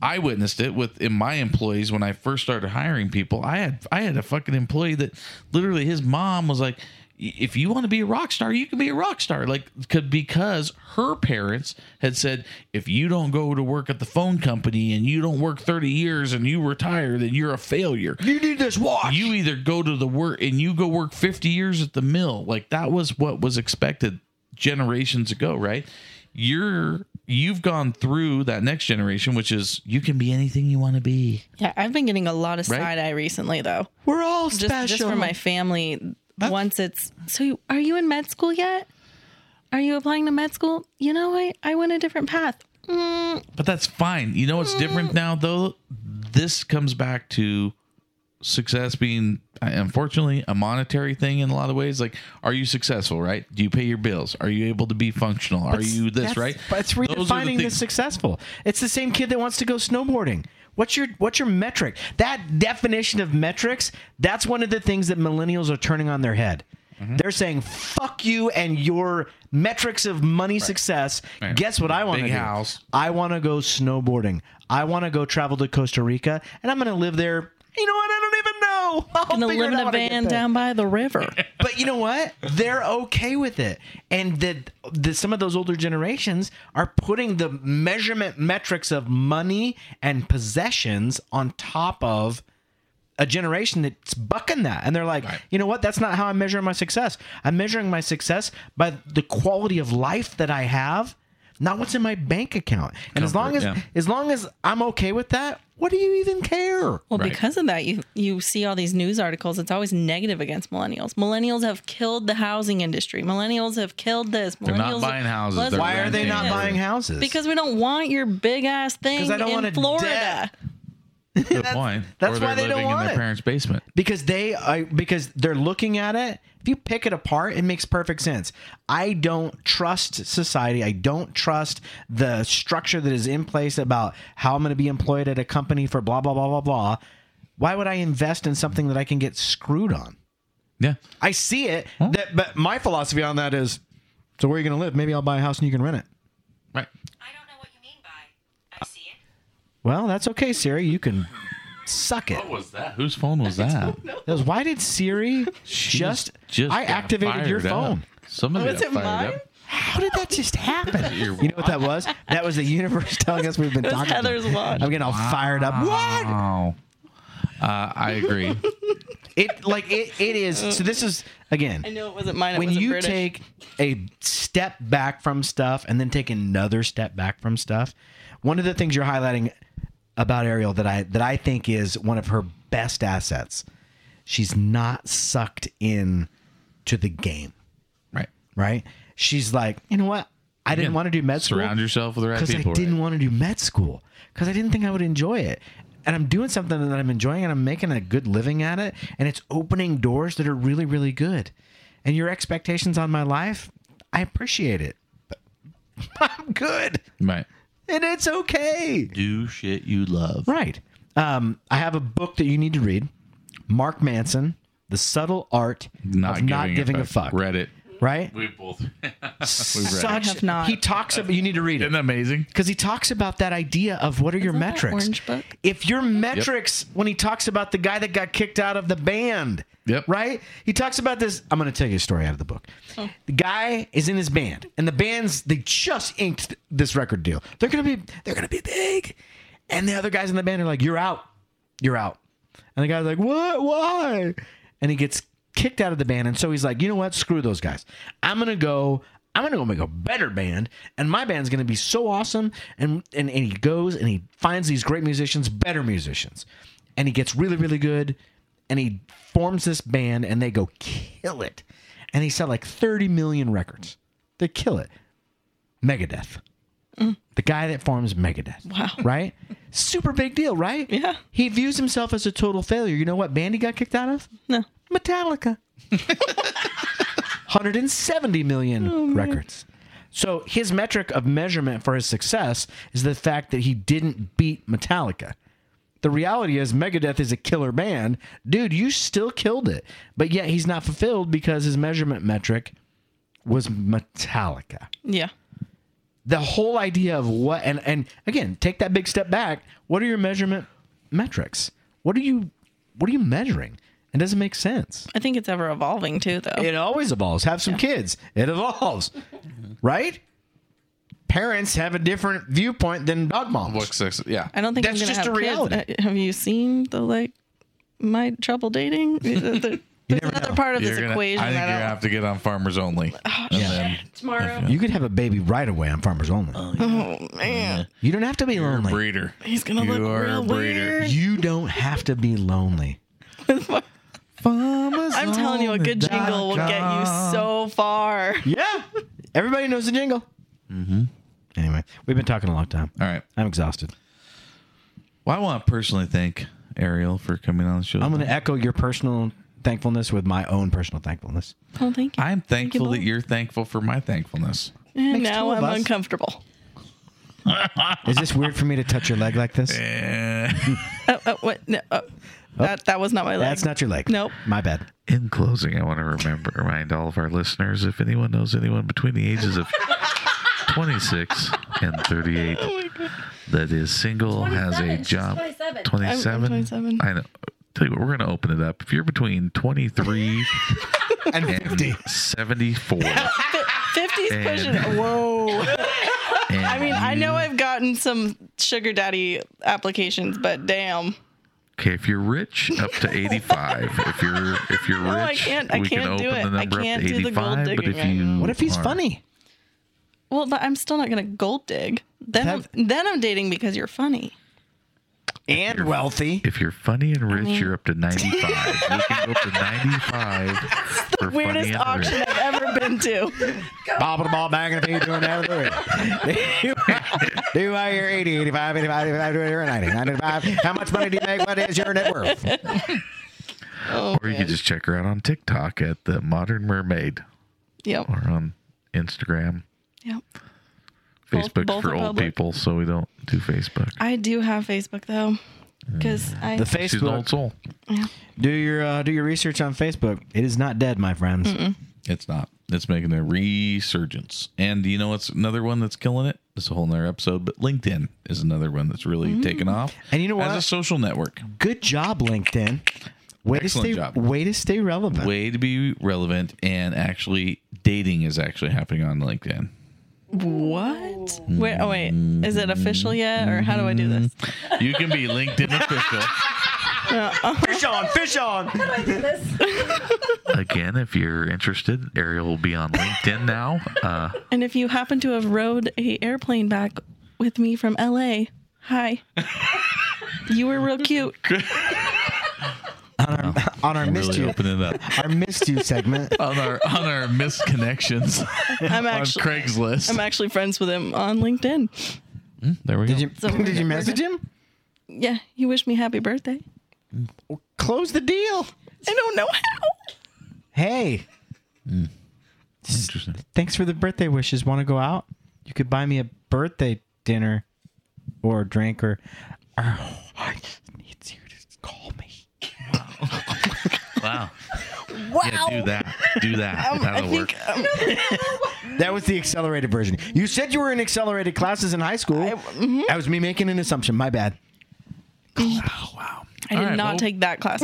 [SPEAKER 3] i witnessed it with in my employees when i first started hiring people i had i had a fucking employee that literally his mom was like "Y- if you want to be a rock star you can be a rock star like could because her parents had said if you don't go to work at the phone company and you don't work 30 years and you retire then you're a failure
[SPEAKER 2] You do this watch.
[SPEAKER 3] you either go to the work and you go work 50 years at the mill like that was what was expected generations ago right you're you've gone through that next generation which is you can be anything you want to be
[SPEAKER 4] yeah i've been getting a lot of
[SPEAKER 3] Right.
[SPEAKER 4] side eye recently though
[SPEAKER 2] We're all
[SPEAKER 4] just just for my family once it's so you- are you in med school yet are you applying to med school you know i i went a different path Mm,
[SPEAKER 3] but that's fine you know what's
[SPEAKER 2] Mm.
[SPEAKER 3] different now though this comes back to success being uh, unfortunately a monetary thing in a lot of ways like are you successful right do you pay your bills are you able to be functional are you this
[SPEAKER 2] That's-
[SPEAKER 3] right
[SPEAKER 2] But it's
[SPEAKER 3] Those are the
[SPEAKER 2] redefining the,
[SPEAKER 3] things-
[SPEAKER 2] successful. It's the same kid that wants to go snowboarding. What's your what's your metric? That definition of metrics, that's one of the things that millennials are turning on their head.
[SPEAKER 3] Mm-hmm.
[SPEAKER 2] They're saying, fuck you and your metrics of money success.
[SPEAKER 3] Right.
[SPEAKER 2] Guess what I want to
[SPEAKER 3] Big
[SPEAKER 2] do?
[SPEAKER 3] house.
[SPEAKER 2] I want to go snowboarding. I want to go travel to Costa Rica and I'm going to live there. You know what? I don't even know. I'll
[SPEAKER 4] gonna
[SPEAKER 2] figure
[SPEAKER 4] live
[SPEAKER 2] it
[SPEAKER 4] in
[SPEAKER 2] out
[SPEAKER 4] a
[SPEAKER 2] when I get
[SPEAKER 4] van
[SPEAKER 2] there
[SPEAKER 4] down by the river
[SPEAKER 2] but you know what? They're okay with it, and that the, some of those older generations are putting the measurement metrics of money and possessions on top of a generation that's bucking that, and they're like, you know what? That's not how I'm measuring my success. I'm measuring my success by the quality of life that I have, not what's in my bank account. And as
[SPEAKER 3] Comfort,
[SPEAKER 2] long as
[SPEAKER 3] yeah.
[SPEAKER 2] as long as I'm okay with that, what do you even care?
[SPEAKER 4] Well,
[SPEAKER 3] Right.
[SPEAKER 4] because of that, you you see all these news articles. It's always negative against millennials. Millennials have killed the housing industry. Millennials have killed this. Millennials
[SPEAKER 3] They're not buying houses,
[SPEAKER 4] Let's-
[SPEAKER 3] they're
[SPEAKER 2] Why are they not
[SPEAKER 3] Yeah.
[SPEAKER 2] buying houses?
[SPEAKER 4] Because we don't want your big ass thing
[SPEAKER 2] I don't want a
[SPEAKER 4] in Florida.
[SPEAKER 2] debt.
[SPEAKER 3] good point
[SPEAKER 2] that's
[SPEAKER 3] Or they're
[SPEAKER 2] why they don't
[SPEAKER 3] living
[SPEAKER 2] want
[SPEAKER 3] in their
[SPEAKER 2] it.
[SPEAKER 3] parents basement
[SPEAKER 2] because they are because they're looking at it if you pick it apart it makes perfect sense i don't trust society i don't trust the structure that is in place about how i'm going to be employed at a company for blah blah blah blah blah why would i invest in something that i can get screwed on
[SPEAKER 3] yeah
[SPEAKER 2] i see it that but my philosophy on that is so where are you going to live maybe i'll buy a house and you can rent it
[SPEAKER 3] right
[SPEAKER 5] I don't know what you mean by I see it.
[SPEAKER 2] well that's okay siri you can suck it
[SPEAKER 3] was that? Uh, Whose phone was that?
[SPEAKER 2] That was- why did siri just, i
[SPEAKER 3] got
[SPEAKER 2] activated your
[SPEAKER 3] fired up.
[SPEAKER 2] phone
[SPEAKER 3] Somebody got
[SPEAKER 4] Was it
[SPEAKER 3] fired
[SPEAKER 4] mine?
[SPEAKER 3] up.
[SPEAKER 2] How did that just happen?
[SPEAKER 3] Your-
[SPEAKER 2] You know what that was? That was the universe telling us we've been
[SPEAKER 4] was
[SPEAKER 2] talking. to
[SPEAKER 4] Heather's
[SPEAKER 2] them.
[SPEAKER 4] watch.
[SPEAKER 2] I'm getting all fired up. What?
[SPEAKER 3] Wow. Uh, I agree.
[SPEAKER 2] It like it, it is. So this is again
[SPEAKER 4] I know it wasn't mine. It
[SPEAKER 2] when
[SPEAKER 4] wasn't
[SPEAKER 2] you
[SPEAKER 4] British.
[SPEAKER 2] take a step back from stuff and then take another step back from stuff. One of the things you're highlighting about Ariel that I that I think is one of her best assets. She's not sucked in to the game,
[SPEAKER 3] right.
[SPEAKER 2] right? She's like, you know what? I didn't
[SPEAKER 3] Again,
[SPEAKER 2] want to do med school.
[SPEAKER 3] Surround yourself with the right
[SPEAKER 2] because I
[SPEAKER 3] people.
[SPEAKER 2] didn't
[SPEAKER 3] right?
[SPEAKER 2] want to do med school because I didn't think I would enjoy it. And I'm doing something that I'm enjoying and I'm making a good living at it. And it's opening doors that are really, really good. And your expectations on my life, I appreciate it. But I'm good
[SPEAKER 3] Right.
[SPEAKER 2] and it's okay.
[SPEAKER 3] Do shit you love.
[SPEAKER 2] Right. Um, I have a book that you need to read Mark Manson, The Subtle Art
[SPEAKER 3] Not
[SPEAKER 2] of
[SPEAKER 3] giving,
[SPEAKER 2] Not Giving a Fuck.
[SPEAKER 3] Read it.
[SPEAKER 2] Right?
[SPEAKER 3] We both.
[SPEAKER 2] Such,
[SPEAKER 4] I have not.
[SPEAKER 2] He talks about, you need to read it.
[SPEAKER 3] Isn't that amazing?
[SPEAKER 2] because he talks about that idea of what are your
[SPEAKER 4] Isn't that
[SPEAKER 2] metrics
[SPEAKER 4] Orange Book?
[SPEAKER 2] if your metrics when he talks about the guy that got kicked out of the band
[SPEAKER 3] Yep.
[SPEAKER 2] right he talks about this i'm going to tell you a story out of the book
[SPEAKER 4] Oh.
[SPEAKER 2] the guy is in his band and the band's they just inked this record deal they're going to be they're going to be big And the other guys in the band are like, "You're out, you're out." And the guy's like, "What? Why?" And he gets kicked out of the band. And so he's like, "You know what? Screw those guys. I'm gonna go. I'm gonna go make a better band, and my band's gonna be so awesome." And and, and he goes and he finds these great musicians, better musicians, and he gets really really good. And he forms this band, and they go kill it. And he sell like 30 million records. They kill it. Megadeth
[SPEAKER 4] Mm.
[SPEAKER 2] the guy that forms Megadeth. Wow. Right? Super big deal, right?
[SPEAKER 4] Yeah.
[SPEAKER 2] He views himself as a total failure. You know what band he got kicked out of?
[SPEAKER 4] No.
[SPEAKER 2] Metallica. 170 million
[SPEAKER 4] Oh,
[SPEAKER 2] records. So his metric of measurement for his success is the fact that he didn't beat Metallica. The reality is Megadeth is a killer band. Dude, you still killed it. But yet he's not fulfilled because his measurement metric was Metallica
[SPEAKER 4] Yeah.
[SPEAKER 2] the whole idea of what and and again take that big step back what are your measurement metrics what are you what are you measuring it doesn't make sense
[SPEAKER 4] I think it's ever evolving too, though.
[SPEAKER 2] it always evolves have some kids it evolves right parents have a different viewpoint than dog moms
[SPEAKER 3] What sex? Yeah.
[SPEAKER 4] I don't think
[SPEAKER 2] That's
[SPEAKER 4] I'm gonna
[SPEAKER 2] just
[SPEAKER 4] have
[SPEAKER 2] a reality.
[SPEAKER 4] Kids. Uh, Have you seen the like my trouble dating? There's another part of
[SPEAKER 3] You're
[SPEAKER 4] this
[SPEAKER 3] gonna-
[SPEAKER 4] equation Oh
[SPEAKER 3] I think
[SPEAKER 4] that
[SPEAKER 3] you're gonna
[SPEAKER 4] I don't-
[SPEAKER 3] have to get on farmers only. And then
[SPEAKER 4] tomorrow.
[SPEAKER 2] you could have a baby right away on farmers only
[SPEAKER 4] Oh man,
[SPEAKER 2] you don't have to be
[SPEAKER 3] you're a
[SPEAKER 2] lonely
[SPEAKER 3] breeder.
[SPEAKER 4] he's gonna
[SPEAKER 3] You
[SPEAKER 4] look
[SPEAKER 3] are
[SPEAKER 4] real
[SPEAKER 3] a breeder.
[SPEAKER 4] weird.
[SPEAKER 2] you don't have to be lonely farmers
[SPEAKER 4] I'm telling you, a good jingle will get you so far.
[SPEAKER 2] Yeah. Everybody knows the jingle. Mm-hmm. Anyway, we've been talking a long time.
[SPEAKER 3] All right.
[SPEAKER 2] I'm exhausted.
[SPEAKER 3] Well, I want to personally thank Ariel for coming on the show.
[SPEAKER 2] I'm going to echo your personal thankfulness with my own personal thankfulness.
[SPEAKER 4] Oh, thank you.
[SPEAKER 3] I'm thankful
[SPEAKER 4] both.
[SPEAKER 3] that you're thankful for my thankfulness.
[SPEAKER 4] And
[SPEAKER 2] makes two
[SPEAKER 4] now
[SPEAKER 2] of
[SPEAKER 4] I'm
[SPEAKER 2] us.
[SPEAKER 4] uncomfortable.
[SPEAKER 2] Is this weird for me to touch your leg like this?
[SPEAKER 3] Eh.
[SPEAKER 4] Oh, oh, what? No, oh, that that was not my leg.
[SPEAKER 2] That's not your leg.
[SPEAKER 4] Nope.
[SPEAKER 2] My bad.
[SPEAKER 3] In closing, I want to remember remind all of our listeners if anyone knows anyone between the ages of 26 and 38
[SPEAKER 4] Oh
[SPEAKER 3] that is single, has a
[SPEAKER 5] 27, she's
[SPEAKER 3] job,
[SPEAKER 5] 27.
[SPEAKER 3] 27.
[SPEAKER 4] 27.
[SPEAKER 3] I know. Tell you what, we're going to open it up. If you're between 23
[SPEAKER 2] And 50.
[SPEAKER 3] and 74,
[SPEAKER 4] Fifties
[SPEAKER 3] And-
[SPEAKER 4] pushing. it. Whoa.
[SPEAKER 3] and
[SPEAKER 4] I mean,
[SPEAKER 3] you-
[SPEAKER 4] I
[SPEAKER 2] Mm.
[SPEAKER 4] know I've gotten some sugar daddy applications, but damn.
[SPEAKER 3] Okay, if you're rich, up to 85. If you're if you're
[SPEAKER 4] I
[SPEAKER 3] rich,
[SPEAKER 4] can't- I
[SPEAKER 3] we
[SPEAKER 4] can't do
[SPEAKER 3] can open the
[SPEAKER 4] it. I
[SPEAKER 3] number up
[SPEAKER 4] can't
[SPEAKER 3] to
[SPEAKER 4] do the gold
[SPEAKER 3] 85. But
[SPEAKER 4] digging
[SPEAKER 3] if
[SPEAKER 4] right
[SPEAKER 3] you
[SPEAKER 4] now.
[SPEAKER 2] What if he's
[SPEAKER 3] are-
[SPEAKER 2] funny?
[SPEAKER 4] Well, but I'm still not gonna gold dig. Then
[SPEAKER 2] That-
[SPEAKER 4] I'm, then I'm dating because you're funny.
[SPEAKER 2] And wealthy.
[SPEAKER 3] If you're funny and rich, you're up to 95. you can go up to 95 for funny
[SPEAKER 4] Weirdest
[SPEAKER 3] and
[SPEAKER 4] auction
[SPEAKER 3] rich.
[SPEAKER 4] I've ever been to.
[SPEAKER 2] Bobble the ball back and feet doing that. Do I hear 80, 85, 85, 85, 90, 95? How much money do you make? What is your net worth?
[SPEAKER 4] Oh,
[SPEAKER 3] Or you can
[SPEAKER 4] man.
[SPEAKER 3] just check her out on TikTok at the Modern Mermaid
[SPEAKER 4] yep,
[SPEAKER 3] or on Instagram,
[SPEAKER 4] yep. Both-
[SPEAKER 3] Facebook
[SPEAKER 4] both
[SPEAKER 3] for
[SPEAKER 4] are
[SPEAKER 3] old
[SPEAKER 4] public.
[SPEAKER 3] people, so we don't do Facebook.
[SPEAKER 4] I do have Facebook though, because
[SPEAKER 3] Mm.
[SPEAKER 4] I
[SPEAKER 2] The
[SPEAKER 3] She's an old
[SPEAKER 2] Facebook.
[SPEAKER 3] soul.
[SPEAKER 2] Do your uh, do your research on Facebook. It is not dead, my friends.
[SPEAKER 3] It's not. It's making a resurgence. And you know what's another one that's killing it? It's a whole nother episode, but LinkedIn is another one that's really
[SPEAKER 4] Mm-hmm.
[SPEAKER 3] taken off.
[SPEAKER 2] And you know
[SPEAKER 3] As
[SPEAKER 2] what?
[SPEAKER 3] a social network.
[SPEAKER 2] Good job, LinkedIn. Way
[SPEAKER 3] Excellent
[SPEAKER 2] to stay
[SPEAKER 3] job.
[SPEAKER 2] way to stay relevant.
[SPEAKER 3] Way to be relevant and actually dating is actually happening on LinkedIn.
[SPEAKER 4] what? Wait, oh wait, is it
[SPEAKER 3] Mm.
[SPEAKER 4] official yet, or how do I do this?
[SPEAKER 3] You can be LinkedIn official.
[SPEAKER 4] Uh,
[SPEAKER 2] Fish on, fish on.
[SPEAKER 3] Again, if you're interested, Ariel will be on LinkedIn now. Uh,
[SPEAKER 4] And if you happen to have rode a airplane back with me from LA, hi. you were real cute.
[SPEAKER 2] on our missed
[SPEAKER 3] really
[SPEAKER 2] you,
[SPEAKER 3] open it up.
[SPEAKER 2] our missed you segment.
[SPEAKER 3] On our on our misconnections
[SPEAKER 4] I'm
[SPEAKER 3] on
[SPEAKER 4] actually
[SPEAKER 3] Craigslist.
[SPEAKER 4] I'm actually friends with him on LinkedIn.
[SPEAKER 3] there we go.
[SPEAKER 2] Did you
[SPEAKER 4] So we're
[SPEAKER 2] did you
[SPEAKER 4] good, we're
[SPEAKER 2] message him?
[SPEAKER 4] Yeah, he wished me happy birthday.
[SPEAKER 2] Close the deal.
[SPEAKER 4] I don't know how.
[SPEAKER 2] Hey,
[SPEAKER 3] Interesting.
[SPEAKER 2] thanks for the birthday wishes. Want to go out? You could buy me a birthday dinner, or a drink, or. Oh, I just need you to call me.
[SPEAKER 3] Wow.
[SPEAKER 4] Wow.
[SPEAKER 3] Yeah, do that. Do that.
[SPEAKER 4] I
[SPEAKER 3] That'll work.
[SPEAKER 4] think um,
[SPEAKER 2] That was the accelerated version. You said you were in accelerated classes in high school.
[SPEAKER 4] mm-hmm.
[SPEAKER 2] That was me making an assumption. My bad.
[SPEAKER 3] Oh,
[SPEAKER 4] I did
[SPEAKER 3] All right,
[SPEAKER 4] not
[SPEAKER 3] well-
[SPEAKER 4] take that class.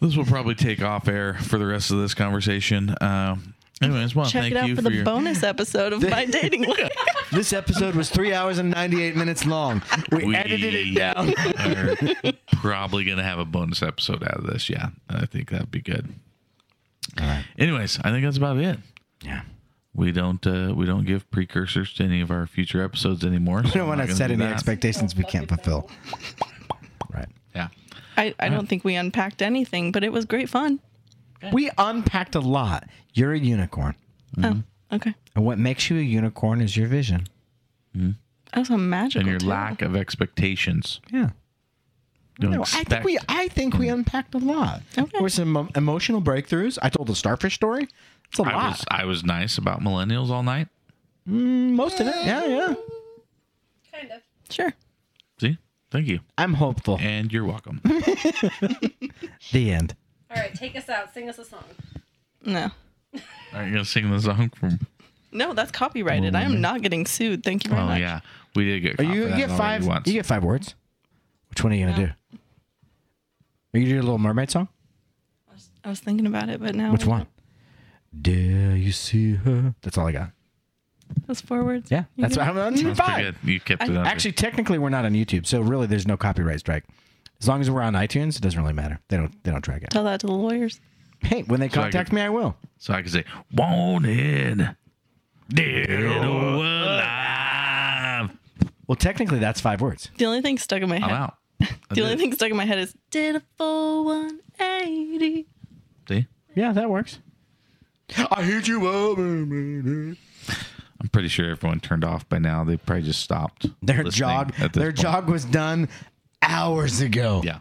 [SPEAKER 3] This will probably take off air for the rest of this conversation. Um, Anyways, well,
[SPEAKER 4] Check
[SPEAKER 3] thank
[SPEAKER 4] it out
[SPEAKER 3] you
[SPEAKER 4] for
[SPEAKER 3] for,
[SPEAKER 4] the
[SPEAKER 3] your.
[SPEAKER 4] bonus episode of my dating life.
[SPEAKER 2] This episode was three hours and 98 minutes long. We, edited it down.
[SPEAKER 3] are probably gonna have a bonus episode out of this. Yeah, I think that'd be good.
[SPEAKER 2] All right.
[SPEAKER 3] Anyways, I think that's about it.
[SPEAKER 2] Yeah.
[SPEAKER 3] We don't uh, we don't give precursors to any of our future episodes anymore.
[SPEAKER 2] We don't want to set any expectations we can't fulfill. Right.
[SPEAKER 3] Yeah.
[SPEAKER 4] I, I don't think we unpacked anything, but it was great fun.
[SPEAKER 2] We unpacked a lot. You're a unicorn.
[SPEAKER 4] Oh, okay.
[SPEAKER 2] And what makes you a unicorn is your vision.
[SPEAKER 4] That was so magical.
[SPEAKER 3] And your
[SPEAKER 4] too.
[SPEAKER 3] lack of expectations.
[SPEAKER 2] Yeah.
[SPEAKER 3] Don't
[SPEAKER 2] No, I think we I think
[SPEAKER 3] Mm-hmm.
[SPEAKER 2] we unpacked a lot.
[SPEAKER 4] Okay.
[SPEAKER 2] There were some um, emotional breakthroughs. I told the starfish story. It's a
[SPEAKER 3] I
[SPEAKER 2] lot.
[SPEAKER 3] was I was nice about millennials all night.
[SPEAKER 2] Most of it. Yeah, yeah.
[SPEAKER 5] Kind of.
[SPEAKER 4] Sure.
[SPEAKER 3] See, thank you,
[SPEAKER 2] I'm hopeful.
[SPEAKER 3] and you're welcome.
[SPEAKER 2] The end.
[SPEAKER 5] All right, take us out. Sing us a song.
[SPEAKER 4] No.
[SPEAKER 3] Are you gonna sing the song from?
[SPEAKER 4] No, that's copyrighted. I am not getting sued. Thank you very
[SPEAKER 3] Oh
[SPEAKER 4] much.
[SPEAKER 3] yeah, we did get.
[SPEAKER 2] Are
[SPEAKER 3] caught
[SPEAKER 2] you,
[SPEAKER 3] for
[SPEAKER 2] you
[SPEAKER 3] that
[SPEAKER 2] get
[SPEAKER 3] already
[SPEAKER 2] five
[SPEAKER 3] Once.
[SPEAKER 2] you get five words? Which one are you gonna do? Are you gonna do a little mermaid song?
[SPEAKER 4] I was thinking about it, but now
[SPEAKER 2] Which one? Dare you see her? That's all I got.
[SPEAKER 4] Those four words.
[SPEAKER 2] Yeah, that's what I'm on
[SPEAKER 3] That's pretty good.
[SPEAKER 2] five.
[SPEAKER 3] You kept it. under.
[SPEAKER 2] Actually, technically, we're not on YouTube, so really, there's no copyright strike. As long as we're on iTunes, it doesn't really matter. They don't they don't track it.
[SPEAKER 4] Tell that to the lawyers.
[SPEAKER 2] Hey, when they contact me, I will.
[SPEAKER 3] So I could say, wanted, dead or alive.
[SPEAKER 2] Well, technically, that's five words.
[SPEAKER 4] The only thing stuck in my
[SPEAKER 3] I'm
[SPEAKER 4] head.
[SPEAKER 3] out. I
[SPEAKER 4] The only
[SPEAKER 3] did
[SPEAKER 4] thing stuck in my head is did a full 180.
[SPEAKER 3] it. See?
[SPEAKER 2] Yeah, that works. I hit you
[SPEAKER 3] oh,
[SPEAKER 2] up.
[SPEAKER 3] I'm pretty sure everyone turned off by now. They probably just stopped.
[SPEAKER 2] Their
[SPEAKER 3] listening
[SPEAKER 2] jog,
[SPEAKER 3] at this
[SPEAKER 2] their
[SPEAKER 3] point.
[SPEAKER 2] jog was done hours ago.
[SPEAKER 3] Yeah.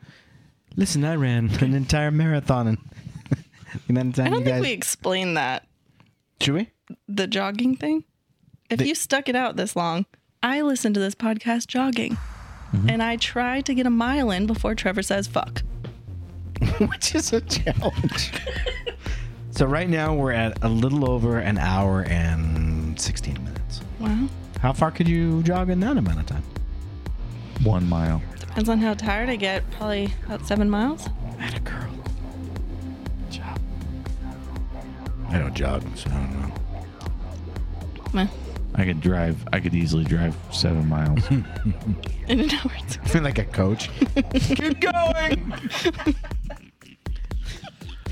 [SPEAKER 2] Listen, I ran an entire marathon, and the amount of time
[SPEAKER 4] I don't
[SPEAKER 2] you
[SPEAKER 4] think
[SPEAKER 2] guys
[SPEAKER 4] we explained that.
[SPEAKER 2] should we?
[SPEAKER 4] The jogging thing. If you stuck it out this long, I listened to this podcast jogging. And I tried to get a mile in before Trevor says fuck.
[SPEAKER 2] which is a challenge. so right now we're at a little over an hour and 16 minutes.
[SPEAKER 4] Wow.
[SPEAKER 2] How far could you jog in that amount of time?
[SPEAKER 3] One mile.
[SPEAKER 4] Depends on how tired I get. Probably about seven miles.
[SPEAKER 2] At a girl. Job. I don't jog, so I don't know.
[SPEAKER 4] Well,
[SPEAKER 3] I could drive. I could easily drive seven miles.
[SPEAKER 4] in an hour. It's
[SPEAKER 2] I feel like a coach. Keep going.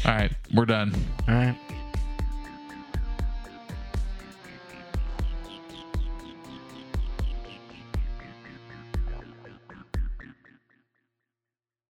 [SPEAKER 3] All right. We're done.
[SPEAKER 2] All right.